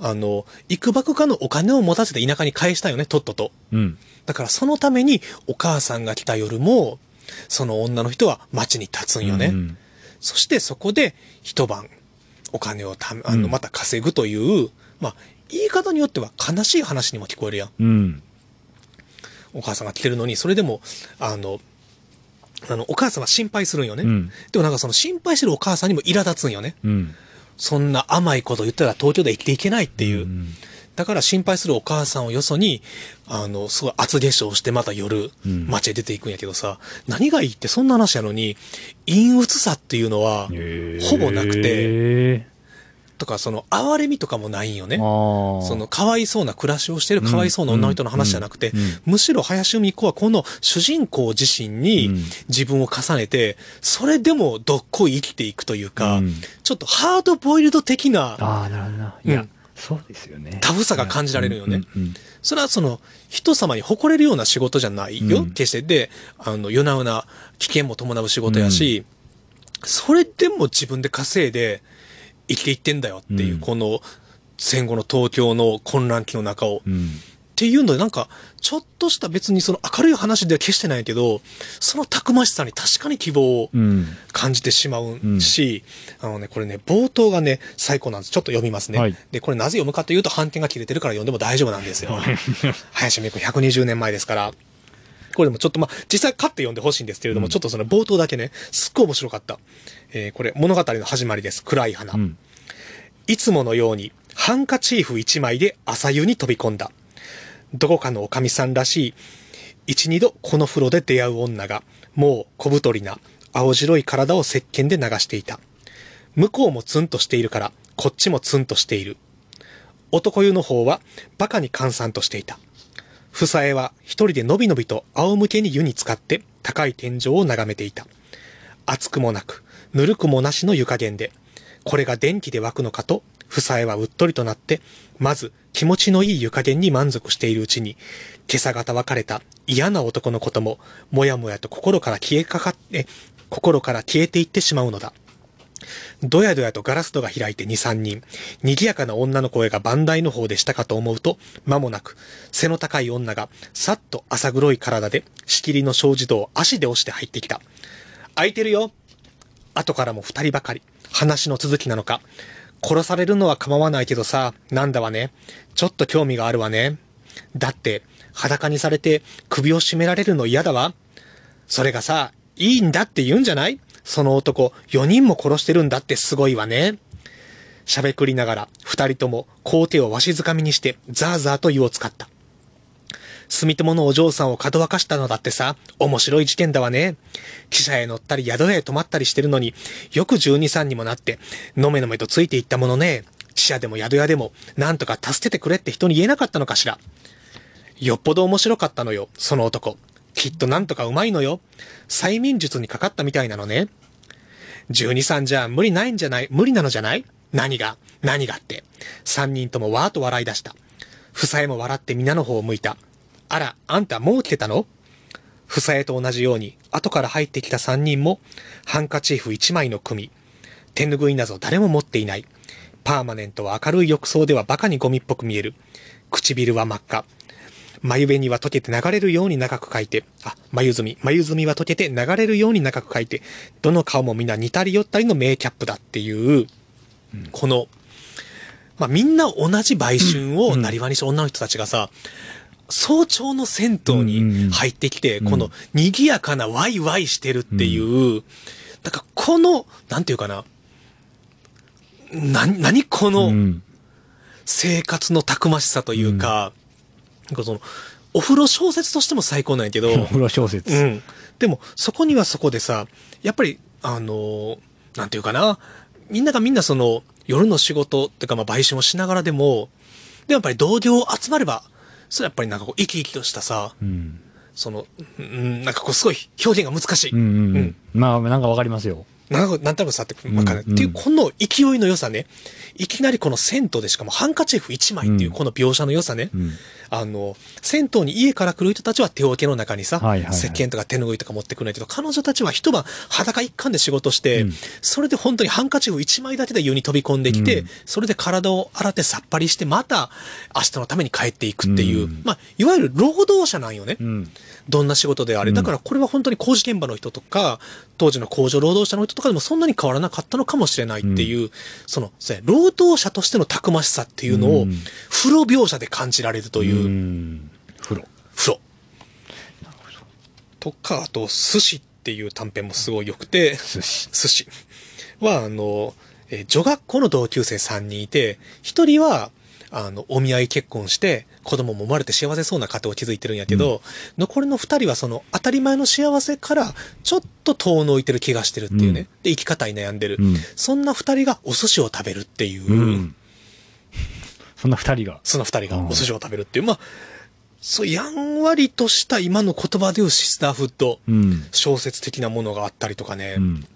Speaker 1: あの、幾ばくかのお金を持たせて田舎に返したいよね、とっとと。
Speaker 2: うん。
Speaker 1: だからそのためにお母さんが来た夜も、その女の人は街に立つんよね。
Speaker 2: うん
Speaker 1: そしてそこで一晩お金をためあ
Speaker 2: う
Speaker 1: の
Speaker 2: ん
Speaker 1: また稼ぐという、まあ言い方によっては悲しい話にも聞こえるやん。
Speaker 2: うん。
Speaker 1: お母さんが来てるのに、それでも、あの、あの、お母さんは心配するんよね。
Speaker 2: うん
Speaker 1: でもなんかその心配してるお母さんにも苛立つんよね。
Speaker 2: うん。
Speaker 1: そんな甘いこと言ったら東京では生きていけないっていう。
Speaker 2: うん
Speaker 1: だから心配するお母さんをよそに、あの、すごい厚化粧してまた夜、
Speaker 2: うん
Speaker 1: 街へ出ていくんやけどさ、何がいいってそんな話やのに、陰鬱さっていうのは、ほぼなくて、
Speaker 2: て。
Speaker 1: とか、その、哀れみとかもないんよね
Speaker 2: ああ。。
Speaker 1: その、かわいそうな暮らしをしてるかわいそうな女の人の話じゃなくて
Speaker 2: うんうんうん、
Speaker 1: むしろ林由美子はこの主人公自身
Speaker 2: う
Speaker 1: に
Speaker 2: ん
Speaker 1: 自分を重ねて、それでもどっこい生きていくというか
Speaker 2: うん、
Speaker 1: ちょっとハードボイルド的な
Speaker 2: ああ、なるほどな。い
Speaker 1: うん
Speaker 2: や、そうですよね。
Speaker 1: タフさが感じられるよね。
Speaker 2: うん。うん
Speaker 1: それはその、人様に誇れるような仕事じゃないよ。
Speaker 2: うん
Speaker 1: 決して。で、あの、夜な夜な危険も伴う仕事やし、それでも自分で稼いで生きていってんだよっていう、
Speaker 2: うん
Speaker 1: この戦後の東京の混乱期の中を。
Speaker 2: う
Speaker 1: っ
Speaker 2: ん
Speaker 1: ていうので、なんか、ちょっとした別にその明るい話では決してないけど、そのたくましさに確かに希望を
Speaker 2: うん。
Speaker 1: 感じてしまうし、あのね、これね、冒頭がね、最高なんです。ちょっと読みますね。
Speaker 2: はい
Speaker 1: で、これなぜ読むかというと、反転が切れてるから読んでも大丈夫なんですよ。林芽子120年前ですから。これもちょっとまあ、実際買って読んでほしいんですけれども、
Speaker 2: うん
Speaker 1: ちょっとその冒頭だけね、すっごい面白かった。えーこれ、物語の始まりです。暗い花。
Speaker 2: うん。
Speaker 1: いつものようにハンカチーフ一枚で朝湯に飛び込んだ。どこかのおかみさんらしい、一二度この風呂で出会う女が、もう小太りな青白い体を石鹸で流していた。向こうもツンとしているから、こっちもツンとしている。男湯の方はバカに閑散としていた。夫妻は一人でのびのびと仰向けに湯に浸かって高い天井を眺めていた。熱くもなく、ぬるくもなしの湯加減で、これが電気で湧くのかと、夫妻はうっとりとなって、まず気持ちのいい湯加減に満足しているうちに、今朝方別れた嫌な男のことも、もやもやと心から消えかかって、心から消えていってしまうのだ。どやどやとガラス戸が開いて2、3人、賑やかな女の声が番台の方でしたかと思うと、間もなく、背の高い女が、さっと浅黒い体で、仕切りの障子戸を足で押して入ってきた。空いてるよ。後からも二人ばかり。話の続きなのか。殺されるのは構わないけどさ、なんだわね。ちょっと興味があるわね。だって、裸にされて首を絞められるの嫌だわ。それがさ、いいんだって言うんじゃないその男、4人も殺してるんだってすごいわね。しゃべくりながら、二人とも、皇帝をわしづかみにして、ザーザーと湯を使った。住友のお嬢さんをかどわかしたのだってさ、面白い事件だわね。汽車へ乗ったり宿へ泊まったりしてるのに、よく12、3にもなって、のめのめとついていったものね。汽車でも宿屋でも、なんとか助けてくれって人に言えなかったのかしら。よっぽど面白かったのよ、その男。きっとなんとかうまいのよ。催眠術にかかったみたいなのね。12、さんじゃ無理ないんじゃない無理なのじゃない何が何がって。三人ともわーっと笑い出した。夫妻も笑って皆の方を向いた。あら、あんたもう来てたの夫妻と同じように、後から入ってきた三人も、ハンカチーフ一枚の組。手拭いなど誰も持っていない。パーマネントは明るい浴槽ではバカにゴミっぽく見える。唇は真っ赤。眉紅は溶けて流れるように長く描いて、あ、眉墨、眉墨は溶けて流れるように長く描いて、どの顔もみんな似たり寄ったりの名キャップだっていう、この、まあ、みんな同じ売春をなりわにした女の人たちがさ、早朝の銭湯に入ってきて、
Speaker 2: ん
Speaker 1: この賑やかなワイワイしてるっていう、だからこの、なんていうかな、な、何この、
Speaker 2: うん。
Speaker 1: 生活のたくましさというか、なんかその、お風呂小説としても最高なんやけど、
Speaker 2: お風呂小説。
Speaker 1: うん。でも、そこにはそこでさ、やっぱり、あのーなんていうかな、みんながみんなその、夜の仕事っていうか、まあ、売春をしながらでも、でもやっぱり同僚集まれば、それはやっぱりなんかこう、生き生きとしたさ、
Speaker 2: うん。
Speaker 1: その、うん、なんかこう、すごい表現が難しい。
Speaker 2: うんうんう
Speaker 1: うんん。
Speaker 2: まあ、なんかわかりますよ。
Speaker 1: なんか、なんとなくさってわかる。
Speaker 2: うんうん
Speaker 1: っていう、この勢いの良さね。いきなりこの銭湯でしかもハンカチーフ1枚っていうう、
Speaker 2: ん
Speaker 1: この描写の良さね。
Speaker 2: うん。
Speaker 1: あの、銭湯に家から来る人たちは手桶の中にさ、
Speaker 2: はいはいはい
Speaker 1: 石鹸とか手拭いとか持ってくるんやけど、彼女たちは一晩裸一貫で仕事して、
Speaker 2: うん
Speaker 1: それで本当にハンカチーフ一枚だけで湯に飛び込んできて、
Speaker 2: うん
Speaker 1: それで体を洗ってさっぱりして、また明日のために帰っていくっていう、
Speaker 2: うん
Speaker 1: まあ、いわゆる労働者なんよね。
Speaker 2: うん。
Speaker 1: どんな仕事であれ。
Speaker 2: うん
Speaker 1: だからこれは本当に工事現場の人とか、当時の工場労働者の人とかでもそんなに変わらなかったのかもしれないっていう、その、そうや労働者としてのたくましさっていうの
Speaker 2: う
Speaker 1: を
Speaker 2: ん、
Speaker 1: 風呂描写で感じられるというう、
Speaker 2: ん。風呂。
Speaker 1: 風呂。とか、あと、寿司っていう短編もすごい良くて、
Speaker 2: 寿司。
Speaker 1: 寿司は、あの、えー女学校の同級生3人いて、1人は、あの、お見合い結婚して、子供も生まれて幸せそうな家庭を築いてるんやけど、残りの2人はその、当たり前の幸せから、ちょっと遠のいてる気がしてるっていうね。
Speaker 2: うん
Speaker 1: で、生き方に悩んでる。
Speaker 2: うん
Speaker 1: そんな2人がお寿司を食べるっていう、
Speaker 2: うん。そんな二人が。
Speaker 1: その2人
Speaker 2: うん
Speaker 1: がお寿司を食べるっていう、まあ、そう、やんわりとした今の言葉でいうシスターフッド、
Speaker 2: うん。
Speaker 1: 小説的なものがあったりとかね。
Speaker 2: うん。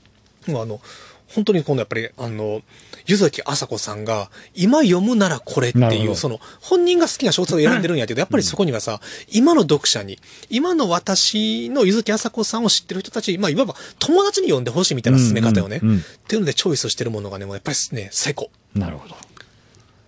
Speaker 1: もうあの、本当に今度やっぱり、あの、湯崎麻子さんが、今読むならこれって
Speaker 2: なるほ
Speaker 1: い
Speaker 2: ど
Speaker 1: う、その、本人が好きな小説を選んでるんやけど、やっぱりそこにはさ、今の読者に、今の私の湯崎麻子さんを知ってる人たち、まあ、いわば友達に読んでほしいみたいな進め方よね。
Speaker 2: うんうんうん
Speaker 1: っていうのでチョイスしてるものがね、もうやっぱりね、最高。
Speaker 2: なるほど。
Speaker 1: っ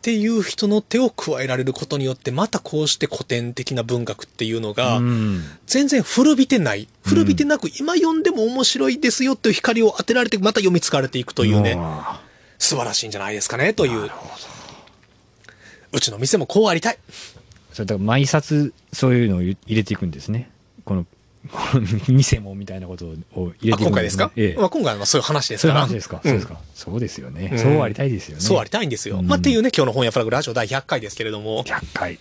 Speaker 1: ていう人の手を加えられることによって、またこうして古典的な文学っていうのが、
Speaker 2: うん。
Speaker 1: 全然古びてない。古びてなく、今読んでも面白いですよという光を当てられて、また読み継がれていくというね。
Speaker 2: あ
Speaker 1: 素晴らしいんじゃないですかねとい
Speaker 2: ーな
Speaker 1: う
Speaker 2: るほど。
Speaker 1: うちの店もこうありたい
Speaker 2: それだから毎冊そういうのを入れていくんですね。この偽物みたいなことを入れ
Speaker 1: あ
Speaker 2: てい
Speaker 1: 今
Speaker 2: くん
Speaker 1: 回ですか、
Speaker 2: え
Speaker 1: まあ、
Speaker 2: え。
Speaker 1: 今回はそういう話です
Speaker 2: そう
Speaker 1: か
Speaker 2: いう
Speaker 1: ら。
Speaker 2: 話ですか。
Speaker 1: う
Speaker 2: そうんですか。そうですよね
Speaker 1: う。ん
Speaker 2: そうありたいですよね。
Speaker 1: そうありたいんですよ。
Speaker 2: うん
Speaker 1: まあ、っていうね、今日の本屋フラグラジオ第100回ですけれども、
Speaker 2: 100回。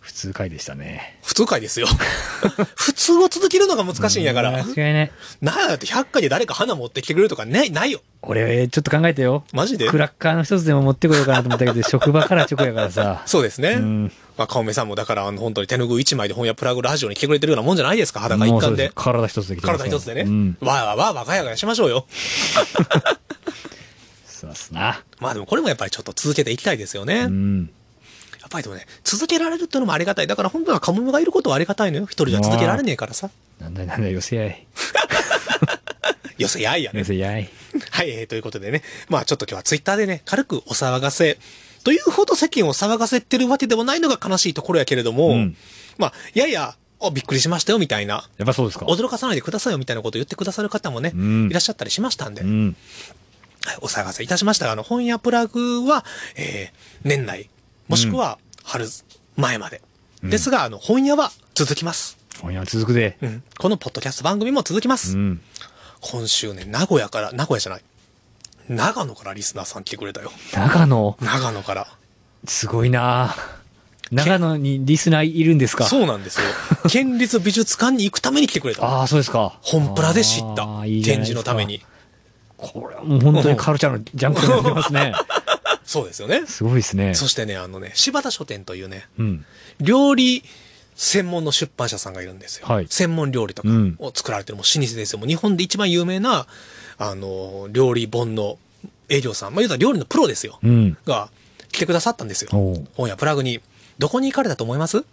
Speaker 2: 普通回でしたね。
Speaker 1: 普通回ですよ。 普通を続けるのが難しいんやから。
Speaker 2: うん間違いない。
Speaker 1: なんやだって100回で誰か花持ってきてくれるとかない、ないよ。
Speaker 2: 俺、ちょっと考えてよ。
Speaker 1: マジで
Speaker 2: クラッカーの一つでも持ってこようかなと思った けど、職場からチョコやからさ。
Speaker 1: そうですね。
Speaker 2: うん
Speaker 1: まあ、かおめさんもだから、あの、本当に手ぬぐい一枚で本屋プラグラジオに来てくれてるようなもんじゃないですか、裸
Speaker 2: も
Speaker 1: 一
Speaker 2: うそう
Speaker 1: 貫
Speaker 2: で。
Speaker 1: です
Speaker 2: 体一つで来てま
Speaker 1: 体
Speaker 2: すから
Speaker 1: 一つでね。
Speaker 2: うん。
Speaker 1: わーわーわーわーがやがやしましょうよ。
Speaker 2: そうっすな。
Speaker 1: まあでもこれもやっぱりちょっと続けていきたいですよね。
Speaker 2: う
Speaker 1: や
Speaker 2: ん。
Speaker 1: っぱりでもね、続けられるっていうのもありがたい。だから本当はカモメがいることはありがたいのよ。一人じゃ続けられねえからさ。
Speaker 2: なんだいなんだい、寄せ合い。
Speaker 1: 寄せやいやね
Speaker 2: 寄。せ合い。
Speaker 1: はい、えーということでね。まあちょっと今日はツイッターでね、軽くお騒がせ。というほど世間を騒がせてるわけでもないのが悲しいところやけれども、
Speaker 2: うん
Speaker 1: まあ、やや、あびっくりしましたよみたいな、
Speaker 2: やっぱそうですか。
Speaker 1: 驚かさないでくださいよみたいなことを言ってくださる方もね、
Speaker 2: うん
Speaker 1: いらっしゃったりしましたんで、
Speaker 2: うん。
Speaker 1: はいお騒がせいたしましたが、あの、本屋プラグは、えー年内、もしくは春前まで。ですが、あの、本屋は続きます。
Speaker 2: 今夜は続くで。
Speaker 1: うんこのポッドキャスト番組も続きます。
Speaker 2: うん。
Speaker 1: 今週ね、名古屋から、名古屋じゃない。長野からリスナーさん来てくれたよ。
Speaker 2: 長野、
Speaker 1: 長野から。
Speaker 2: すごいな長野にリスナーいるんですか
Speaker 1: そうなん ですよ。県立美術館に行くために来てくれた。
Speaker 2: ああ、そうですか。
Speaker 1: 本プラで知った
Speaker 2: あ。ーいい
Speaker 1: 展
Speaker 2: じゃな
Speaker 1: 示の
Speaker 2: い
Speaker 1: ために
Speaker 2: で。すか。これはもう本当にカルチャーのジャンプになってます ね。
Speaker 1: そうですよね。
Speaker 2: すごいですね。
Speaker 1: そしてね、あのね、柴田書店というね、
Speaker 2: うん。
Speaker 1: 料理専門の出版社さんがいるんですよ。
Speaker 2: はい
Speaker 1: 専門料理とか
Speaker 2: うん
Speaker 1: を作られてる、もう老舗ですよ。もう日本で一番有名な、あの、料理本の営業さん。まあ、言うたら料理のプロですよ。
Speaker 2: うん。
Speaker 1: が、来てくださったんですよ。
Speaker 2: おう
Speaker 1: 本屋プラグに。どこに行かれたと思います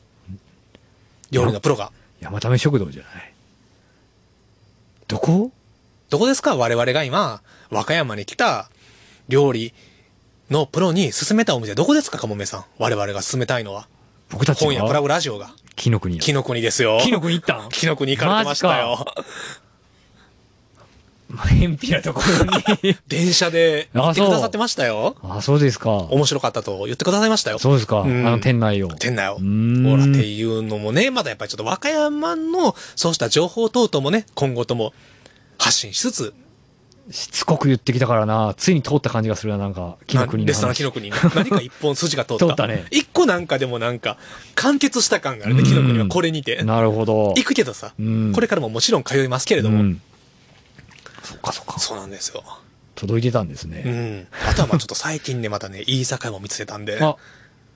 Speaker 1: 料理のプロが。
Speaker 2: 山田食堂じゃない。どこ
Speaker 1: どこですか我々が今、和歌山に来た料理のプロに勧めたお店、どこですかかもめさん。我々が勧めたいのは。
Speaker 2: 僕たち
Speaker 1: 本屋プラ
Speaker 2: が
Speaker 1: グラジオが。
Speaker 2: 木の国や。
Speaker 1: 木の国ですよ。
Speaker 2: 木の国行ったん
Speaker 1: 木の国行かれてましたよ。
Speaker 2: まあ偏僻なところ に。
Speaker 1: 電車で行ってくださってましたよ。
Speaker 2: ああ、そうですか。
Speaker 1: 面白かったと言ってくださいましたよ。
Speaker 2: そうですか。あ
Speaker 1: うん
Speaker 2: の店内を。
Speaker 1: 店内を。
Speaker 2: うーん
Speaker 1: ほらっていうのもね、まだやっぱりちょっと和歌山のそうした情報等々もね、今後とも発信しつつ、
Speaker 2: しつこく言ってきたからな。ついに通った感じがするな、なんか。木の国
Speaker 1: な
Speaker 2: の話
Speaker 1: レストランキノ国に何か一本筋が通った。
Speaker 2: 通ったね
Speaker 1: 一個なんかでもなんか完結した感があるね、キノ国はこれにて。
Speaker 2: なるほど。
Speaker 1: 行くけどさ、
Speaker 2: うん
Speaker 1: これからももちろん通いますけれども、
Speaker 2: うんそっかそっか。
Speaker 1: そうなんですよ。
Speaker 2: 届いてたんです
Speaker 1: う
Speaker 2: ね。
Speaker 1: ん。あとはまあちょっと最近ね、またね、いい酒屋も見つけたんで、
Speaker 2: あ、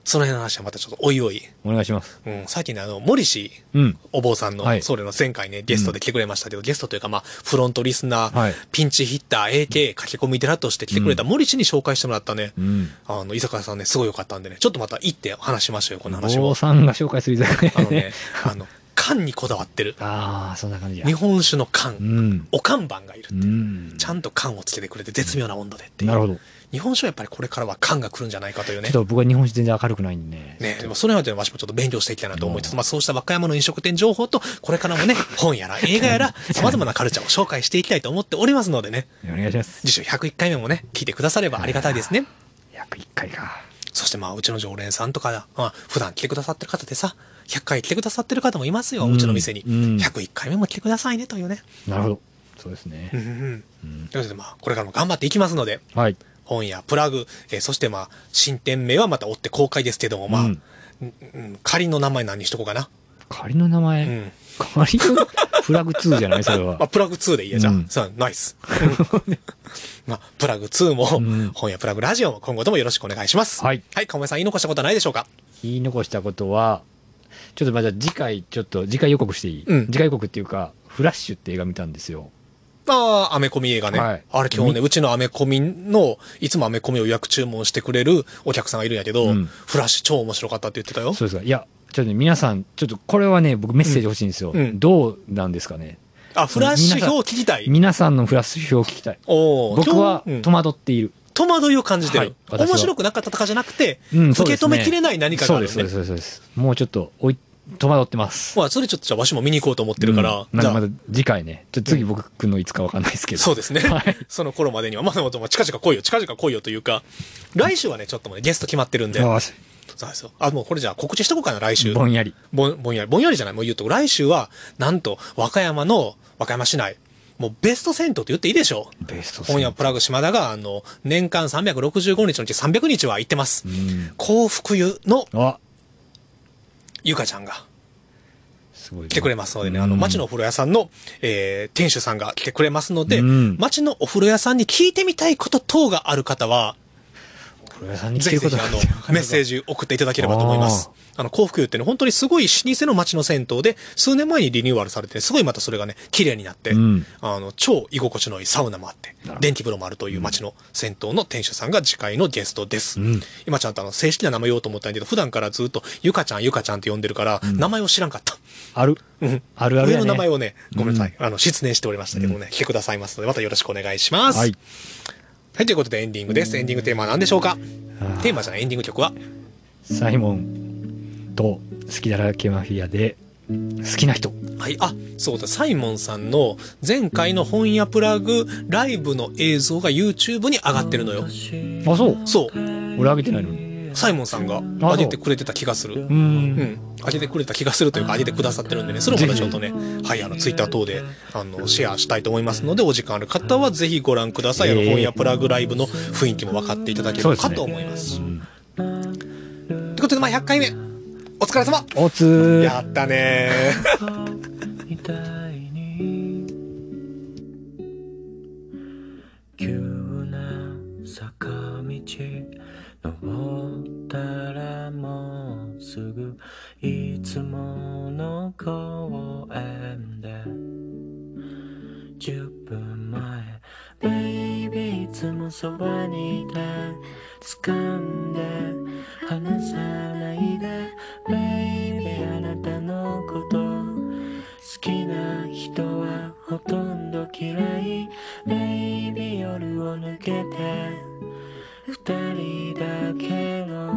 Speaker 1: その辺の話はまたちょっとおいおい。
Speaker 2: お願いします。
Speaker 1: うん、最近ね、あの、森氏、
Speaker 2: うん。
Speaker 1: お坊さん
Speaker 2: は
Speaker 1: の、
Speaker 2: い
Speaker 1: 僧侶の前回ね、ゲストで来てくれましたけど、ゲストというか、まあ、フロントリスナー、
Speaker 2: はい
Speaker 1: ピンチヒッター、AK、駆け込み寺として来てくれた森氏に紹介してもらったね、
Speaker 2: うん。
Speaker 1: あの、居酒屋さんね、すごい良かったんでね、ちょっとまた行って話しましょうよ、この話
Speaker 2: お坊
Speaker 1: を。
Speaker 2: さんが紹介する居酒
Speaker 1: あ
Speaker 2: 屋
Speaker 1: のね
Speaker 2: ね。、
Speaker 1: あの、缶にこだわってる。
Speaker 2: ああ、そんな感じや
Speaker 1: 日。本酒の缶、
Speaker 2: うん。
Speaker 1: お看板がいる
Speaker 2: う。ん。
Speaker 1: ちゃんと缶をつけてくれて絶妙な温度でっていう。
Speaker 2: なるほど。ち
Speaker 1: 日本酒はやっぱりこれからは缶が来るんじゃないかという
Speaker 2: ょ
Speaker 1: ね
Speaker 2: っ。と僕は日本史全然明るくないんでね。
Speaker 1: ね、でもその辺はわしもちょっと勉強していきたいなと思いつつ、まあそうした和歌山の飲食店情報と、これからもね、本やら映画やら、様々なカルチャーを紹介していきたいと思っておりますのでね、
Speaker 2: お願いします。
Speaker 1: 次週101回目もね、聞いてくださればありがたいですね。
Speaker 2: 約1回か。
Speaker 1: そしてまあうちの常連さんとか、まあ普段来てくださってる方でさ、100回来てくださってる方もいますよ、
Speaker 2: うん
Speaker 1: うちの店に。
Speaker 2: うん
Speaker 1: 101回目も来てくださいねというね。
Speaker 2: なるほど。そうですね
Speaker 1: う。んうん
Speaker 2: う
Speaker 1: うん
Speaker 2: ん
Speaker 1: ということでまあこれからも頑張っていきますので、
Speaker 2: はい。
Speaker 1: 本やプラグ、えーそしてまあ、新店名はまた追って公開ですけども、まあ、
Speaker 2: う
Speaker 1: うんんうん仮の名前何にしとこうかな。
Speaker 2: 仮の名
Speaker 1: う
Speaker 2: 前。
Speaker 1: ん。
Speaker 2: 仮のフラグ2じゃないそれ は
Speaker 1: まあ、。プラグ2でいいや、じゃあ。
Speaker 2: うん
Speaker 1: さあ、ナイス。 まあ、プラグ2も、
Speaker 2: うん
Speaker 1: 本やプラグラジオも今後ともよろしくお願いします。
Speaker 2: はい。
Speaker 1: はい、かおめさん言い残したことはないでしょうか
Speaker 2: 言い残したことは、ちょっとまあじゃあ次回、ちょっと次回予告していい、
Speaker 1: うん
Speaker 2: 次回予告っていうか、フラッシュって映画見たんですよ。
Speaker 1: ああ、アメコミ映画ね。
Speaker 2: はい
Speaker 1: あれ今日ね、
Speaker 2: み
Speaker 1: うちのアメコミの、いつもアメコミを予約注文してくれるお客さんがいるんやけど、
Speaker 2: うん
Speaker 1: フラッシュ超面白かったって言ってたよ。
Speaker 2: そうですか。いや、ちょっとね皆さん、ちょっとこれはね、僕メッセージ欲しいんですよ。
Speaker 1: うんうん
Speaker 2: どうなんですかね。
Speaker 1: あ、フラッシュ表聞きたい。
Speaker 2: 皆さんのフラッシュ表を聞きたい。
Speaker 1: おお
Speaker 2: 僕は戸惑っている。
Speaker 1: 戸惑いを感じてる、
Speaker 2: はい私は
Speaker 1: 面白くなかったとかじゃなくて、
Speaker 2: うん、そう
Speaker 1: 受け
Speaker 2: です
Speaker 1: 止
Speaker 2: ね
Speaker 1: めきれない何かがあるよ
Speaker 2: そうです、
Speaker 1: ね。
Speaker 2: そうです、そうです。もうちょっと、おい、戸惑ってます。
Speaker 1: まあ、それちょっとじゃあ、わしも見に行こうと思ってるから、
Speaker 2: うんなん
Speaker 1: じ
Speaker 2: か
Speaker 1: ゃ
Speaker 2: ま
Speaker 1: あ
Speaker 2: だ、次回ね。ちょっと次僕のいつかわかんないですけど。
Speaker 1: そうですね。
Speaker 2: はい
Speaker 1: その頃までには、まだまだ近々来いよ、近々来いよというか、来週はね、ちょっともうね、ゲスト決まってるんで、
Speaker 2: よし
Speaker 1: そうなんですよ。あ、もうこれじゃあ告知しとこうかな、来週。
Speaker 2: ぼんやり。
Speaker 1: ぼんぼんやり。ぼんやりじゃない、もう言うと。来週は、なんと、和歌山の、和歌山市内、もうベスト銭湯と言っていいでしょう。
Speaker 2: ベスト
Speaker 1: 本屋プラグ島田が、あの、年間365日のうち300日は行ってます
Speaker 2: う。ん。
Speaker 1: 幸福湯の
Speaker 2: あ、
Speaker 1: ゆかちゃんが
Speaker 2: すごい。
Speaker 1: 来てくれますのでね、あの、
Speaker 2: うん
Speaker 1: 町のお風呂屋さんの、えー、店主さんが来てくれますので、
Speaker 2: うん
Speaker 1: 町のお風呂屋さんに聞いてみたいこと等がある方は、
Speaker 2: 黒屋さんに来
Speaker 1: ぜ
Speaker 2: て
Speaker 1: ひ
Speaker 2: る
Speaker 1: ぜ
Speaker 2: こ
Speaker 1: ひ
Speaker 2: と
Speaker 1: あの、 メッセー
Speaker 2: ジ。
Speaker 1: ジ送っていただければと思います。あの、幸福湯ってね、本当にすごい老舗の町の銭湯で、数年前にリニューアルされて、すごいまたそれがね、綺麗になって、
Speaker 2: うん
Speaker 1: あの、超居心地のいいサウナもあって
Speaker 2: なるほ、ど
Speaker 1: 電気風呂もあるという町の銭湯の店主さんが次回のゲストです。
Speaker 2: うん
Speaker 1: 今ちゃんとあの、正式な名前言おうと思ったんだけど、普段からずっと、ゆかちゃん、ゆかちゃんって呼んでるから、名前を知らんかった。
Speaker 2: ある。あるある
Speaker 1: 上
Speaker 2: やね。
Speaker 1: の名前をね、ごめんなさい。あの、失念しておりましたけどもね、来てくださいますので、またよろしくお願いします。
Speaker 2: はい。
Speaker 1: はい、ということでエンディングです。エンディングテーマは何でしょうか
Speaker 2: あー
Speaker 1: テーマじゃない、エンディング曲は
Speaker 2: サイモンと好きだらけマフィアで好きな人。
Speaker 1: はい、あ、そうだ、サイモンさんの前回の本屋プラグライブの映像が YouTube に上がってるのよ。
Speaker 2: あ、そう。
Speaker 1: そう、
Speaker 2: 俺あげてないのに。
Speaker 1: サイモンさんが
Speaker 2: あ
Speaker 1: 上げてくれてた気がする
Speaker 2: う。。
Speaker 1: うんん、上げてくれた気がするというか、上げてくださってるんでね、それもまたちょっとね、はい、あの、ツイッター等で、あの、シェアしたいと思いますので、お時間ある方はぜひご覧ください。あの、
Speaker 2: えー
Speaker 1: 本屋プラグライブの雰囲気も分かっていただければかと思います。ということで、まあ、100回目、お疲れ様
Speaker 2: おつー。
Speaker 1: やったねー。
Speaker 3: みたいに急な坂道登ったらもうすぐいつもの公園で10分前ベイビーいつもそばにいて掴んで離さないでベイビーあなたのこと好きな人はほとんど嫌いベイビー夜を抜けて二人だけの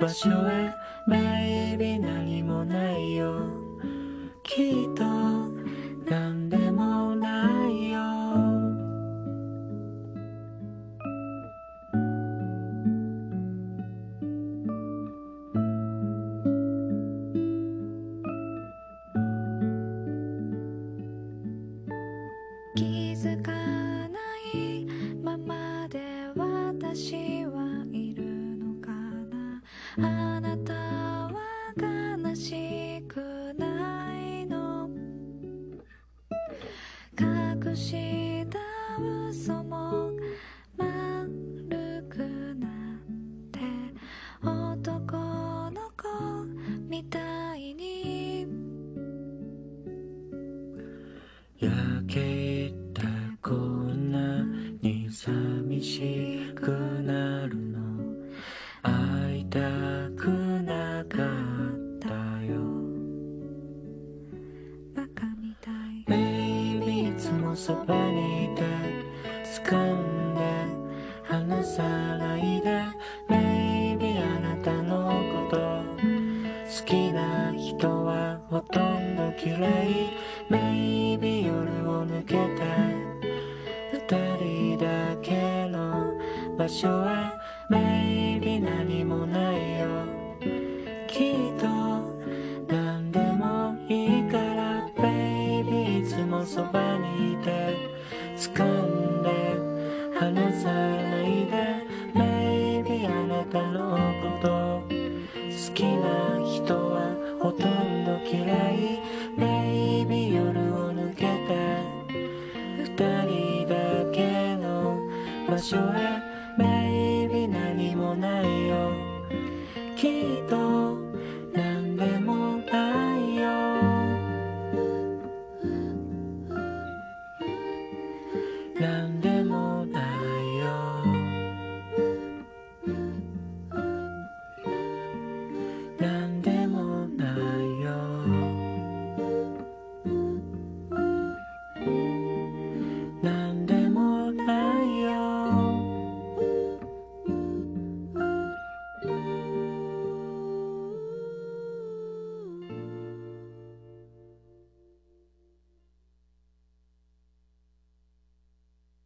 Speaker 3: 場所へベイビー何もないよきっと何でもないよ
Speaker 4: 気づかないままで私はいるのかなあなたは悲しくないの隠した嘘も丸くなって男の子みたいに
Speaker 3: 夜景ってこんなに寂しくなるの会いたくなかったよ
Speaker 4: バカみたい
Speaker 3: ベイビーいつもそばにいて掴んで離さないでベイビーあなたのこと好きな人はほとんど嫌いベイビー夜を抜けて二人だけの場所はベイビー何もないよきっと何でもいいからベイビーいつもそばにいて掴んで離さないでベイビーあなたのこと好きな人はほとんど嫌いベイビー夜を抜けて二人だけの場所へベイビー何もないよきっと